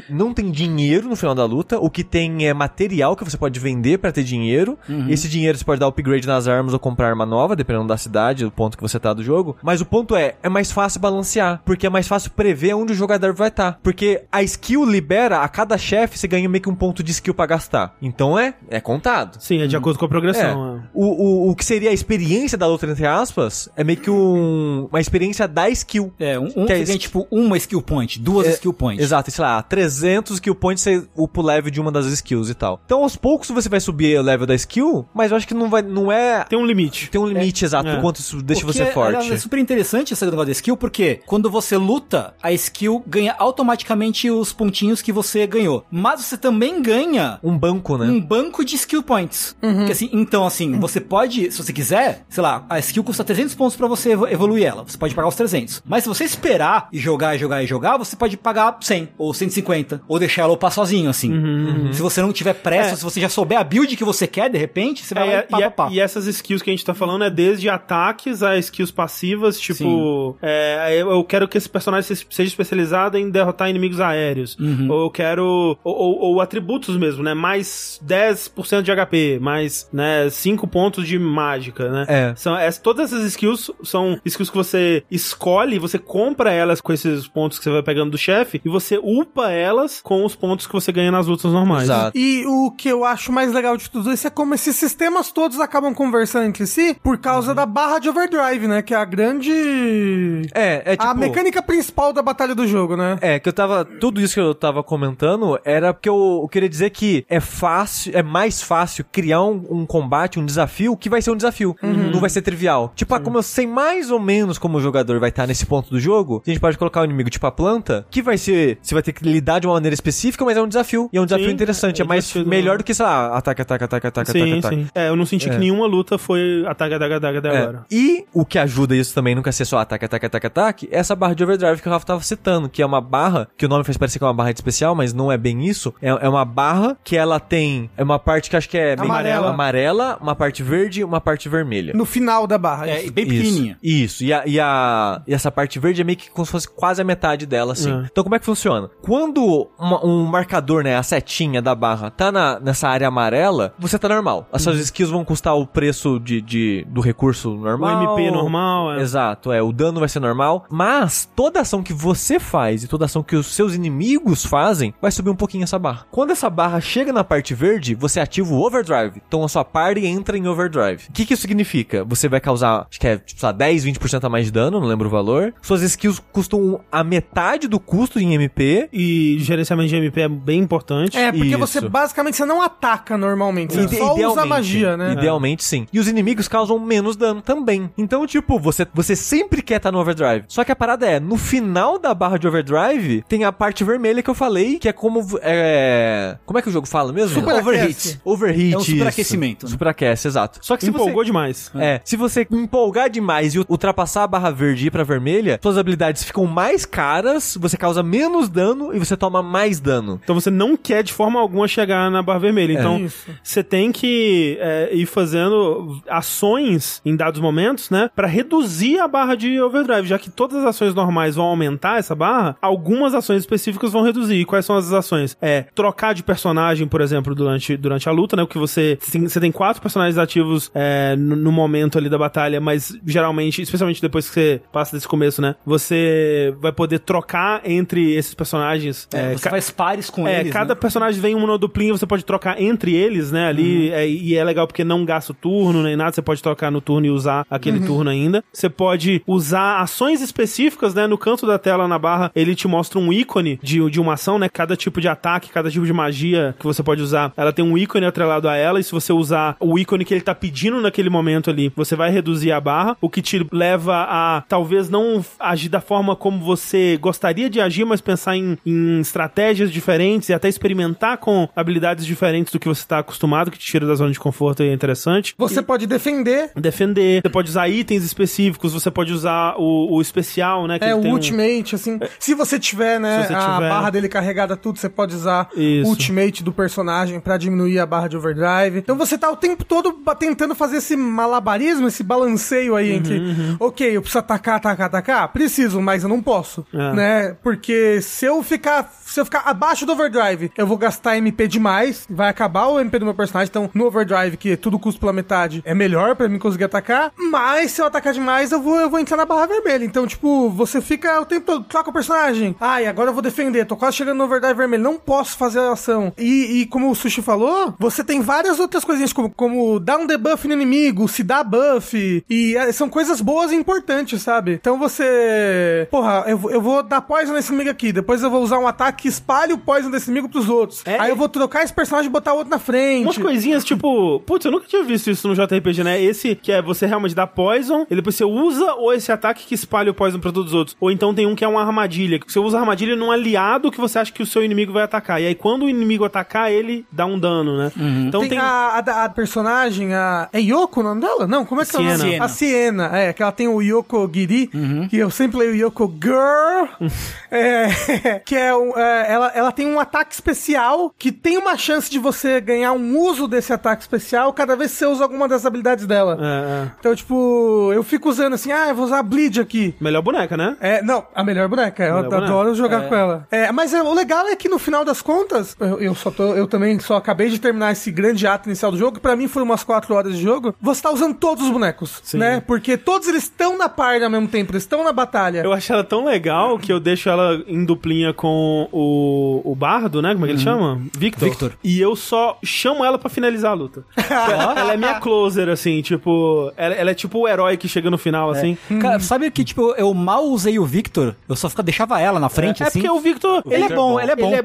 [SPEAKER 2] não tem dinheiro no final da luta. O que tem é material que você pode vender pra ter dinheiro. Esse dinheiro você pode dar upgrade nas armas ou comprar arma nova, dependendo da cidade, do ponto que você tá do jogo. Mas o ponto é, é mais fácil balancear, porque é mais fácil prever onde o jogador vai estar. Porque a skill libera, a cada chefe você ganha meio que um ponto de skill pra gastar. Então é, é contado.
[SPEAKER 1] Sim, é de acordo com a progressão.
[SPEAKER 2] É.
[SPEAKER 1] é.
[SPEAKER 2] O, o, o que seria a experiência da luta, entre aspas, é meio que um, uma experiência da skill.
[SPEAKER 4] É, um, um
[SPEAKER 2] Que é
[SPEAKER 4] você ganha,
[SPEAKER 2] isso.
[SPEAKER 4] tipo, uma skill point, duas
[SPEAKER 2] É,
[SPEAKER 4] skill points.
[SPEAKER 2] Exato, e sei lá, 300 skill points você upa o level de uma das skills e tal. Então aos poucos você vai subir o level da skill, mas eu acho que não vai, não é... Tem,
[SPEAKER 1] Tem um limite.
[SPEAKER 2] um limite exato
[SPEAKER 1] É.
[SPEAKER 2] do quanto isso deixa
[SPEAKER 4] O que
[SPEAKER 2] você
[SPEAKER 4] é-
[SPEAKER 2] forte.
[SPEAKER 4] É, super interessante esse negócio da skill, porque quando você luta, a skill ganha automaticamente os pontinhos que você ganhou. Mas você também ganha
[SPEAKER 2] Um banco, né?
[SPEAKER 4] um banco de skill points.
[SPEAKER 1] Uhum.
[SPEAKER 4] Que assim, então, assim, você pode, se você quiser, sei lá, a skill custa 300 pontos pra você evo- evoluir ela. Você pode pagar os 300. Mas se você esperar e jogar, e jogar, e jogar, você pode pagar 100 ou 150. Ou deixar ela upar sozinho, assim.
[SPEAKER 1] Uhum.
[SPEAKER 2] Uhum.
[SPEAKER 4] Se você não tiver pressa, se você já souber a build que você quer, de repente, você vai lá
[SPEAKER 1] É,
[SPEAKER 4] e pá,
[SPEAKER 1] e,
[SPEAKER 4] pá, pá.
[SPEAKER 1] e essas skills que a gente tá falando é desde ataques a skills passivas, tipo, é, eu eu quero que esse personagem se- seja especializado em derrotar inimigos aéreos.
[SPEAKER 4] Uhum.
[SPEAKER 2] Uhum.
[SPEAKER 1] Ou eu quero. Ou, ou- ou atributos mesmo, né? Mais 10% de HP, mais né, 5 pontos de mágica, né?
[SPEAKER 2] É.
[SPEAKER 1] São, es- todas essas skills são skills que você escolhe, você compra elas com esses pontos que você vai pegando do chefe e você upa elas com os pontos que você ganha nas lutas normais.
[SPEAKER 2] Exato.
[SPEAKER 3] E o que eu acho mais legal de tudo isso é como esses sistemas todos acabam conversando entre si por
[SPEAKER 1] Uhum.
[SPEAKER 3] causa da barra de overdrive, né? Que é a grande.
[SPEAKER 2] É, é tipo...
[SPEAKER 3] A mecânica principal da batalha do jogo, né?
[SPEAKER 2] É, que eu tava. Tudo isso que eu tava comentando era porque eu, eu queria dizer que é fácil, é mais fácil criar um, um combate, um desafio, que vai ser um desafio. Não vai ser trivial. Tipo, ah, como eu sei mais ou menos como o jogador vai estar nesse ponto do jogo, a gente pode colocar o inimigo tipo a planta, que vai ser. Você vai ter que lidar de uma maneira específica, mas é um desafio. E é um desafio
[SPEAKER 1] Sim,
[SPEAKER 2] interessante.
[SPEAKER 1] é
[SPEAKER 2] É, mais
[SPEAKER 1] divertido,
[SPEAKER 2] melhor
[SPEAKER 1] né?
[SPEAKER 2] do que, sei lá, ataque, ataque, ataque, ataque, ataque,
[SPEAKER 1] Sim,
[SPEAKER 2] ataque.
[SPEAKER 1] sim. É, eu não senti que nenhuma luta foi ataque, ataque, ataque até
[SPEAKER 2] tá, É.
[SPEAKER 1] agora.
[SPEAKER 2] E o que ajuda isso também nunca ser só ataque, ataque, ataque, ataque, é essa barra de overdrive que o Rafa tava citando, que é uma barra, que o nome faz parecer que é uma barra de especial, mas não é bem isso. É, é uma barra que ela tem. É uma parte que acho que é bem
[SPEAKER 3] Amarela.
[SPEAKER 2] amarela, uma parte verde e uma parte vermelha.
[SPEAKER 3] No final da barra.
[SPEAKER 4] É, e bem
[SPEAKER 2] Isso.
[SPEAKER 4] pequenininha.
[SPEAKER 2] Isso, e, a, e, a- e essa parte verde é meio que como se fosse quase a metade dela, assim.
[SPEAKER 1] É.
[SPEAKER 2] Então, como é que funciona? Quando uma- um marcador, né, a setinha da barra, tá na, nessa área amarela, você tá normal. As
[SPEAKER 4] Uhum.
[SPEAKER 2] suas skills vão custar o preço de, de- do recurso normal.
[SPEAKER 4] Um
[SPEAKER 1] O MP normal, é.
[SPEAKER 2] Exato, é. O dano vai ser normal, mas toda ação que você faz e toda ação que os seus inimigos fazem vai subir um pouquinho essa barra. Quando essa barra chega na parte verde, você ativa o overdrive. Então a sua party entra em overdrive. O que, que isso significa? Você vai causar, acho que é, tipo, sei lá, 10, 20% a mais de dano, não lembro o valor. Suas skills custam a metade do custo em MP.
[SPEAKER 1] E gerenciamento de MP é bem importante.
[SPEAKER 3] É, porque você
[SPEAKER 2] Isso.
[SPEAKER 3] basicamente você não ataca normalmente, você
[SPEAKER 2] Ide-
[SPEAKER 3] só usa
[SPEAKER 2] idealmente,
[SPEAKER 3] magia, né?
[SPEAKER 2] Idealmente, sim. E os inimigos causam menos dano também. Então, tipo, você, você sempre quer estar no overdrive. Só que a parada é, no final da barra de overdrive, tem a parte vermelha que eu falei, que é como... v- É... Como é que o jogo fala mesmo?
[SPEAKER 3] Superaquece.
[SPEAKER 2] Overheat. Overheat,
[SPEAKER 4] É um
[SPEAKER 2] isso.
[SPEAKER 4] superaquecimento, né?
[SPEAKER 2] Superaquece, exato. Só que se
[SPEAKER 1] Empolgou
[SPEAKER 2] você...
[SPEAKER 1] demais.
[SPEAKER 2] É, se você empolgar demais e ultrapassar a barra verde e ir pra vermelha, suas habilidades ficam mais caras, você causa menos dano e você toma mais dano.
[SPEAKER 1] Então você não quer de forma alguma chegar na barra vermelha. Então
[SPEAKER 3] Isso.
[SPEAKER 1] você tem que é, ir fazendo é, ações em dados momentos, né? né? Pra reduzir a barra de overdrive, já que todas as ações normais vão aumentar essa barra, algumas ações específicas vão reduzir. E quais são as ações? É trocar de personagem, por exemplo, durante, durante a luta, né? O que você, sim, você tem quatro personagens ativos é, no, no momento ali da batalha, mas geralmente, especialmente depois que você passa desse começo, né? Você vai poder trocar entre esses personagens. é,
[SPEAKER 4] É, você
[SPEAKER 1] ca-
[SPEAKER 4] faz pares com
[SPEAKER 1] é,
[SPEAKER 4] eles.
[SPEAKER 1] cada
[SPEAKER 4] né?
[SPEAKER 1] personagem vem uma duplinha, você pode trocar entre eles, né?
[SPEAKER 4] Uhum.
[SPEAKER 1] Ali, é, e é legal porque não gasta o turno nem nada, você pode trocar no turno e usar
[SPEAKER 4] Uhum.
[SPEAKER 1] aquele turno ainda. Você pode usar ações específicas, né? No canto da tela, na barra, ele te mostra um ícone de, de uma ação, né? Cada tipo de ataque, cada tipo de magia que você pode usar, ela tem um ícone atrelado a ela, e se você usar o ícone que ele tá pedindo naquele momento ali, você vai reduzir a barra, o que te leva a talvez não agir da forma como você gostaria de agir, mas pensar em, em estratégias diferentes e até experimentar com habilidades diferentes do que você está acostumado, que te tira da zona de conforto e é interessante.
[SPEAKER 3] Você pode defender,
[SPEAKER 1] Defender, você pode usar itens específicos, você pode usar o, o especial, né? que
[SPEAKER 3] é
[SPEAKER 1] ele
[SPEAKER 3] o
[SPEAKER 1] tem um-
[SPEAKER 3] ultimate, assim. Se você tiver, né,
[SPEAKER 1] Se você
[SPEAKER 3] a
[SPEAKER 1] tiver.
[SPEAKER 3] barra dele carregada tudo, você pode usar
[SPEAKER 1] Isso.
[SPEAKER 3] o ultimate do personagem pra diminuir a barra de overdrive. Então você tá o tempo todo ba- tentando fazer esse malabarismo, esse balanceio aí entre,
[SPEAKER 1] Uhum,
[SPEAKER 3] ok, eu preciso atacar, atacar, atacar, preciso, mas eu não posso,
[SPEAKER 1] É.
[SPEAKER 3] né? Porque se eu ficar, se eu ficar abaixo do overdrive, eu vou gastar MP demais, vai acabar o MP do meu personagem, então no overdrive que tudo custa pela metade, é melhor pra mim conseguir atacar, mas se eu atacar demais, eu vou eu vou entrar na barra vermelha. Então, tipo, você fica o tempo todo, troca o personagem. Ai, agora eu vou defender, tô quase chegando no overdrive vermelho, não posso fazer a ação. E, e como o Sushi falou, você tem várias outras coisinhas, como, como dar um debuff no inimigo, se dá buff, e eh, são coisas boas e importantes, sabe? Então você. Porra, eu, vou- eu vou dar poison nesse inimigo aqui, depois eu vou usar um ataque que espalha o poison desse inimigo pros outros.
[SPEAKER 1] É,
[SPEAKER 3] Aí
[SPEAKER 1] é.
[SPEAKER 3] eu vou trocar esse personagem e botar outro na frente.
[SPEAKER 1] Umas coisinhas tipo. Putz, eu nunca tinha visto isso no JRPG, né? Esse que é você realmente dá poison, e depois você usa, ou esse ataque que espalha o poison pra todos os outros. Ou então tem um que é uma armadilha, que você usa a armadilha num aliado que você acha que o seu inimigo vai atacar. E aí quando o inimigo atacar, ele dá um dano, né? Então
[SPEAKER 3] Tem,
[SPEAKER 1] tem.
[SPEAKER 3] A, a da- a personagem, a. É Yoko o nome dela? Não, como é que é o nome?
[SPEAKER 4] Siena.
[SPEAKER 3] A Siena, é, que ela tem o Yoko Giri,
[SPEAKER 1] Uhum.
[SPEAKER 3] que eu sempre leio Yoko Girl, é, que é, um- é, ela, ela tem um ataque especial que tem uma chance de você ganhar um uso desse ataque especial cada vez que você usa alguma das habilidades dela.
[SPEAKER 1] É,
[SPEAKER 3] Então, tipo, eu fico usando assim, ah, eu vou usar a Bleed aqui.
[SPEAKER 1] é. Melhor boneca, né?
[SPEAKER 3] É, não, a melhor boneca. Eu
[SPEAKER 1] Melhor
[SPEAKER 3] adoro jogar com ela. É, mas é, o legal é que no final das contas, eu, eu só tô, eu também só acabei de terminar esse grande ato inicial do jogo, que pra mim foram umas 4 horas de jogo. Você tá usando todos os bonecos,
[SPEAKER 1] Sim.
[SPEAKER 3] né? Porque todos eles estão na party ao mesmo tempo, eles estão na batalha.
[SPEAKER 1] Eu acho ela tão legal que eu deixo ela em duplinha com o, o Bardo, né? Como é que ele chama? Victor.
[SPEAKER 4] Victor.
[SPEAKER 1] E eu só chamo ela pra finalizar a luta. ela, ela é minha closer, assim, tipo. Ela, ela é tipo o herói que chega no final, assim.
[SPEAKER 4] Cara, sabe que, tipo, eu, eu mal usei o Victor, eu só fica- deixava ela na frente,
[SPEAKER 1] É
[SPEAKER 4] assim.
[SPEAKER 1] porque o Victor,
[SPEAKER 4] Victor
[SPEAKER 1] ele é
[SPEAKER 4] é
[SPEAKER 1] bom,
[SPEAKER 4] bom.
[SPEAKER 1] ele é bom.
[SPEAKER 4] Ele é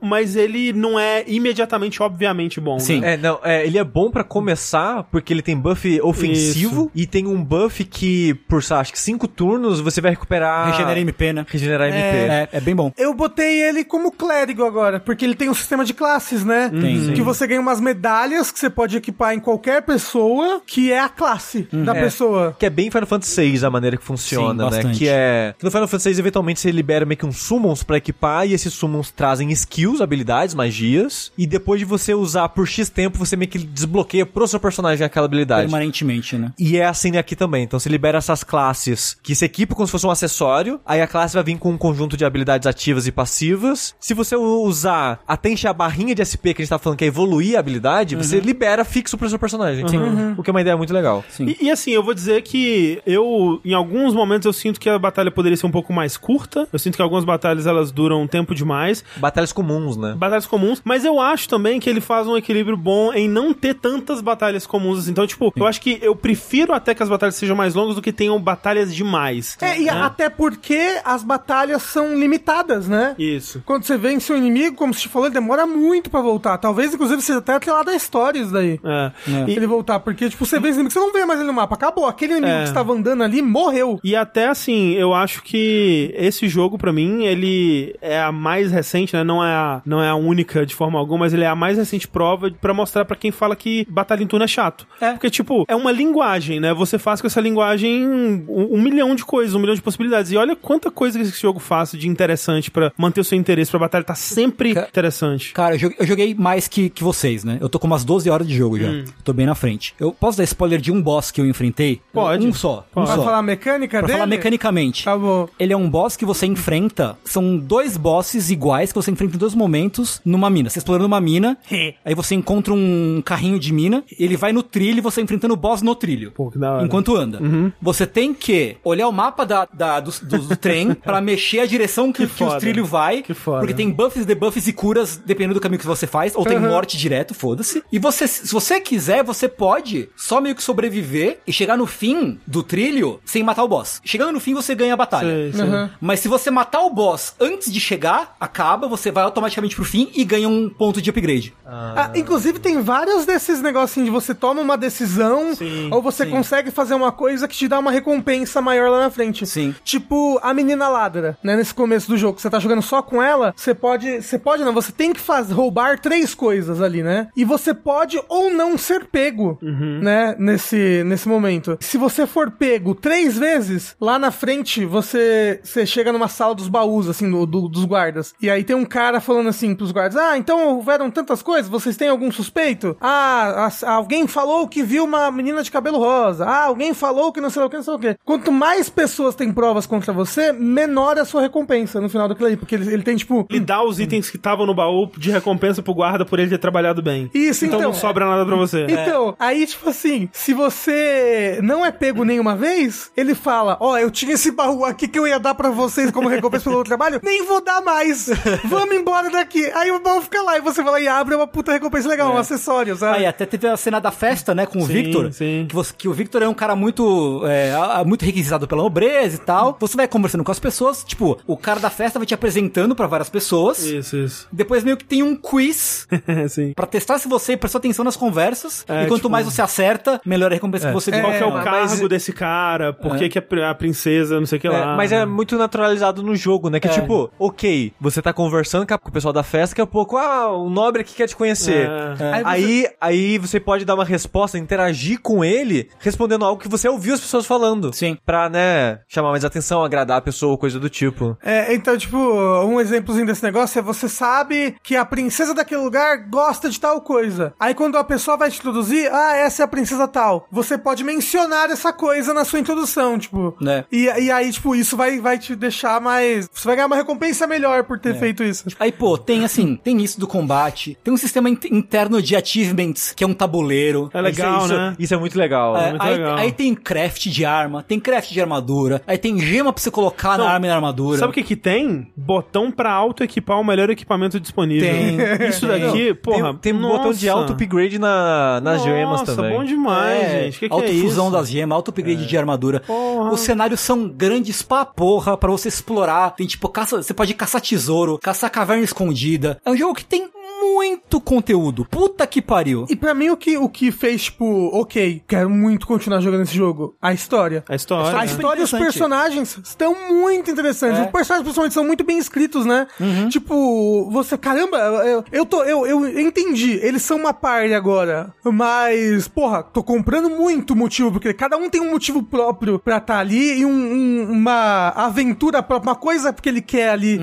[SPEAKER 1] mas ele não é imediatamente, obviamente, bom.
[SPEAKER 4] Sim.
[SPEAKER 1] né?
[SPEAKER 2] É, não, é, ele é bom pra começar, porque ele tem buff ofensivo e tem um buff que, por, sei lá, acho que cinco turnos, você vai recuperar.
[SPEAKER 1] Ah,
[SPEAKER 4] Regenera MP, né?
[SPEAKER 2] Regenerar MP.
[SPEAKER 4] É, é bem bom.
[SPEAKER 3] Eu botei ele como clérigo agora, porque ele tem um sistema de classes, né?
[SPEAKER 4] Tem,
[SPEAKER 3] que você ganha umas medalhas que você pode equipar em qualquer pessoa, que é a classe da
[SPEAKER 2] É.
[SPEAKER 3] pessoa.
[SPEAKER 2] Que é bem Final Fantasy VI a maneira que funciona,
[SPEAKER 4] Sim,
[SPEAKER 2] né?
[SPEAKER 4] bastante.
[SPEAKER 2] Que é. que No Final Fantasy VI, eventualmente, você libera meio que uns summons pra equipar, e esses summons trazem skills, habilidades, magias. E depois de você usar por X tempo, você meio que desbloqueia pro seu personagem aquela habilidade.
[SPEAKER 4] Permanentemente, né?
[SPEAKER 2] E é assim aqui também. Então você libera essas classes que se equipa como se fosse um acessório. Aí a classe vai vir com um conjunto de habilidades ativas e passivas. Se você u- usar até encher a barrinha de SP que a gente tá falando que é evoluir a habilidade,
[SPEAKER 1] Uhum.
[SPEAKER 2] você libera fixo pro seu personagem. O que é uma ideia muito legal.
[SPEAKER 1] E, e assim, eu vou dizer que eu, em alguns momentos, eu sinto que a batalha poderia ser um pouco mais curta. Eu sinto que algumas batalhas elas duram um tempo demais.
[SPEAKER 2] Batalhas comuns, né?
[SPEAKER 1] Batalhas comuns, mas eu acho também que ele faz um equilíbrio bom em não ter tantas batalhas comuns assim. Então, tipo, eu acho que eu prefiro até que as batalhas sejam mais longas do que tenham batalhas demais.
[SPEAKER 3] É, e
[SPEAKER 1] né?
[SPEAKER 3] até porque as batalhas são limitadas, né?
[SPEAKER 1] Isso.
[SPEAKER 3] Quando você vence o inimigo, como você falou, ele demora muito pra voltar. Talvez, inclusive, você até atrelado a histórias daí.
[SPEAKER 1] É.
[SPEAKER 4] É.
[SPEAKER 1] E-
[SPEAKER 3] Ele voltar, porque, tipo, você vence o inimigo, você não vê mais ele no mapa. Acabou. Aquele inimigo
[SPEAKER 1] É.
[SPEAKER 3] que estava andando ali morreu.
[SPEAKER 1] E até assim, eu acho que esse jogo pra mim, ele é a mais recente, né? Não é a, não é a única de forma alguma, mas ele é a mais recente prova pra mostrar pra quem fala que batalha em turno é chato.
[SPEAKER 3] É.
[SPEAKER 1] Porque tipo, é uma linguagem, né? Você faz com essa linguagem um, um milhão de coisas, um milhão de possibilidades. E olha quanta coisa que esse jogo faz de interessante pra manter o seu interesse pra batalha tá sempre
[SPEAKER 4] Ca-
[SPEAKER 1] interessante.
[SPEAKER 4] Cara, eu joguei, eu joguei mais Hum. que, que vocês, né? Eu tô com umas 12 horas de jogo já. Tô bem na frente. Eu posso dar spoiler de um boss que eu enfrentei ali?
[SPEAKER 1] Pode.
[SPEAKER 4] Um só. Um
[SPEAKER 3] Pra
[SPEAKER 4] só.
[SPEAKER 3] falar a mecânica
[SPEAKER 4] Pra
[SPEAKER 3] dele?
[SPEAKER 4] falar mecanicamente.
[SPEAKER 3] Tá bom.
[SPEAKER 4] Ele é um boss que você enfrenta. São dois bosses iguais que você enfrenta em dois momentos numa mina. Você explorando uma mina, aí você encontra um carrinho de mina, ele vai no trilho e você enfrentando o boss no trilho.
[SPEAKER 1] Pô, que da hora. Uhum.
[SPEAKER 4] Enquanto anda. Você tem que olhar o mapa da, da- do, do- do trem pra mexer a direção que,
[SPEAKER 1] Que
[SPEAKER 4] que o
[SPEAKER 1] foda.
[SPEAKER 4] trilho vai.
[SPEAKER 1] Que foda.
[SPEAKER 4] Porque tem buffs, debuffs e curas dependendo do caminho que você faz. Ou tem morte direto, foda-se. E você, se você quiser, você pode só meio que sobreviver e chegar no fim do trilho sem matar o boss. Chegando no fim, você ganha a batalha.
[SPEAKER 1] Sei, sei.
[SPEAKER 4] Mas se você matar o boss antes de chegar, acaba, você vai automaticamente pro fim e ganha um ponto de upgrade.
[SPEAKER 3] Ah, inclusive, tem vários desses negocinhos de você toma uma decisão
[SPEAKER 1] Sim,
[SPEAKER 3] ou você consegue fazer uma coisa que te dá uma recompensa maior lá na frente.
[SPEAKER 4] Sim.
[SPEAKER 3] Tipo a menina ladra, né? Nesse começo do jogo. Você tá jogando só com ela, você pode. Você pode, não, você tem que faz, roubar três coisas ali, né? E você pode ou não ser pego, né? Nesse, nesse momento. Se você for pego três vezes, lá na frente você, você chega numa sala dos baús, assim, do- do- dos guardas. E aí tem um cara falando assim pros guardas: Ah, então houveram tantas coisas, vocês têm algum suspeito? Ah, as- alguém falou que viu uma menina de cabelo rosa. Ah, alguém falou que não sei lá o que, não sei lá o que. Quanto mais pessoas têm provas contra você, menor é a sua recompensa no final daquilo aí. Porque ele, ele tem, tipo.
[SPEAKER 1] Ele dá os itens que estavam no baú de recompensa pro guarda por ele ter trabalhado bem.
[SPEAKER 3] Isso,
[SPEAKER 1] então.
[SPEAKER 3] então.
[SPEAKER 1] não sobra nada pra você.
[SPEAKER 3] Então, aí, tipo assim, se você não é pego nenhuma vez, ele fala: Ó, eu tinha esse baú aqui que eu ia dar pra vocês como recompensa pelo meu trabalho, nem vou dar mais. Vamos embora daqui. Aí o baú fica lá e você vai lá e abre é uma puta recompensa legal, um acessório,
[SPEAKER 4] Aí
[SPEAKER 3] sabe?
[SPEAKER 4] até teve a cena da festa, né, com o
[SPEAKER 1] Sim,
[SPEAKER 4] Victor.
[SPEAKER 1] sim.
[SPEAKER 4] Que, você- que o Victor é um cara muito é, a- muito requisitado pela nobreza e tal. Você vai conversando com as pessoas, tipo, o cara da festa vai te apresentando pra várias pessoas.
[SPEAKER 1] É, Isso, isso.
[SPEAKER 4] Depois meio que tem um quiz
[SPEAKER 1] Sim.
[SPEAKER 4] pra testar se você prestou atenção nas conversas.
[SPEAKER 1] É,
[SPEAKER 4] e quanto
[SPEAKER 1] tipo-
[SPEAKER 4] mais você acerta, melhor a recompensa que você ganha.
[SPEAKER 1] Qual que é o
[SPEAKER 3] mas-
[SPEAKER 1] cargo desse cara? Por que, que a pri- a princesa, não sei o que
[SPEAKER 2] É,
[SPEAKER 1] lá. É.
[SPEAKER 2] mas é muito naturalizado no jogo, né? Que tipo, ok, você tá conversando com a- com o pessoal da festa, daqui a pouco, ah, o nobre aqui quer te conhecer.
[SPEAKER 1] É.
[SPEAKER 2] Aí, aí, você pode dar uma resposta, interagir com ele, respondendo algo que você ouviu as pessoas falando.
[SPEAKER 4] Sim.
[SPEAKER 2] Pra, né, chamar mais atenção, agradar a pessoa, coisa do tipo.
[SPEAKER 3] É, então, tipo, um exemplozinho desse negócio é você sabe que a princesa daquele lugar gosta de tal coisa. Aí quando a pessoa vai te introduzir, ah, essa é a princesa tal. Você pode mencionar essa coisa na sua introdução, tipo.
[SPEAKER 4] É.
[SPEAKER 3] E, e aí, tipo, isso vai, vai te deixar mais. Você vai ganhar uma recompensa melhor por ter feito isso.
[SPEAKER 4] Aí, pô, tem assim, tem isso do combate, tem um sistema in- interno de achievements, que é um tabuleiro.
[SPEAKER 1] É legal,
[SPEAKER 2] isso,
[SPEAKER 1] né?
[SPEAKER 2] Isso é muito legal.
[SPEAKER 4] É,
[SPEAKER 1] muito
[SPEAKER 4] aí,
[SPEAKER 1] legal.
[SPEAKER 4] aí tem craft de arma, tem craft de armadura, aí tem gema pra você colocar
[SPEAKER 1] Não,
[SPEAKER 4] na arma e na armadura.
[SPEAKER 1] Sabe o que que tem? Botão pra auto-equipar o melhor equipamento disponível.
[SPEAKER 4] Tem.
[SPEAKER 1] Isso daqui, porra,
[SPEAKER 2] tem tem um botão de
[SPEAKER 1] nossa.
[SPEAKER 2] auto-upgrade na, nas
[SPEAKER 1] Nossa,
[SPEAKER 2] gemas também.
[SPEAKER 1] bom demais, gente. Que que é
[SPEAKER 4] autofusão
[SPEAKER 1] isso?
[SPEAKER 4] das gemas, auto-upgrade de armadura.
[SPEAKER 1] Porra.
[SPEAKER 4] Os cenários são grandes pra porra, pra você explorar. Tem tipo, caça, você pode caçar tesouro, caçar caverna escondida. É um jogo que tem muito conteúdo. Puta que pariu.
[SPEAKER 3] E pra mim, o que, o que fez, tipo, ok, quero muito continuar jogando esse jogo? A história.
[SPEAKER 1] A história.
[SPEAKER 3] A
[SPEAKER 1] né?
[SPEAKER 3] história e os
[SPEAKER 4] interessante.
[SPEAKER 3] personagens estão muito interessantes.
[SPEAKER 4] É.
[SPEAKER 3] Os personagens, principalmente, são muito bem escritos, né? Tipo, você, caramba, eu, eu tô, eu, eu entendi. Eles são uma party agora. Mas, porra, tô comprando muito motivo, porque cada um tem um motivo próprio pra estar ali e um- um- uma aventura própria, uma coisa que ele quer ali.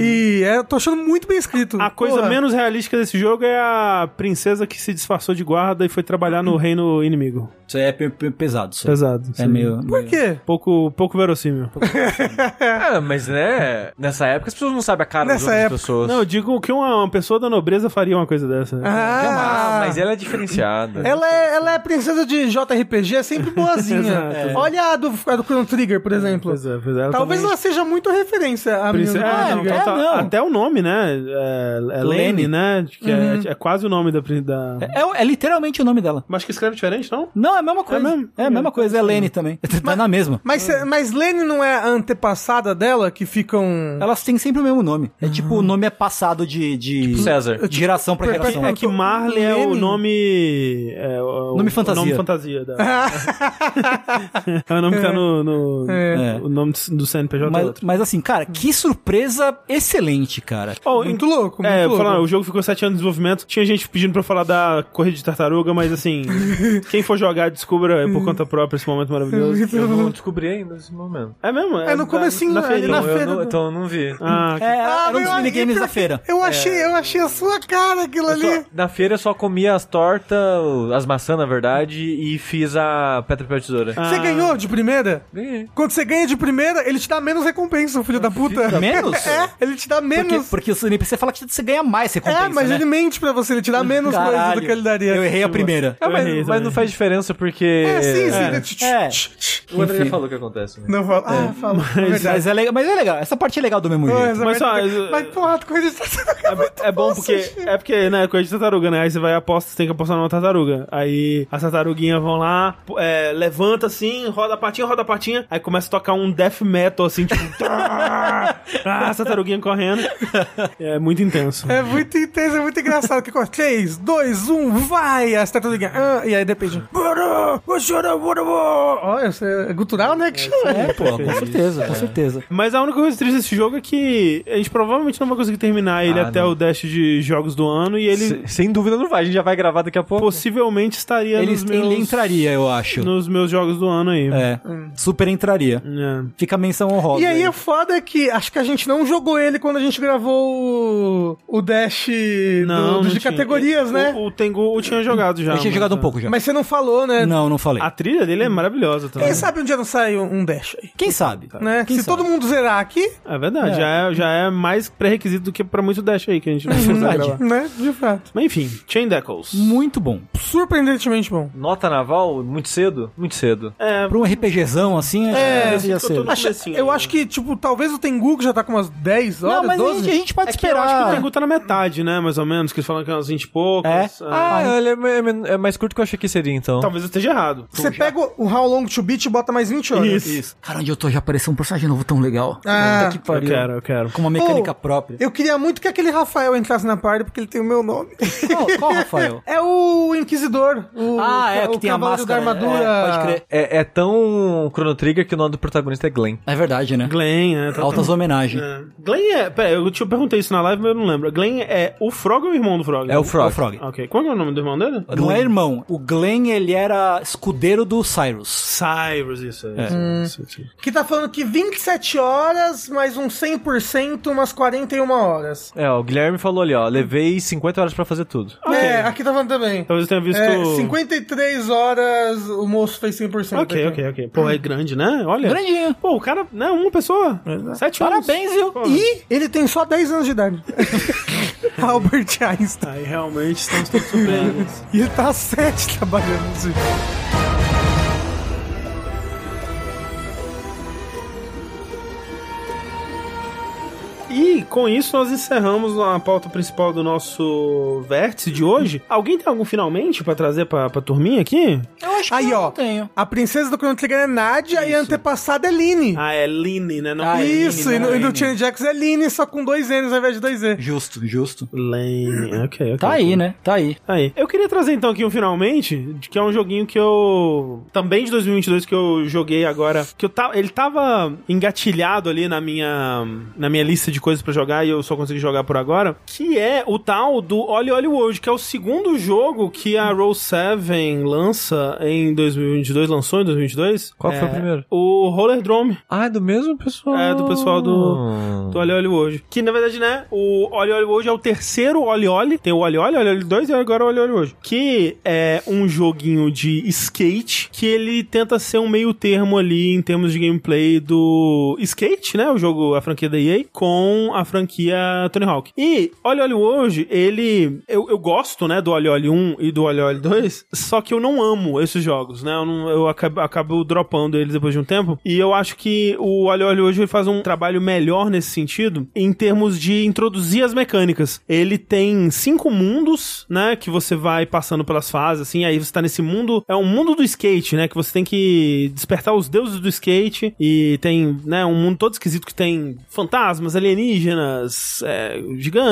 [SPEAKER 3] E é, eu tô achando muito bem escrito.
[SPEAKER 1] É. A coisa
[SPEAKER 3] Porra.
[SPEAKER 1] menos realística desse jogo é a princesa que se disfarçou de guarda e foi trabalhar no reino inimigo.
[SPEAKER 4] Isso aí é pe- pe- pesado. Isso aí.
[SPEAKER 1] Pesado.
[SPEAKER 4] É
[SPEAKER 1] sim.
[SPEAKER 4] meio.
[SPEAKER 3] Por quê?
[SPEAKER 1] Pouco, pouco verossímil.
[SPEAKER 2] É, mas né, nessa época as pessoas não sabem a cara das
[SPEAKER 3] Nessa
[SPEAKER 2] outras
[SPEAKER 3] época.
[SPEAKER 2] pessoas.
[SPEAKER 1] Não, eu digo que uma, uma pessoa da nobreza faria uma coisa dessa. né?
[SPEAKER 2] Ah,
[SPEAKER 3] Ah,
[SPEAKER 2] mas ela é diferenciada.
[SPEAKER 3] Ela é, ela é princesa de JRPG, é sempre boazinha.
[SPEAKER 1] Exato. É.
[SPEAKER 3] Olha a do, a do Chrono Trigger, por exemplo.
[SPEAKER 1] Pois é, pois é, ela
[SPEAKER 3] Talvez
[SPEAKER 1] também-
[SPEAKER 3] ela seja muito referência à menina
[SPEAKER 1] Princesa,
[SPEAKER 3] do Chrono
[SPEAKER 1] é,
[SPEAKER 3] Trigger.
[SPEAKER 1] então tá-
[SPEAKER 4] não.
[SPEAKER 1] Até o nome, né? É, é Lene,
[SPEAKER 4] Lene.
[SPEAKER 1] né? Que é- é, quase o nome da. prin- da...
[SPEAKER 4] É, é literalmente o nome dela.
[SPEAKER 1] Mas que escreve diferente, não?
[SPEAKER 4] Não, é a mesma coisa. É,
[SPEAKER 1] mesmo?
[SPEAKER 4] a mesma coisa, é Lene também. Tá na mesma.
[SPEAKER 3] Mas, cê- mas Lene não é a antepassada dela que um ficam.
[SPEAKER 4] Elas têm sempre o mesmo nome. É tipo, o nome é passado de, de
[SPEAKER 2] Tipo César.
[SPEAKER 4] de geração pra
[SPEAKER 1] É
[SPEAKER 4] geração.
[SPEAKER 1] que, é que Marley é o
[SPEAKER 3] Lene?
[SPEAKER 1] nome. É, o,
[SPEAKER 4] Nome
[SPEAKER 1] o
[SPEAKER 4] fantasia.
[SPEAKER 1] Nome fantasia da... é o nome que tá no. no-
[SPEAKER 3] É.
[SPEAKER 1] O nome do CNPJ é
[SPEAKER 4] Mas,
[SPEAKER 1] outro.
[SPEAKER 4] mas assim, cara, que surpresa excelente, cara.
[SPEAKER 1] Oh,
[SPEAKER 3] Muito louco, muito
[SPEAKER 1] é,
[SPEAKER 3] louco.
[SPEAKER 1] falando, o jogo ficou sete anos de desenvolvimento. Tinha gente pedindo pra eu falar da corrida de tartaruga, mas assim, quem for jogar, descubra é por conta própria esse momento maravilhoso.
[SPEAKER 2] Eu não descobri ainda esse momento.
[SPEAKER 1] É mesmo?
[SPEAKER 3] É no
[SPEAKER 1] da-
[SPEAKER 3] comecinho,
[SPEAKER 1] da
[SPEAKER 3] ali
[SPEAKER 1] feirinha.
[SPEAKER 3] na
[SPEAKER 2] Então, eu
[SPEAKER 3] feira
[SPEAKER 2] não,
[SPEAKER 3] do-
[SPEAKER 2] então eu não vi.
[SPEAKER 1] Ah,
[SPEAKER 4] É, era um
[SPEAKER 3] mas
[SPEAKER 4] dos
[SPEAKER 3] eu-
[SPEAKER 4] minigames
[SPEAKER 3] eu-
[SPEAKER 4] da feira.
[SPEAKER 3] Eu achei, eu achei a sua cara aquilo
[SPEAKER 1] tá
[SPEAKER 2] Eu só-
[SPEAKER 3] ali.
[SPEAKER 2] na feira eu só comia as tortas, as maçãs, na verdade, e fiz a Pedra Papel Tesoura.
[SPEAKER 1] Ah.
[SPEAKER 3] Você ganhou de primeira?
[SPEAKER 2] Ganhei.
[SPEAKER 3] Quando você ganha de primeira, ele te dá menos recompensa, filho da puta.
[SPEAKER 4] Menos?
[SPEAKER 3] É, ele te dá
[SPEAKER 4] Porque,
[SPEAKER 3] menos.
[SPEAKER 4] porque o NPC fala que você ganha mais recompensa,
[SPEAKER 3] é, mas
[SPEAKER 4] né?
[SPEAKER 3] ele mente pra você, ele te dá menos coisa do
[SPEAKER 4] Caralho,
[SPEAKER 3] que ele daria.
[SPEAKER 4] Eu errei a primeira.
[SPEAKER 2] Ah, mas,
[SPEAKER 1] Eu errei
[SPEAKER 2] mas
[SPEAKER 1] também.
[SPEAKER 2] não faz diferença porque.
[SPEAKER 3] É, sim, sim.
[SPEAKER 2] É.
[SPEAKER 3] tch, tch,
[SPEAKER 4] é.
[SPEAKER 3] tch, tch.
[SPEAKER 2] O André
[SPEAKER 4] Enfim.
[SPEAKER 2] falou o que acontece. né?
[SPEAKER 3] Não fala. Ah, fala. É verdade.
[SPEAKER 4] Mas é, legal, mas é legal, essa parte é legal do mesmo jeito.
[SPEAKER 1] Mas só,
[SPEAKER 3] Mas,
[SPEAKER 1] eu-
[SPEAKER 3] mas porra, tu coisa tá está
[SPEAKER 1] É, é bom porque. É porque, né, coisa de tartaruga, né? Aí você vai e aposta, você tem que apostar numa tartaruga. Aí as tartaruguinhas vão lá, pô, é, levanta assim, roda a patinha, roda a patinha. Aí começa a tocar um death metal assim, tipo. ah, as tartaruguinhas correndo. É muito intenso.
[SPEAKER 3] É muito intenso, é muito engraçado. Que com 3, 2, 1, vai! As tartaruguinhas. Ah, e aí depende. Olha, isso é gutural, né? Que chama?
[SPEAKER 4] É, pô, com certeza, com certeza.
[SPEAKER 1] Mas a única coisa triste desse jogo é que a gente provavelmente não vai conseguir terminar ele
[SPEAKER 2] Ah,
[SPEAKER 1] até
[SPEAKER 2] não.
[SPEAKER 1] o dash de jogos do ano e ele
[SPEAKER 2] Se- sem dúvida não vai, a gente já vai gravar daqui a pouco.
[SPEAKER 1] possivelmente estaria
[SPEAKER 4] Ele,
[SPEAKER 1] nos meus,
[SPEAKER 4] ele entraria, eu acho.
[SPEAKER 1] nos meus jogos do ano aí.
[SPEAKER 4] É, super entraria.
[SPEAKER 1] É.
[SPEAKER 4] Fica a menção honrosa.
[SPEAKER 3] E aí é foda que acho que a gente não jogou ele quando a gente gravou o, o Dash do- dos de
[SPEAKER 1] tinha.
[SPEAKER 3] categorias,
[SPEAKER 1] O-
[SPEAKER 3] né?
[SPEAKER 1] O, Tengu eu tinha jogado já.
[SPEAKER 4] Eu tinha
[SPEAKER 1] mas,
[SPEAKER 4] jogado um
[SPEAKER 1] é.
[SPEAKER 4] pouco já.
[SPEAKER 3] Mas você não falou, né?
[SPEAKER 4] Não, não falei.
[SPEAKER 1] A trilha dele é maravilhosa também.
[SPEAKER 3] Quem sabe um dia não sai um, um Dash aí,
[SPEAKER 4] Quem sabe?
[SPEAKER 3] né?
[SPEAKER 4] Quem
[SPEAKER 3] Se
[SPEAKER 4] sabe?
[SPEAKER 3] todo mundo zerar aqui,
[SPEAKER 1] É verdade, Já, é, já é mais pré-requisito do que pra muito Dash aí que a gente não consegue gravar.
[SPEAKER 3] né? De fato.
[SPEAKER 1] Mas enfim, Chain Deckles.
[SPEAKER 4] Muito bom.
[SPEAKER 3] Surpreendentemente bom.
[SPEAKER 2] Nota naval, muito cedo? Muito cedo.
[SPEAKER 1] É,
[SPEAKER 4] Pra um RPGzão assim, é, já
[SPEAKER 1] ficou todo-
[SPEAKER 4] cedo.
[SPEAKER 1] No
[SPEAKER 3] Acha-
[SPEAKER 1] comecinho,
[SPEAKER 3] eu
[SPEAKER 1] né?
[SPEAKER 3] acho que, tipo, talvez o Tengu, que já tá com umas 10 horas,
[SPEAKER 4] Não, mas a
[SPEAKER 3] 12.
[SPEAKER 4] gente, a gente pode
[SPEAKER 1] é que eu
[SPEAKER 4] esperar.
[SPEAKER 1] acho que o Tengu tá na metade, né? Mais ou menos, que eles falam que é umas 20 e poucos.
[SPEAKER 4] É?
[SPEAKER 2] Ah, ele é, me- é men- é mais curto que eu achei que seria, então.
[SPEAKER 1] Talvez eu esteja errado.
[SPEAKER 3] Você pega o How Long to Beat e bota mais 20 horas.
[SPEAKER 1] Isso.
[SPEAKER 4] Cara, onde eu tô já apareceu um personagem novo tão legal.
[SPEAKER 3] Ah,
[SPEAKER 4] Puta que
[SPEAKER 1] Eu
[SPEAKER 4] pariu.
[SPEAKER 1] quero, eu quero.
[SPEAKER 4] Com uma mecânica
[SPEAKER 3] Oh,
[SPEAKER 4] própria.
[SPEAKER 3] Eu queria muito que aquele Rafael entrasse na party, porque ele tem o meu nome.
[SPEAKER 4] Qual, qual, Rafael?
[SPEAKER 3] É o Inquisidor. O,
[SPEAKER 4] ah, é,
[SPEAKER 3] o
[SPEAKER 4] que tem a
[SPEAKER 3] cavaleiro
[SPEAKER 4] máscara.
[SPEAKER 3] da armadura.
[SPEAKER 4] É, pode crer.
[SPEAKER 2] É, é tão Chrono Trigger que o nome do protagonista é Glenn.
[SPEAKER 4] É verdade, né?
[SPEAKER 1] Glenn, é. Tá...
[SPEAKER 4] Altas homenagens.
[SPEAKER 1] É. Glenn é. Pera, eu te perguntei isso na live, mas eu não lembro. Glenn é o Frog ou o irmão do Frog?
[SPEAKER 2] É o Frog.
[SPEAKER 4] É o Frog.
[SPEAKER 1] Ok. Qual que é o nome do irmão dele?
[SPEAKER 4] Não é irmão. O Glenn, ele era escudeiro do Cyrus.
[SPEAKER 1] Cyrus, isso. É. isso, isso, isso.
[SPEAKER 3] Que tá falando que 27 horas, mais um 100%, umas 41 horas.
[SPEAKER 2] É, o Guilherme falou ali, ó. Levei 50 horas pra fazer tudo.
[SPEAKER 3] É, aqui tá falando também.
[SPEAKER 4] Então,
[SPEAKER 1] Talvez eu tenha visto.
[SPEAKER 3] É, 53 horas, o moço fez 100%.
[SPEAKER 1] Ok,
[SPEAKER 3] daqui.
[SPEAKER 1] ok, ok. Pô, é grande, né? Olha.
[SPEAKER 4] Grandinho.
[SPEAKER 1] Pô, o cara, né? Uma pessoa. Sete
[SPEAKER 4] Parabéns,
[SPEAKER 1] anos.
[SPEAKER 4] viu?
[SPEAKER 1] Pô,
[SPEAKER 3] E ele tem só 10 anos de idade. Albert Einstein.
[SPEAKER 1] Aí realmente estamos todos surpresos.
[SPEAKER 3] E ele tá há 7 trabalhando nesse jogo.
[SPEAKER 1] e com isso nós encerramos a pauta principal do nosso vértice de hoje. Alguém tem algum finalmente pra trazer pra, pra turminha aqui?
[SPEAKER 4] Eu acho
[SPEAKER 3] Aí,
[SPEAKER 4] eu
[SPEAKER 3] ó.
[SPEAKER 4] não tenho.
[SPEAKER 3] A princesa do Chrono Trigger é Nadia e a antepassada é Lini.
[SPEAKER 1] Ah, é Line, né? Não.
[SPEAKER 4] Ah, é
[SPEAKER 3] Isso,
[SPEAKER 4] Lini,
[SPEAKER 3] e no,
[SPEAKER 4] não é
[SPEAKER 3] e no
[SPEAKER 4] Lini.
[SPEAKER 3] Chain Jax é Lini, só com dois N's ao invés de dois E.
[SPEAKER 4] Justo, justo.
[SPEAKER 1] Lane, ok, ok.
[SPEAKER 4] Tá aí, né? Tá aí.
[SPEAKER 1] Tá aí. Eu queria trazer então aqui um finalmente, de- que é um joguinho que eu. Também de 2022 que eu joguei agora. Que eu tava. Ele tava engatilhado ali na minha. Na minha lista de coisas pra jogar e eu só consegui jogar por agora. Que é o tal do Oli Oli World, que é o segundo jogo que a Roll 7 lança em 2022. Lançou em 2022.
[SPEAKER 2] Qual foi o
[SPEAKER 1] É,
[SPEAKER 2] primeiro?
[SPEAKER 1] O Roller Drum.
[SPEAKER 2] Ah, é do mesmo pessoal?
[SPEAKER 1] É, do pessoal
[SPEAKER 2] Hum.
[SPEAKER 1] do- Do Oli Oli World. Que na verdade, né? O Oli Oli World é o terceiro Oli Oli. Tem o Oli Oli, Oli Oli 2 e agora o Oli Oli World. Que é um joguinho de skate que ele tenta ser um meio termo ali em termos de gameplay do skate, né? O jogo, a franquia da EA, com a franquia Tony Hawk. E Oli Oli World, ele. Eu, eu gosto, né? Do Oli Oli 1 e do Oli Oli 2, só que eu não amo esses jogos, né? Eu, não- eu acabo, acabo dropando eles depois de um tempo. E eu acho que o Oli Oli hoje ele faz um trabalho melhor nesse sentido em termos de introduzir as mecânicas. Ele tem cinco mundos, né? Que você vai passando pelas fases, assim. Aí você tá nesse mundo. É um mundo do skate, né? Que você tem que despertar os deuses do skate. E tem, né? Um mundo todo esquisito que tem fantasmas, alienígenas pequenas, é,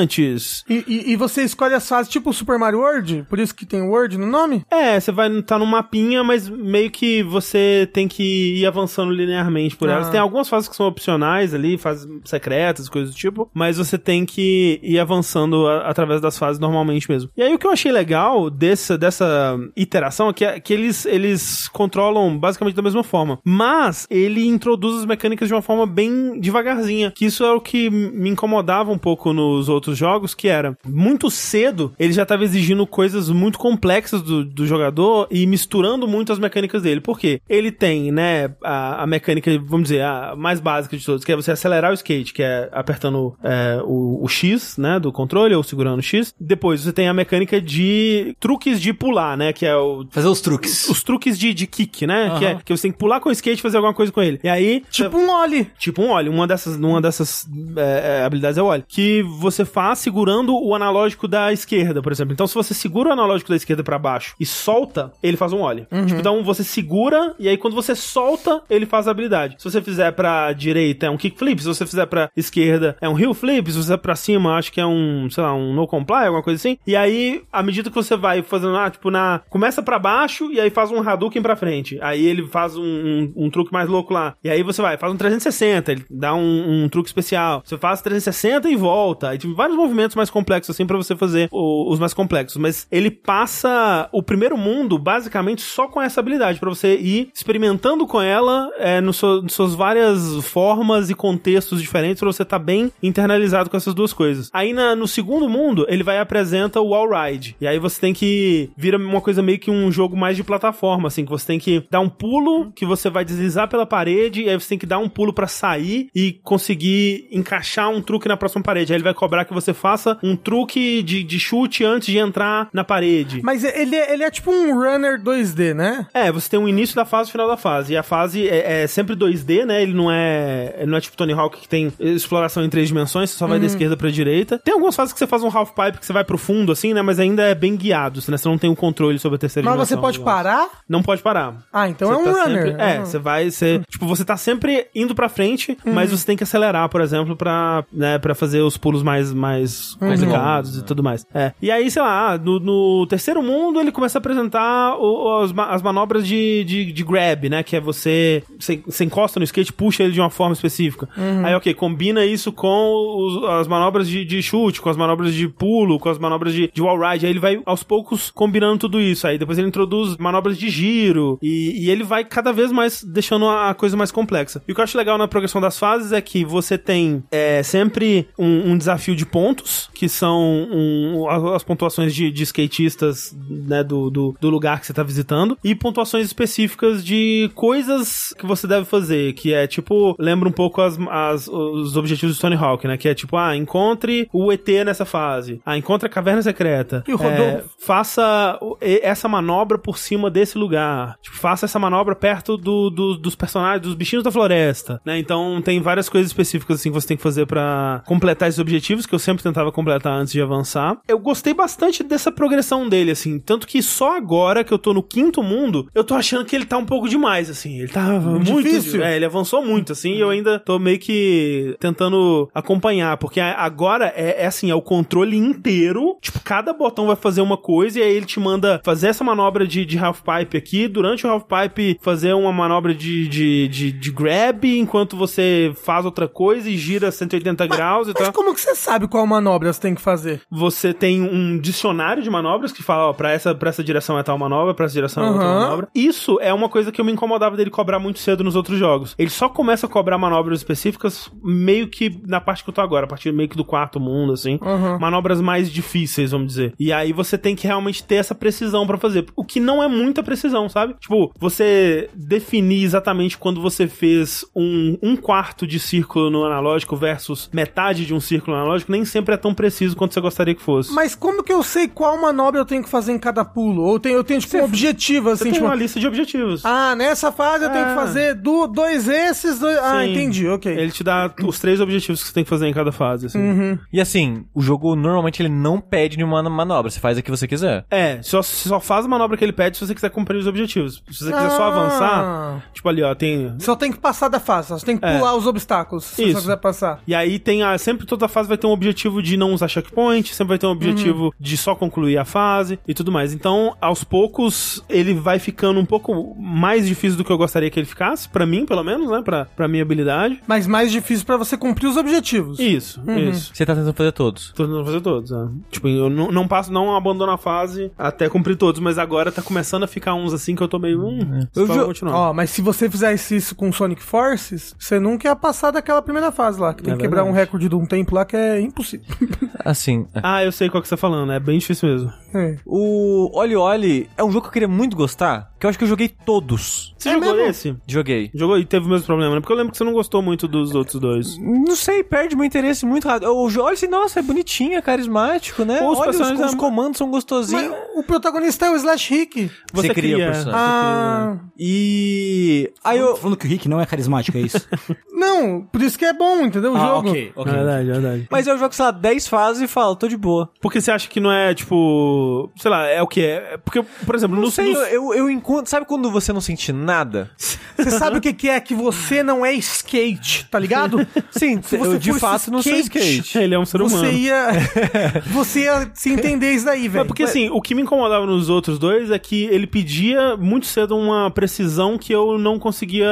[SPEAKER 1] gigantes.
[SPEAKER 3] E, e- e você escolhe as fases tipo Super Mario World, por isso que tem World no nome?
[SPEAKER 1] É, você vai estar tá num mapinha, mas meio que você tem que ir avançando linearmente por elas.
[SPEAKER 3] Ah.
[SPEAKER 1] Tem algumas fases que são opcionais ali, fases secretas, coisas do tipo, mas você tem que ir avançando a- através das fases normalmente mesmo. E aí o que eu achei legal dessa, dessa iteração é que, é que eles, eles controlam basicamente da mesma forma, mas ele introduz as mecânicas de uma forma bem devagarzinha, que isso é o que me incomodava um pouco nos outros jogos, que era muito cedo ele já estava exigindo coisas muito complexas do, do jogador e misturando muito as mecânicas dele. Por quê? Ele tem, né, a, a mecânica, vamos dizer, a mais básica de todas, que é você acelerar o skate, que é apertando é, o, o X, né, do controle, ou segurando o X. Depois você tem a mecânica de truques de pular, né, que é o
[SPEAKER 4] Fazer os truques.
[SPEAKER 1] os truques de, de kick, né? Que, é, que você tem que pular com o skate e fazer alguma coisa com ele. E aí.
[SPEAKER 3] Tipo um Oli.
[SPEAKER 1] Tipo um óleo, uma dessas, uma dessas é, é, habilidades é o óleo. Que você faz segurando o analógico da esquerda, por exemplo. Então, se você segura o analógico da esquerda pra baixo e solta, ele faz um óleo. Tipo, então você segura e aí quando você solta, ele faz a habilidade. Se você fizer pra direita, é um kickflip. Se você fizer pra esquerda, é um heel flip. Se você fizer pra cima, acho que é um, sei lá, um no comply, alguma coisa assim. E aí, à medida que você vai fazendo, ah, tipo, na. Começa pra baixo e aí faz um Hadouken pra frente. Aí ele faz um, um, um truque mais louco lá. E aí você vai, faz um 360, ele dá um, um truque especial. Você faz 360 e volta. E tipo, vários movimentos mais complexos, assim, pra você fazer o- os mais complexos. Mas ele passa o primeiro mundo, basicamente, só com essa habilidade, pra você ir experimentando com ela é, no seu- nas suas várias formas e contextos diferentes, pra você estar bem internalizado com essas duas coisas. Aí na- no segundo mundo, ele vai e apresenta o All Ride. E aí você tem que. Vira uma coisa meio que um jogo mais de plataforma, assim, que você tem que dar um pulo, que você vai deslizar pela parede, e aí você tem que dar um pulo pra sair e conseguir encaixar um truque na próxima parede. Aí ele vai cobrar que você faça um truque de, de chute antes de entrar na parede.
[SPEAKER 3] Mas ele, é- ele é tipo um runner 2D, né?
[SPEAKER 1] É, você tem o início da fase e o final da fase. E a fase é, é sempre 2D, né? Ele não é. Ele não é tipo Tony Hawk que tem exploração em três dimensões, você só vai
[SPEAKER 3] Uhum.
[SPEAKER 1] da esquerda pra direita. Tem algumas fases que você faz um half pipe que você vai pro fundo, assim, né? Mas ainda é bem guiado, né? Você não tem o controle sobre a terceira
[SPEAKER 3] Mas você
[SPEAKER 1] dimensão.
[SPEAKER 3] pode
[SPEAKER 1] né?
[SPEAKER 3] parar?
[SPEAKER 1] Não pode parar.
[SPEAKER 3] Ah, então
[SPEAKER 1] Você
[SPEAKER 3] é um
[SPEAKER 1] tá
[SPEAKER 3] runner. Uhum.
[SPEAKER 1] sempre- é,
[SPEAKER 3] Ah.
[SPEAKER 1] você vai, você, tipo, você tá sempre indo pra frente, mas você tem que acelerar, por exemplo, pra, né, pra fazer os pulos mais, mais
[SPEAKER 3] Uhum.
[SPEAKER 1] complicados e tudo mais. É. E aí, sei lá, no, no terceiro mundo ele começa a apresentar o- as, ma- as manobras de, de, de grab, né, que é você, você, você encosta no skate, puxa ele de uma forma específica.
[SPEAKER 3] Uhum.
[SPEAKER 1] Aí, ok, combina isso com os- as manobras de, de chute, com as manobras de pulo, com as manobras de, de wall ride, aí ele vai aos poucos combinando tudo isso. Aí depois ele introduz manobras de giro e, e ele vai cada vez mais deixando a coisa mais complexa. E o que eu acho legal na progressão das fases é que você tem é, sempre um, um desafio de pontos, que são um- as, as pontuações de, de skatistas né, do, do, do lugar que você está visitando, e pontuações específicas de coisas que você deve fazer, que é tipo, lembra um pouco as, as- os objetivos do Tony Hawk, né? Que é tipo, ah, encontre o ET nessa fase, ah, encontre a caverna secreta.
[SPEAKER 3] E o Rodolfo?
[SPEAKER 1] É, faça o- e- essa manobra por cima desse lugar. Tipo, faça essa manobra perto do- do- dos personagens, dos bichinhos da floresta, né? Então tem várias coisas específicas assim que você tem que fazer pra completar esses objetivos que eu sempre tentava completar antes de avançar. Eu gostei bastante dessa progressão dele assim, tanto que só agora que eu tô no quinto mundo, eu tô achando que ele tá um pouco demais assim. Ele tá muito
[SPEAKER 3] Difícil.
[SPEAKER 1] é, ele avançou muito, assim, e eu ainda tô meio que tentando acompanhar, porque a- agora é, é assim, é o controle inteiro, tipo, cada botão vai fazer uma coisa, e aí ele te manda fazer essa manobra de, de half-pipe aqui, durante o half-pipe fazer uma manobra de, de, de, de grab, enquanto você faz outra coisa e gira 180 graus então e tal.
[SPEAKER 3] Mas como que você sabe qual manobra você tem que fazer?
[SPEAKER 1] Você tem um dicionário de manobras que fala, ó, pra essa, pra essa direção é tal manobra, pra essa direção é outra
[SPEAKER 3] Aham.
[SPEAKER 1] manobra. Isso é uma coisa que eu me incomodava dele cobrar muito cedo nos outros jogos. Ele só começa a cobrar manobras específicas meio que na parte que eu tô agora, a partir meio que do quarto mundo, assim. Manobras mais difíceis, vamos dizer. E aí você tem que realmente ter essa precisão pra fazer. O que não é muita precisão, sabe? Tipo, você definir exatamente quando você fez um, um quarto de círculo no analógico versus metade de um círculo no analógico, nem sempre é tão preciso quanto você gostaria que fosse.
[SPEAKER 3] Mas como que eu sei qual manobra eu tenho que fazer em cada pulo? Ou tem- eu tenho, tipo, um objetivo,
[SPEAKER 1] você
[SPEAKER 3] assim,
[SPEAKER 1] tem
[SPEAKER 3] tipo...
[SPEAKER 1] uma lista de objetivos.
[SPEAKER 3] Ah, nessa fase eu tenho que
[SPEAKER 1] É.
[SPEAKER 3] fazer do, dois esses, dois... Ah,
[SPEAKER 1] Sim.
[SPEAKER 3] entendi, ok.
[SPEAKER 1] Ele te dá os três objetivos que você tem que fazer em cada fase, assim.
[SPEAKER 3] Uhum.
[SPEAKER 2] E assim, o jogo normalmente ele não pede nenhuma manobra, você faz o que você quiser.
[SPEAKER 1] É, só, só faz a manobra que ele pede se você quiser cumprir os objetivos. Se você quiser só
[SPEAKER 3] Ah.
[SPEAKER 1] avançar, tipo ali, ó, tem.
[SPEAKER 3] Só tem que passar da fase, só tem que
[SPEAKER 1] É.
[SPEAKER 3] pular os obstáculos, se você
[SPEAKER 1] Isso.
[SPEAKER 3] quiser passar.
[SPEAKER 1] E aí tem a, sempre toda fase vai ter um objetivo de não usar checkpoint, sempre vai ter um objetivo
[SPEAKER 3] Uhum.
[SPEAKER 1] de só concluir a fase e tudo mais. Então, aos poucos, ele vai ficando um pouco mais difícil do que eu gostaria que ele ficasse, pra mim, pelo menos, né, Pra para minha habilidade.
[SPEAKER 3] Mas mais difícil pra você cumprir os objetivos.
[SPEAKER 1] Isso,
[SPEAKER 3] Uhum.
[SPEAKER 1] isso.
[SPEAKER 2] Você tá tentando fazer todos.
[SPEAKER 1] Tô tentando fazer todos, né? Tipo, eu não, não passo, não abandono a fase até cumprir todos, mas agora tá começando a ficar uns assim que eu tô meio. Hum,
[SPEAKER 3] Uhum. Eu
[SPEAKER 1] eu
[SPEAKER 3] ju-
[SPEAKER 1] continuar.
[SPEAKER 3] Ó, mas se você fizesse isso com Sonic Forces, você nunca ia passar daquela primeira fase lá, que tem
[SPEAKER 1] É
[SPEAKER 3] que quebrar um
[SPEAKER 1] verdade.
[SPEAKER 3] recorde de um tempo lá que é impossível.
[SPEAKER 2] Assim, é.
[SPEAKER 1] Ah, eu sei qual que você tá falando, é bem difícil mesmo.
[SPEAKER 3] É.
[SPEAKER 2] O Oli Oli é um jogo que eu queria muito gostar, que eu acho que eu joguei todos.
[SPEAKER 1] Você
[SPEAKER 3] É
[SPEAKER 1] jogou
[SPEAKER 3] mesmo?
[SPEAKER 1] esse?
[SPEAKER 2] Joguei.
[SPEAKER 1] Jogou e teve o mesmo problema, né? Porque eu lembro que você não gostou muito dos outros dois.
[SPEAKER 2] Não sei, perde meu interesse muito rápido. Eu olho assim, nossa, é bonitinho, é carismático, né?
[SPEAKER 1] Os
[SPEAKER 2] Olha,
[SPEAKER 1] personagens
[SPEAKER 2] os, os
[SPEAKER 1] da-
[SPEAKER 2] comandos são
[SPEAKER 3] Mas
[SPEAKER 2] gostosinhos.
[SPEAKER 3] o protagonista é o Slash Rick.
[SPEAKER 1] Você
[SPEAKER 2] cria o
[SPEAKER 1] cria.
[SPEAKER 2] personagem.
[SPEAKER 3] Ah,
[SPEAKER 1] né?
[SPEAKER 2] E. Aí eu.
[SPEAKER 4] Falando que o Rick não é carismático, é isso? Ah,
[SPEAKER 3] não, por isso que é bom, entendeu? O jogo.
[SPEAKER 1] É verdade, é verdade.
[SPEAKER 2] Mas eu jogo, sei lá, 10 fases e falo, tô de boa.
[SPEAKER 1] Porque você acha que não é, tipo. Sei lá, é o que é. Porque, por exemplo,
[SPEAKER 2] Não
[SPEAKER 1] nos,
[SPEAKER 2] sei,
[SPEAKER 1] nos-
[SPEAKER 2] eu, eu, eu encontro. Sabe quando você não sente nada?
[SPEAKER 3] Você sabe o que, que é? Que você não é skate, tá ligado?
[SPEAKER 2] Sim,
[SPEAKER 3] Se
[SPEAKER 2] eu
[SPEAKER 3] você
[SPEAKER 2] de
[SPEAKER 3] fosse
[SPEAKER 2] fato não sou
[SPEAKER 3] skate,
[SPEAKER 2] skate.
[SPEAKER 1] Ele é um ser humano.
[SPEAKER 3] Você ia. Você ia se entender isso daí,
[SPEAKER 1] Mas
[SPEAKER 3] velho.
[SPEAKER 1] porque assim, o que me incomodava nos outros dois é que ele pedia muito cedo uma precisão que eu não conseguia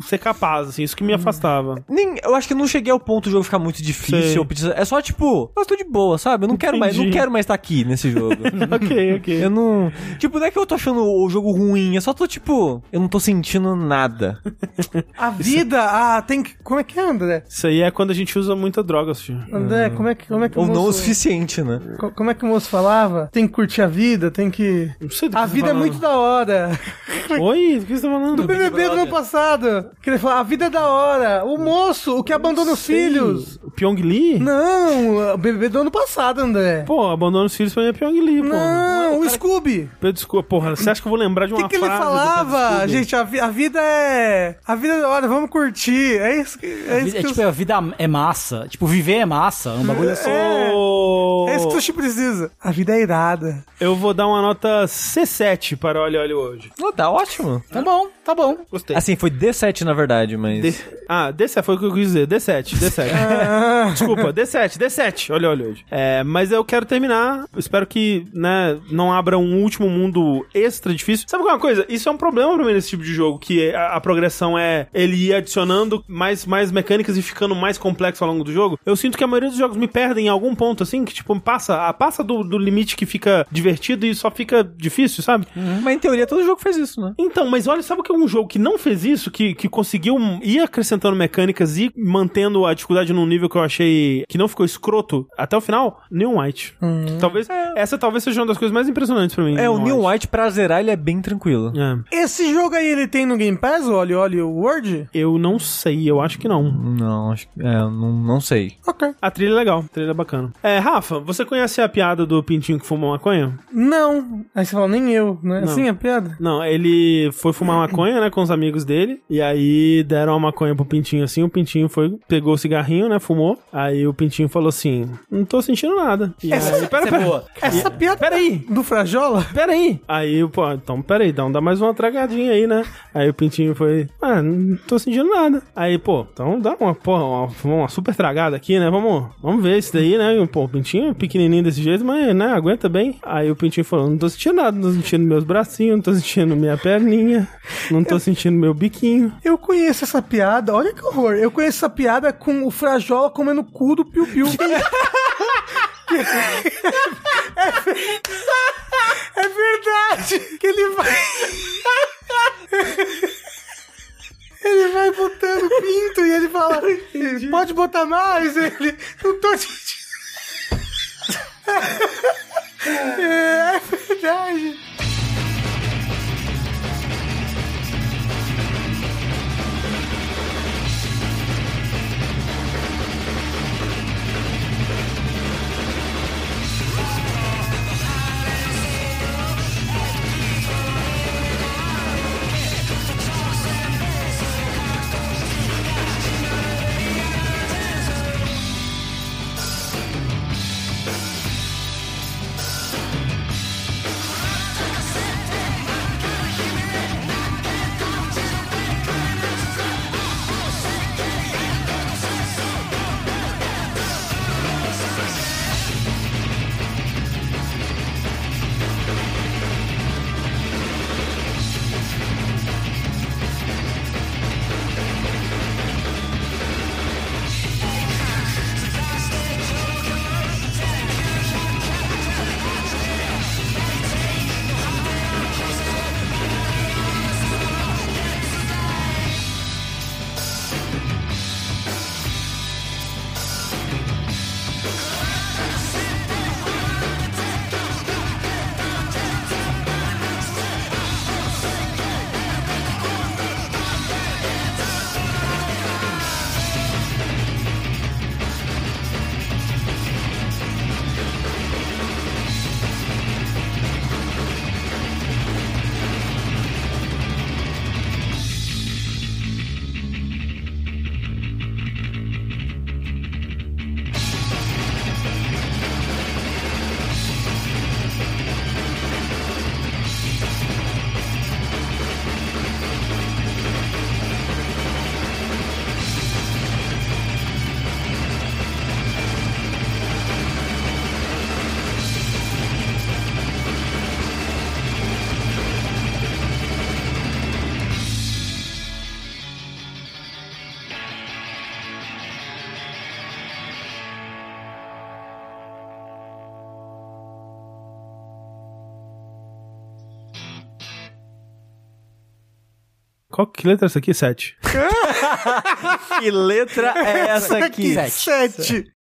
[SPEAKER 1] ser capaz, assim, isso que me afastava.
[SPEAKER 2] Nem, eu acho que eu não cheguei ao ponto do jogo ficar muito
[SPEAKER 1] Sei.
[SPEAKER 2] difícil. ou precisar- É só tipo, eu tô de boa, sabe? Eu não quero mais, não
[SPEAKER 1] Entendi.
[SPEAKER 2] quero mais estar aqui nesse jogo.
[SPEAKER 1] ok, ok.
[SPEAKER 2] eu não. Tipo, não é que eu tô achando o jogo ruim, eu só tô tipo, eu não tô sentindo nada.
[SPEAKER 3] A vida, ah, tem que. Como é que é, André?
[SPEAKER 1] Isso aí é quando a gente usa muita droga, assim.
[SPEAKER 3] André, como é que. Como é que
[SPEAKER 2] Ou não o
[SPEAKER 3] moço-
[SPEAKER 2] suficiente, né?
[SPEAKER 3] co- Como é que o moço falava? Tem que curtir a vida, tem que.
[SPEAKER 1] Não sei do que
[SPEAKER 3] A
[SPEAKER 1] você tá
[SPEAKER 3] vida é
[SPEAKER 1] falando.
[SPEAKER 3] muito da hora.
[SPEAKER 1] Oi, o que você tá falando? Hum.
[SPEAKER 3] O BBB do ano passado. Que ele falava, a vida é da hora. O moço, o que abandona os filhos.
[SPEAKER 1] O Pyong Lee?
[SPEAKER 3] Não, o BBB do ano passado, André.
[SPEAKER 1] Pô, abandona os filhos pra mim é Pyong Lee, pô. é
[SPEAKER 3] Não, o Scooby.
[SPEAKER 1] Pedro Desculpa, porra, você acha que eu vou lembrar de
[SPEAKER 3] O
[SPEAKER 1] uma
[SPEAKER 3] que, que ele
[SPEAKER 1] frase do Pedro
[SPEAKER 3] falava?
[SPEAKER 1] Scooby?
[SPEAKER 3] Gente, a, vi- a vida é. A vida é da hora, vamos curtir. É isso que. É, isso
[SPEAKER 4] é
[SPEAKER 3] que
[SPEAKER 4] tipo,
[SPEAKER 3] o-
[SPEAKER 4] a vida é massa. Tipo, viver é massa. Um bagulho assim.
[SPEAKER 3] é,
[SPEAKER 1] Ô,
[SPEAKER 3] é isso que o Sushi precisa. A vida é irada.
[SPEAKER 1] Eu vou dar uma nota C7 para Olha Olha hoje.
[SPEAKER 2] Não, tá ótimo.
[SPEAKER 4] Tá bom, tá bom.
[SPEAKER 1] Gostei.
[SPEAKER 3] Ah,
[SPEAKER 2] Assim, foi D7 na verdade, mas.
[SPEAKER 1] D- Ah, D7 foi o que eu quis dizer. D7,
[SPEAKER 3] É. Ah.
[SPEAKER 1] D7. Desculpa, D7, D7. Olha, olha hoje. É, mas eu quero terminar. Espero que, né, não abra um último mundo extra difícil. Sabe qual é uma coisa? Isso é um problema pra mim nesse tipo de jogo, que a, a progressão é ele ir adicionando mais, mais mecânicas e ficando mais complexo ao longo do jogo. Eu sinto que a maioria dos jogos me perdem em algum ponto, assim, que, tipo, passa, ah, passa do, do limite que fica divertido e só fica difícil, sabe?
[SPEAKER 2] Mas em teoria todo jogo faz isso, né?
[SPEAKER 1] Então, mas olha, sabe que um jogo que não fez isso, que, que conseguiu um, ir acrescentando mecânicas e mantendo a dificuldade num nível que eu achei que não ficou escroto até o final? Neon White. Talvez, Essa talvez seja uma das coisas mais impressionantes pra mim.
[SPEAKER 2] É, o Neil White pra zerar ele é bem tranquilo.
[SPEAKER 1] É.
[SPEAKER 3] Esse jogo aí ele tem no Game Pass, o Olha Olha o Word?
[SPEAKER 1] Eu não sei, eu acho que não.
[SPEAKER 2] Não, acho que. É, não, não sei.
[SPEAKER 3] Ok.
[SPEAKER 1] A trilha é legal, a trilha é bacana. É, Rafa, você conhece a piada do pintinho que fuma maconha?
[SPEAKER 3] Não. Aí você fala, nem eu, né?
[SPEAKER 1] Não.
[SPEAKER 3] Assim é piada?
[SPEAKER 1] Não, ele foi fumar maconha, né, com os amigos dele, e aí deram a maconha pro pintinho assim, o pintinho foi, pegou o cigarrinho, né, fumou, aí o pintinho falou assim, não tô sentindo nada. E é,
[SPEAKER 3] É
[SPEAKER 1] aí, pera, pera,
[SPEAKER 3] Essa piada
[SPEAKER 1] Peraí.
[SPEAKER 3] do Frajola?
[SPEAKER 1] peraí. Aí, pô, então, peraí, então dá mais uma tragadinha aí, né? Aí o pintinho foi, ah, não tô sentindo nada. Aí, pô, então dá uma, porra, uma, uma super tragada aqui, né, vamos, vamos ver isso daí, né? E, Pô, o pintinho é pequenininho desse jeito, mas, né, aguenta bem. Aí o pintinho falou, não tô sentindo nada, não tô sentindo meus bracinhos, não tô sentindo minha perninha, não tô sentindo meu biquinho.
[SPEAKER 3] Eu conheço essa piada, olha que horror. Eu conheço essa piada com o Frajola comendo o cu do Piu Piu. é, é verdade que ele vai. Ele vai botando pinto e ele fala: Pode botar mais? Ele. Não tô te. É, é verdade.
[SPEAKER 6] 「
[SPEAKER 1] Qual que letra é essa aqui? Sete.
[SPEAKER 4] Que letra é essa aqui?
[SPEAKER 3] Sete.
[SPEAKER 7] Sete.